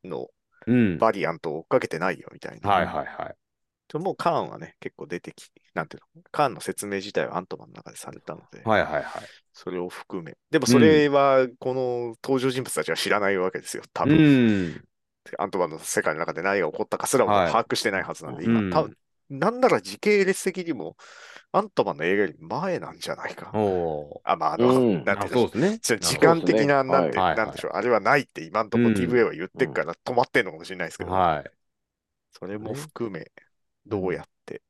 [SPEAKER 4] の
[SPEAKER 1] うん。は
[SPEAKER 4] バリアントを追っかけてないよみたい
[SPEAKER 1] い
[SPEAKER 4] な。
[SPEAKER 1] はいはい。
[SPEAKER 4] でもうカーンはね、結構出てき、なんていうの、カーンの説明自体はアントマンの中でされたので、
[SPEAKER 1] はいはいはい。
[SPEAKER 4] それを含め。でもそれは、この登場人物たちは知らないわけですよ、多
[SPEAKER 1] う
[SPEAKER 4] 分。
[SPEAKER 1] ん。
[SPEAKER 4] アントマンの世界の中で何が起こったかすらも
[SPEAKER 1] はい
[SPEAKER 4] 把握してないはずなんで、
[SPEAKER 1] うん
[SPEAKER 4] 今、たなんなら時系列的にも、アントマンの映画より前なんじゃないか。
[SPEAKER 1] お
[SPEAKER 4] あ、まあ、あの、
[SPEAKER 2] うん
[SPEAKER 4] なんて
[SPEAKER 1] あ
[SPEAKER 4] いう
[SPEAKER 1] そう
[SPEAKER 4] の
[SPEAKER 1] ですね。
[SPEAKER 4] ちょ時間的
[SPEAKER 2] なる
[SPEAKER 4] な、な
[SPEAKER 2] ほど
[SPEAKER 4] んて、
[SPEAKER 1] はい
[SPEAKER 4] なんでしょう、あれはないって今のと
[SPEAKER 1] う
[SPEAKER 4] ころ
[SPEAKER 1] ん
[SPEAKER 4] TVA は言ってっから止まってんのかもしれないですけど、
[SPEAKER 1] はい。
[SPEAKER 4] それも含め、どうやって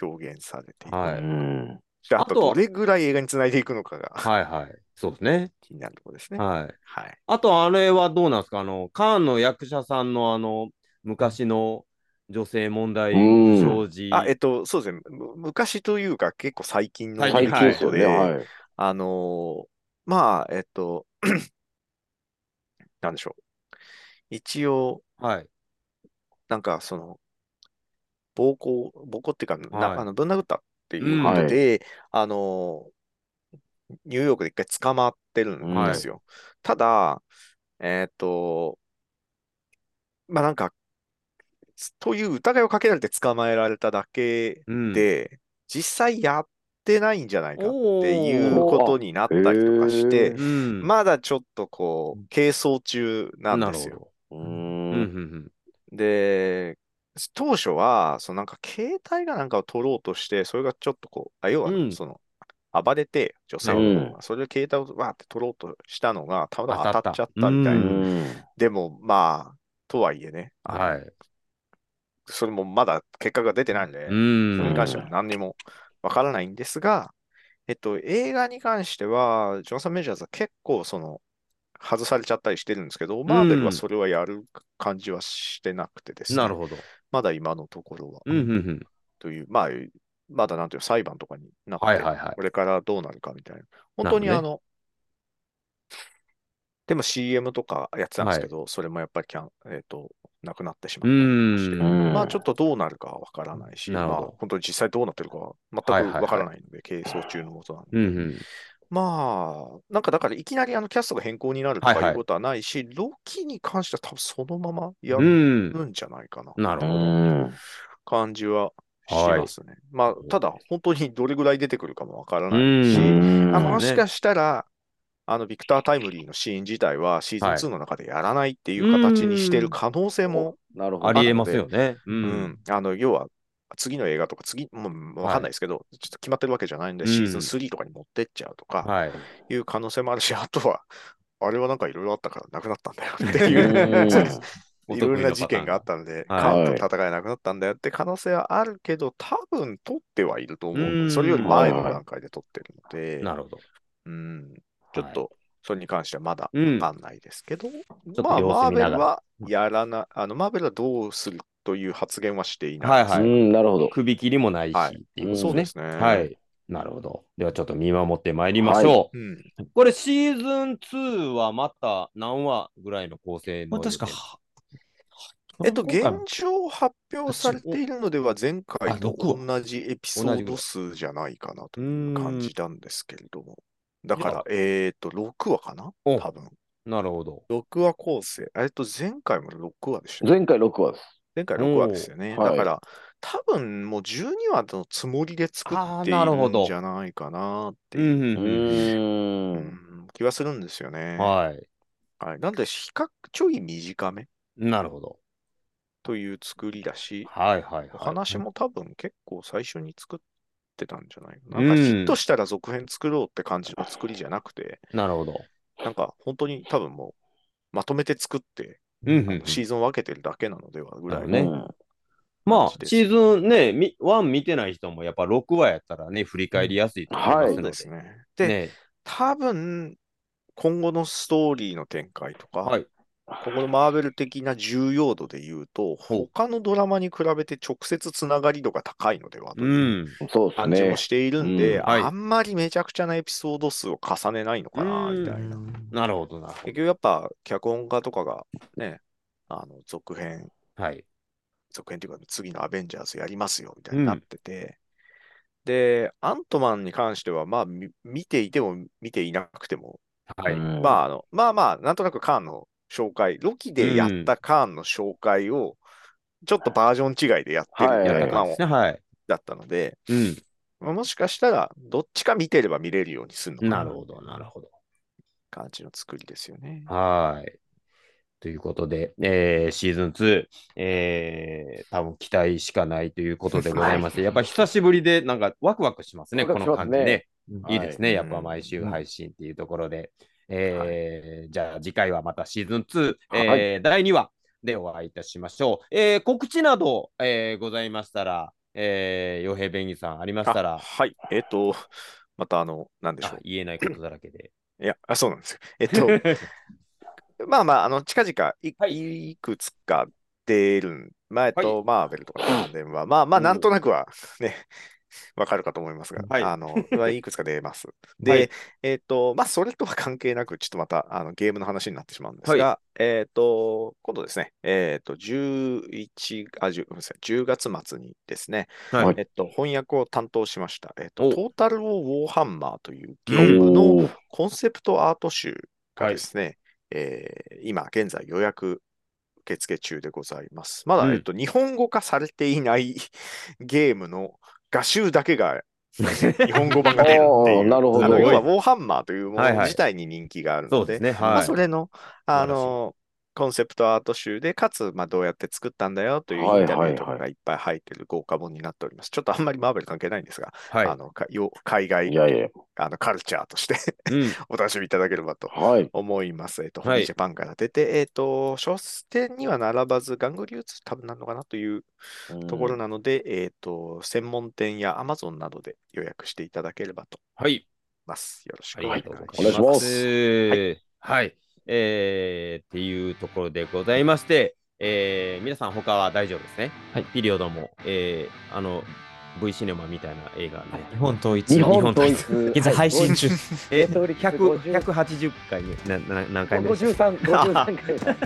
[SPEAKER 4] 表現されていくのか
[SPEAKER 1] は
[SPEAKER 2] う
[SPEAKER 1] い。
[SPEAKER 2] ん
[SPEAKER 4] じゃあ、あ
[SPEAKER 1] あ
[SPEAKER 4] と
[SPEAKER 1] と
[SPEAKER 4] どれぐらい映画につないでいくのかが
[SPEAKER 1] はいはい。そうですね。
[SPEAKER 4] 気になるところですね。
[SPEAKER 1] はい。
[SPEAKER 4] はい。
[SPEAKER 1] あと、あれはどうなんですかあの、カーンの役者さんの、あの、昔の女性問題
[SPEAKER 2] うん
[SPEAKER 1] 生じ。
[SPEAKER 4] あ、えっと、そうですね。む昔というか、結構最近の
[SPEAKER 1] 最
[SPEAKER 2] 最
[SPEAKER 4] 出来
[SPEAKER 2] 近です
[SPEAKER 4] 事
[SPEAKER 2] よね。
[SPEAKER 4] で、
[SPEAKER 2] はい。
[SPEAKER 4] あのーまあ、えっと、 *clears throat* なんでしょう。一応、
[SPEAKER 1] はい。
[SPEAKER 4] なんか、その、暴行、暴行っていうか、な
[SPEAKER 1] はい
[SPEAKER 4] あのぶん殴ったっていうことで、あのーニューヨークで一回捕まってるんですよ。ただ、えっと、まあなんか、という疑いをかけられて捕まえられただけ
[SPEAKER 1] うん、
[SPEAKER 4] で、実際やってないんじゃないかっ
[SPEAKER 1] おー、
[SPEAKER 4] ていうことになったりとかし
[SPEAKER 2] お
[SPEAKER 4] て
[SPEAKER 2] ー、
[SPEAKER 1] うん。
[SPEAKER 4] まだちょっとこう、係争中なん
[SPEAKER 1] な
[SPEAKER 4] で
[SPEAKER 1] る
[SPEAKER 4] す
[SPEAKER 1] ほ
[SPEAKER 4] よ。
[SPEAKER 1] ど。
[SPEAKER 2] う
[SPEAKER 1] うんん、うん、
[SPEAKER 4] で、当初は、そのなんか携帯がなんかを取ろうとして、それがちょっとこう、あ要は
[SPEAKER 1] うん
[SPEAKER 4] その、暴れて、女性
[SPEAKER 2] うん
[SPEAKER 4] を、それで携帯をわーって取ろうとしたのが、たまたま
[SPEAKER 3] 当
[SPEAKER 4] 当
[SPEAKER 3] た
[SPEAKER 4] た
[SPEAKER 3] っ
[SPEAKER 4] ったちゃったみたい
[SPEAKER 3] うん
[SPEAKER 4] な。でも、まあ、とはいえね、
[SPEAKER 1] はい。
[SPEAKER 4] それもまだ結果が出てないんで、
[SPEAKER 1] うん
[SPEAKER 4] それに関しては何にもわからないんですが、えっと、映画に関しては、ジョンソン・メジャーズは結構、その、外されちゃったりしてるんですけど、マーベルはそれはやる感じはしてなくてですね、
[SPEAKER 1] なるほど。
[SPEAKER 4] まだ今のところは、
[SPEAKER 1] うんうんうん。
[SPEAKER 4] という、まあ、まだなんていうの裁判とかになって、
[SPEAKER 1] はいはいはい
[SPEAKER 4] これからどうなるかみたいな。
[SPEAKER 1] な
[SPEAKER 4] 本
[SPEAKER 1] るほ
[SPEAKER 4] 当
[SPEAKER 1] どね
[SPEAKER 4] にあの、でも CM とかやってたんですけど、それもやっぱりキャン、えっ、と、なくなってしま
[SPEAKER 1] う
[SPEAKER 4] ったりして
[SPEAKER 1] ん。
[SPEAKER 4] まあちょっとどうなるかはわからないし、
[SPEAKER 1] な
[SPEAKER 4] ま
[SPEAKER 1] る
[SPEAKER 4] あ
[SPEAKER 1] ほど
[SPEAKER 4] 本当に実際どうなってるかは全
[SPEAKER 1] はいはいは
[SPEAKER 4] く
[SPEAKER 1] い
[SPEAKER 4] わからないので、係争中のことなんで。
[SPEAKER 1] うんうん。
[SPEAKER 4] まあ、なんかだからいきなりあのキャストが変更になるとか
[SPEAKER 1] はいはい
[SPEAKER 4] いうことはないし、ロキに関しては多分そのままや
[SPEAKER 1] う
[SPEAKER 4] る
[SPEAKER 1] ん。
[SPEAKER 4] んじゃないかな、
[SPEAKER 1] なるほど。
[SPEAKER 4] 感じはしますね。まあただ本当にどれぐらい出てくるかもわからないし、
[SPEAKER 1] うん
[SPEAKER 4] あ
[SPEAKER 1] ま
[SPEAKER 4] もしかしたら、あのビクター・タイムリーのシーン自体はシ
[SPEAKER 1] はい
[SPEAKER 4] ーズン2の中でやらないっていう形にしてる可能性も
[SPEAKER 2] なるほど。
[SPEAKER 1] ありえますよね。う
[SPEAKER 4] うんん。、あの要は次の映画とか次、もうわかんないですけど、ちょっと決まってるわけじゃないんで、
[SPEAKER 1] うん
[SPEAKER 4] シーズン3とかに持ってっちゃうとか
[SPEAKER 1] はい。
[SPEAKER 4] いう可能性もあるし、あとは、あれはなんかいろいろあったからなくなったんだよって
[SPEAKER 2] うん
[SPEAKER 4] *laughs* いう、
[SPEAKER 1] うん
[SPEAKER 4] いろいろな事件があったので、
[SPEAKER 1] お得意のパ
[SPEAKER 4] カ
[SPEAKER 1] ターン
[SPEAKER 4] ー
[SPEAKER 1] が
[SPEAKER 4] ンと戦えなくなったんだよって可能性はあるけど、多分取ってはいると思う
[SPEAKER 1] うん
[SPEAKER 4] の。それより前の段階で取ってるので、
[SPEAKER 1] なるほど。
[SPEAKER 4] うん、ちょっとそれに関してはまだ
[SPEAKER 1] うん。
[SPEAKER 4] わかんないですけど、
[SPEAKER 3] と
[SPEAKER 4] まあ、
[SPEAKER 3] 様
[SPEAKER 4] マ
[SPEAKER 3] 子
[SPEAKER 4] ー
[SPEAKER 3] 見
[SPEAKER 4] ベ
[SPEAKER 3] ながら
[SPEAKER 4] ルはやらな、あの、マーベルはどうするという発言はしていない。
[SPEAKER 1] はいは
[SPEAKER 2] う
[SPEAKER 1] い。
[SPEAKER 2] ん、なるほど。
[SPEAKER 1] 首切りもないし
[SPEAKER 4] はい
[SPEAKER 1] っていうこと
[SPEAKER 4] そうですね。
[SPEAKER 1] はい。なるほど。ではちょっと見守ってまいりましょ
[SPEAKER 4] うん。
[SPEAKER 1] う。これシーズン2はまた何話ぐらいの構成
[SPEAKER 3] ま
[SPEAKER 1] の
[SPEAKER 3] あ、確か、
[SPEAKER 4] えっと、現
[SPEAKER 3] 今回も
[SPEAKER 4] 状発表されているのでは、前回と
[SPEAKER 3] 六
[SPEAKER 4] 同じエピソード数じゃないかなという感じなんですけれども。だから、えっと、6話かな
[SPEAKER 1] お
[SPEAKER 4] 多分。
[SPEAKER 1] なるほど。
[SPEAKER 4] 6話構成。えっと、前回も6話でしたね
[SPEAKER 2] 前回6話です。
[SPEAKER 4] 前回6話ですよね。
[SPEAKER 2] おーは
[SPEAKER 4] だ
[SPEAKER 2] い
[SPEAKER 4] から、多分もう12話のつもりで作
[SPEAKER 1] あ
[SPEAKER 4] っ
[SPEAKER 1] ー
[SPEAKER 4] てい
[SPEAKER 1] なるほ
[SPEAKER 4] る
[SPEAKER 1] ど
[SPEAKER 4] んじゃないかなって
[SPEAKER 1] う
[SPEAKER 4] いう、
[SPEAKER 1] んう
[SPEAKER 2] うんー。
[SPEAKER 4] うんん気はするんですよ
[SPEAKER 1] う
[SPEAKER 4] ね。
[SPEAKER 1] ん。はい。
[SPEAKER 4] はい、なので、比較ちょい短め
[SPEAKER 1] なるほど。
[SPEAKER 4] という作りだし、
[SPEAKER 1] はいはいはい。
[SPEAKER 4] お話も多分結構最初に作ってたんじゃないかな。
[SPEAKER 1] うん
[SPEAKER 4] なんかヒットしたら続編作ろうって感じの作りじゃなくて、
[SPEAKER 1] なるほど。
[SPEAKER 4] なんか本当に多分もうまとめて作って、
[SPEAKER 1] うんう
[SPEAKER 4] あ
[SPEAKER 1] んうん
[SPEAKER 4] のシーズン分けてるだけなのではぐらいの
[SPEAKER 1] なるほどねまあ、シーズンね、み1見てない人もやっぱ6話やったらね、振り返りやすいと思いま
[SPEAKER 2] は
[SPEAKER 1] す
[SPEAKER 2] い
[SPEAKER 4] そう
[SPEAKER 1] ので。
[SPEAKER 4] ですね。で、
[SPEAKER 1] ね
[SPEAKER 4] 多分、今後のストーリーの展開とか、
[SPEAKER 1] はい
[SPEAKER 4] 今後のマーベル的な重要度で言うと、
[SPEAKER 1] ほう
[SPEAKER 4] 他のドラマに比べて直接つながり度が高いのではと
[SPEAKER 1] う。
[SPEAKER 4] いうん
[SPEAKER 2] そうです
[SPEAKER 4] 感じ
[SPEAKER 2] ね
[SPEAKER 4] も。しているんで、
[SPEAKER 2] うん
[SPEAKER 1] はい
[SPEAKER 4] あんまりめちゃくちゃなエピソード数を重ねないのかな、
[SPEAKER 1] うん
[SPEAKER 4] みたいな。
[SPEAKER 1] なるほど、なるほ
[SPEAKER 4] 結局やっぱ、脚本家とかがね、あの続編、
[SPEAKER 1] ど。はい。
[SPEAKER 4] 続編というか、次のアベンジャーズやりますよ、みたいになってて、で、アントマンに関しては、まあ、み見ていても見ていなくても、
[SPEAKER 1] はい。
[SPEAKER 4] ま
[SPEAKER 2] まあ、
[SPEAKER 4] あ、あの、まあまあ、なんとなくカーンの紹介、ロキでやったカーンの紹介を、ちょっとバージョン違いでやってる
[SPEAKER 2] は
[SPEAKER 4] み
[SPEAKER 2] い
[SPEAKER 4] た
[SPEAKER 1] やった
[SPEAKER 4] いな
[SPEAKER 1] か
[SPEAKER 4] 感
[SPEAKER 1] で
[SPEAKER 4] を
[SPEAKER 1] すね。はい。
[SPEAKER 4] だったので、
[SPEAKER 1] うん。
[SPEAKER 4] まあもしかしたら、どっちか見てれば見れるようにするのか
[SPEAKER 1] な
[SPEAKER 4] な
[SPEAKER 1] るほど、なるほど。
[SPEAKER 4] 感じの作りですよね。
[SPEAKER 1] はい。ということで、えーシーズン2、えー、多分期待しかないということでございまして、
[SPEAKER 4] はい
[SPEAKER 1] やっぱ久しぶりで、なんかワクワクしますね、
[SPEAKER 2] ワク
[SPEAKER 1] こ
[SPEAKER 2] ワ
[SPEAKER 1] の
[SPEAKER 2] クします
[SPEAKER 1] 感じ
[SPEAKER 2] ね
[SPEAKER 1] ね。
[SPEAKER 3] うん
[SPEAKER 1] いいですね、
[SPEAKER 4] はい
[SPEAKER 1] やっぱ毎週配信っていうところで。えーじゃあ次回はまたシーズン2、えー
[SPEAKER 2] は
[SPEAKER 1] 第2話でお会いいたしましょう。えー告知など、えーございましたら、えー、傭兵便宜さんありました
[SPEAKER 4] あ
[SPEAKER 1] ら、
[SPEAKER 4] はい。えっ、と、またあの、なんでしょ
[SPEAKER 1] あ言えないことだらけで。
[SPEAKER 4] う。いや、あそうなんですよ。えっ、
[SPEAKER 1] *laughs*
[SPEAKER 4] と、まあまあ、あの、近々い、
[SPEAKER 1] はい
[SPEAKER 4] い、くつか出るん、まあ、えっと、マーベルとかの関連は、まあまあ、なんとなくはね、わかるかと思いますが、
[SPEAKER 1] はい
[SPEAKER 4] あの、まあいくつか出ます。で、
[SPEAKER 1] *laughs* はい
[SPEAKER 4] えっと、まあ、それとは関係なく、ちょっとまた、あの、ゲームの話になってしまうんです
[SPEAKER 1] はい
[SPEAKER 4] が、えっと、今度ですね、えっと、11、あ、10、ごめんなさい、10月末にですね、
[SPEAKER 1] はい
[SPEAKER 4] えっと、翻訳を担当しました、えっ
[SPEAKER 1] お
[SPEAKER 4] と、トータル・ウォー・ウォーハンマーというゲ
[SPEAKER 2] ゲー
[SPEAKER 4] ーム
[SPEAKER 2] ム
[SPEAKER 4] の
[SPEAKER 2] の、
[SPEAKER 4] コンセプトアート集が
[SPEAKER 1] はい
[SPEAKER 4] ですね、えー今現在予約受付中でございます。まだ、
[SPEAKER 1] うん
[SPEAKER 4] えっと、日本語化されていない *laughs* ゲームの画集だ
[SPEAKER 1] *laughs*
[SPEAKER 4] けが日本語版が出るってい
[SPEAKER 2] おー
[SPEAKER 4] う。
[SPEAKER 2] なるほど
[SPEAKER 4] あの要は、
[SPEAKER 1] す
[SPEAKER 4] ウォーハンマーというも
[SPEAKER 1] はい
[SPEAKER 4] の
[SPEAKER 1] はい
[SPEAKER 4] 自体に人気がある
[SPEAKER 1] そ
[SPEAKER 4] の
[SPEAKER 1] うです
[SPEAKER 4] で、
[SPEAKER 1] ね、
[SPEAKER 4] ま
[SPEAKER 1] は
[SPEAKER 4] あ、
[SPEAKER 1] い
[SPEAKER 4] そ。れの、
[SPEAKER 1] らしい
[SPEAKER 4] あの、コンセプトアート集で、かつ、まあ、どうやって作ったんだよというインタビューとかがいっぱい入ってる豪華本になっております。ちょっとあんまりマーベル関係ないんですが、
[SPEAKER 1] はい。
[SPEAKER 4] あのかよ海外
[SPEAKER 2] いやいや、
[SPEAKER 4] あのカルチャーとして
[SPEAKER 1] うん。
[SPEAKER 4] お楽しみいただければと
[SPEAKER 2] はい。
[SPEAKER 4] 思います。えっと、
[SPEAKER 1] はい
[SPEAKER 4] ホビージャパンから出て、えっと、書店には並ばず、玩具流通多分なのかなというところなので、えっと、専門店や Amazon などで予約していただければと
[SPEAKER 1] はい。
[SPEAKER 4] 思います。よろしく
[SPEAKER 1] は
[SPEAKER 4] お
[SPEAKER 1] い、
[SPEAKER 4] 願
[SPEAKER 1] あ
[SPEAKER 4] い
[SPEAKER 1] り
[SPEAKER 4] し
[SPEAKER 1] がとう
[SPEAKER 4] ま
[SPEAKER 1] ご
[SPEAKER 4] す。
[SPEAKER 1] ざいます。はい、えー、っていうところでございまして、えー、皆さん他は大丈夫ですね。
[SPEAKER 3] はい
[SPEAKER 1] ピリオドも、えー、あの、V シネマみたいな映画ね、
[SPEAKER 3] 日本統一。
[SPEAKER 2] 日
[SPEAKER 1] 本
[SPEAKER 2] 本統一。
[SPEAKER 3] 現在配信中。
[SPEAKER 1] え
[SPEAKER 2] ネットフリックス
[SPEAKER 1] 100 180
[SPEAKER 2] 50
[SPEAKER 1] 回目、なな何回目
[SPEAKER 2] 五十三、五十三回だ。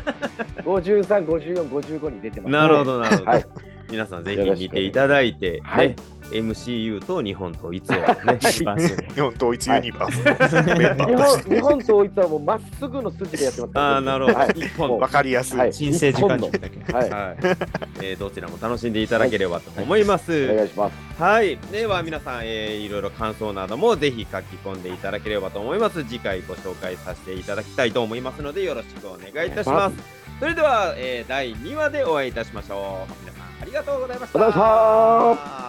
[SPEAKER 2] 五十三、五十四、五十五に出てます。
[SPEAKER 1] なるほ。ど、なるほど。
[SPEAKER 2] はい
[SPEAKER 1] 皆さんぜひ見ていただいて、ね
[SPEAKER 2] はい。
[SPEAKER 1] MCU と日本統一をね、
[SPEAKER 3] 一番すごい
[SPEAKER 4] 日本統一ユニバースの
[SPEAKER 3] *laughs*
[SPEAKER 4] メンバ
[SPEAKER 2] 日
[SPEAKER 4] ーと
[SPEAKER 2] 本
[SPEAKER 4] し
[SPEAKER 2] 日
[SPEAKER 4] て、
[SPEAKER 2] 本統一はもうまっすぐの筋でやってます。
[SPEAKER 1] ああ、なるほど。
[SPEAKER 2] はい
[SPEAKER 1] 一本
[SPEAKER 4] わかりやす
[SPEAKER 2] はいい。
[SPEAKER 3] 新生時間軸だけ。
[SPEAKER 2] はい。
[SPEAKER 1] はいえーどちらも楽しんでいただければと思います。
[SPEAKER 2] お願いします。
[SPEAKER 1] はい。では皆さん、えーいろいろ感想などもぜひ書き込んでいただければと思います。次回ご紹介させていただきたいと思いますので、よろしくお願いいたします。それでは、えー第2話でお会いいたしましょう。皆さん、ありがとうございました。
[SPEAKER 2] お疲れ様でし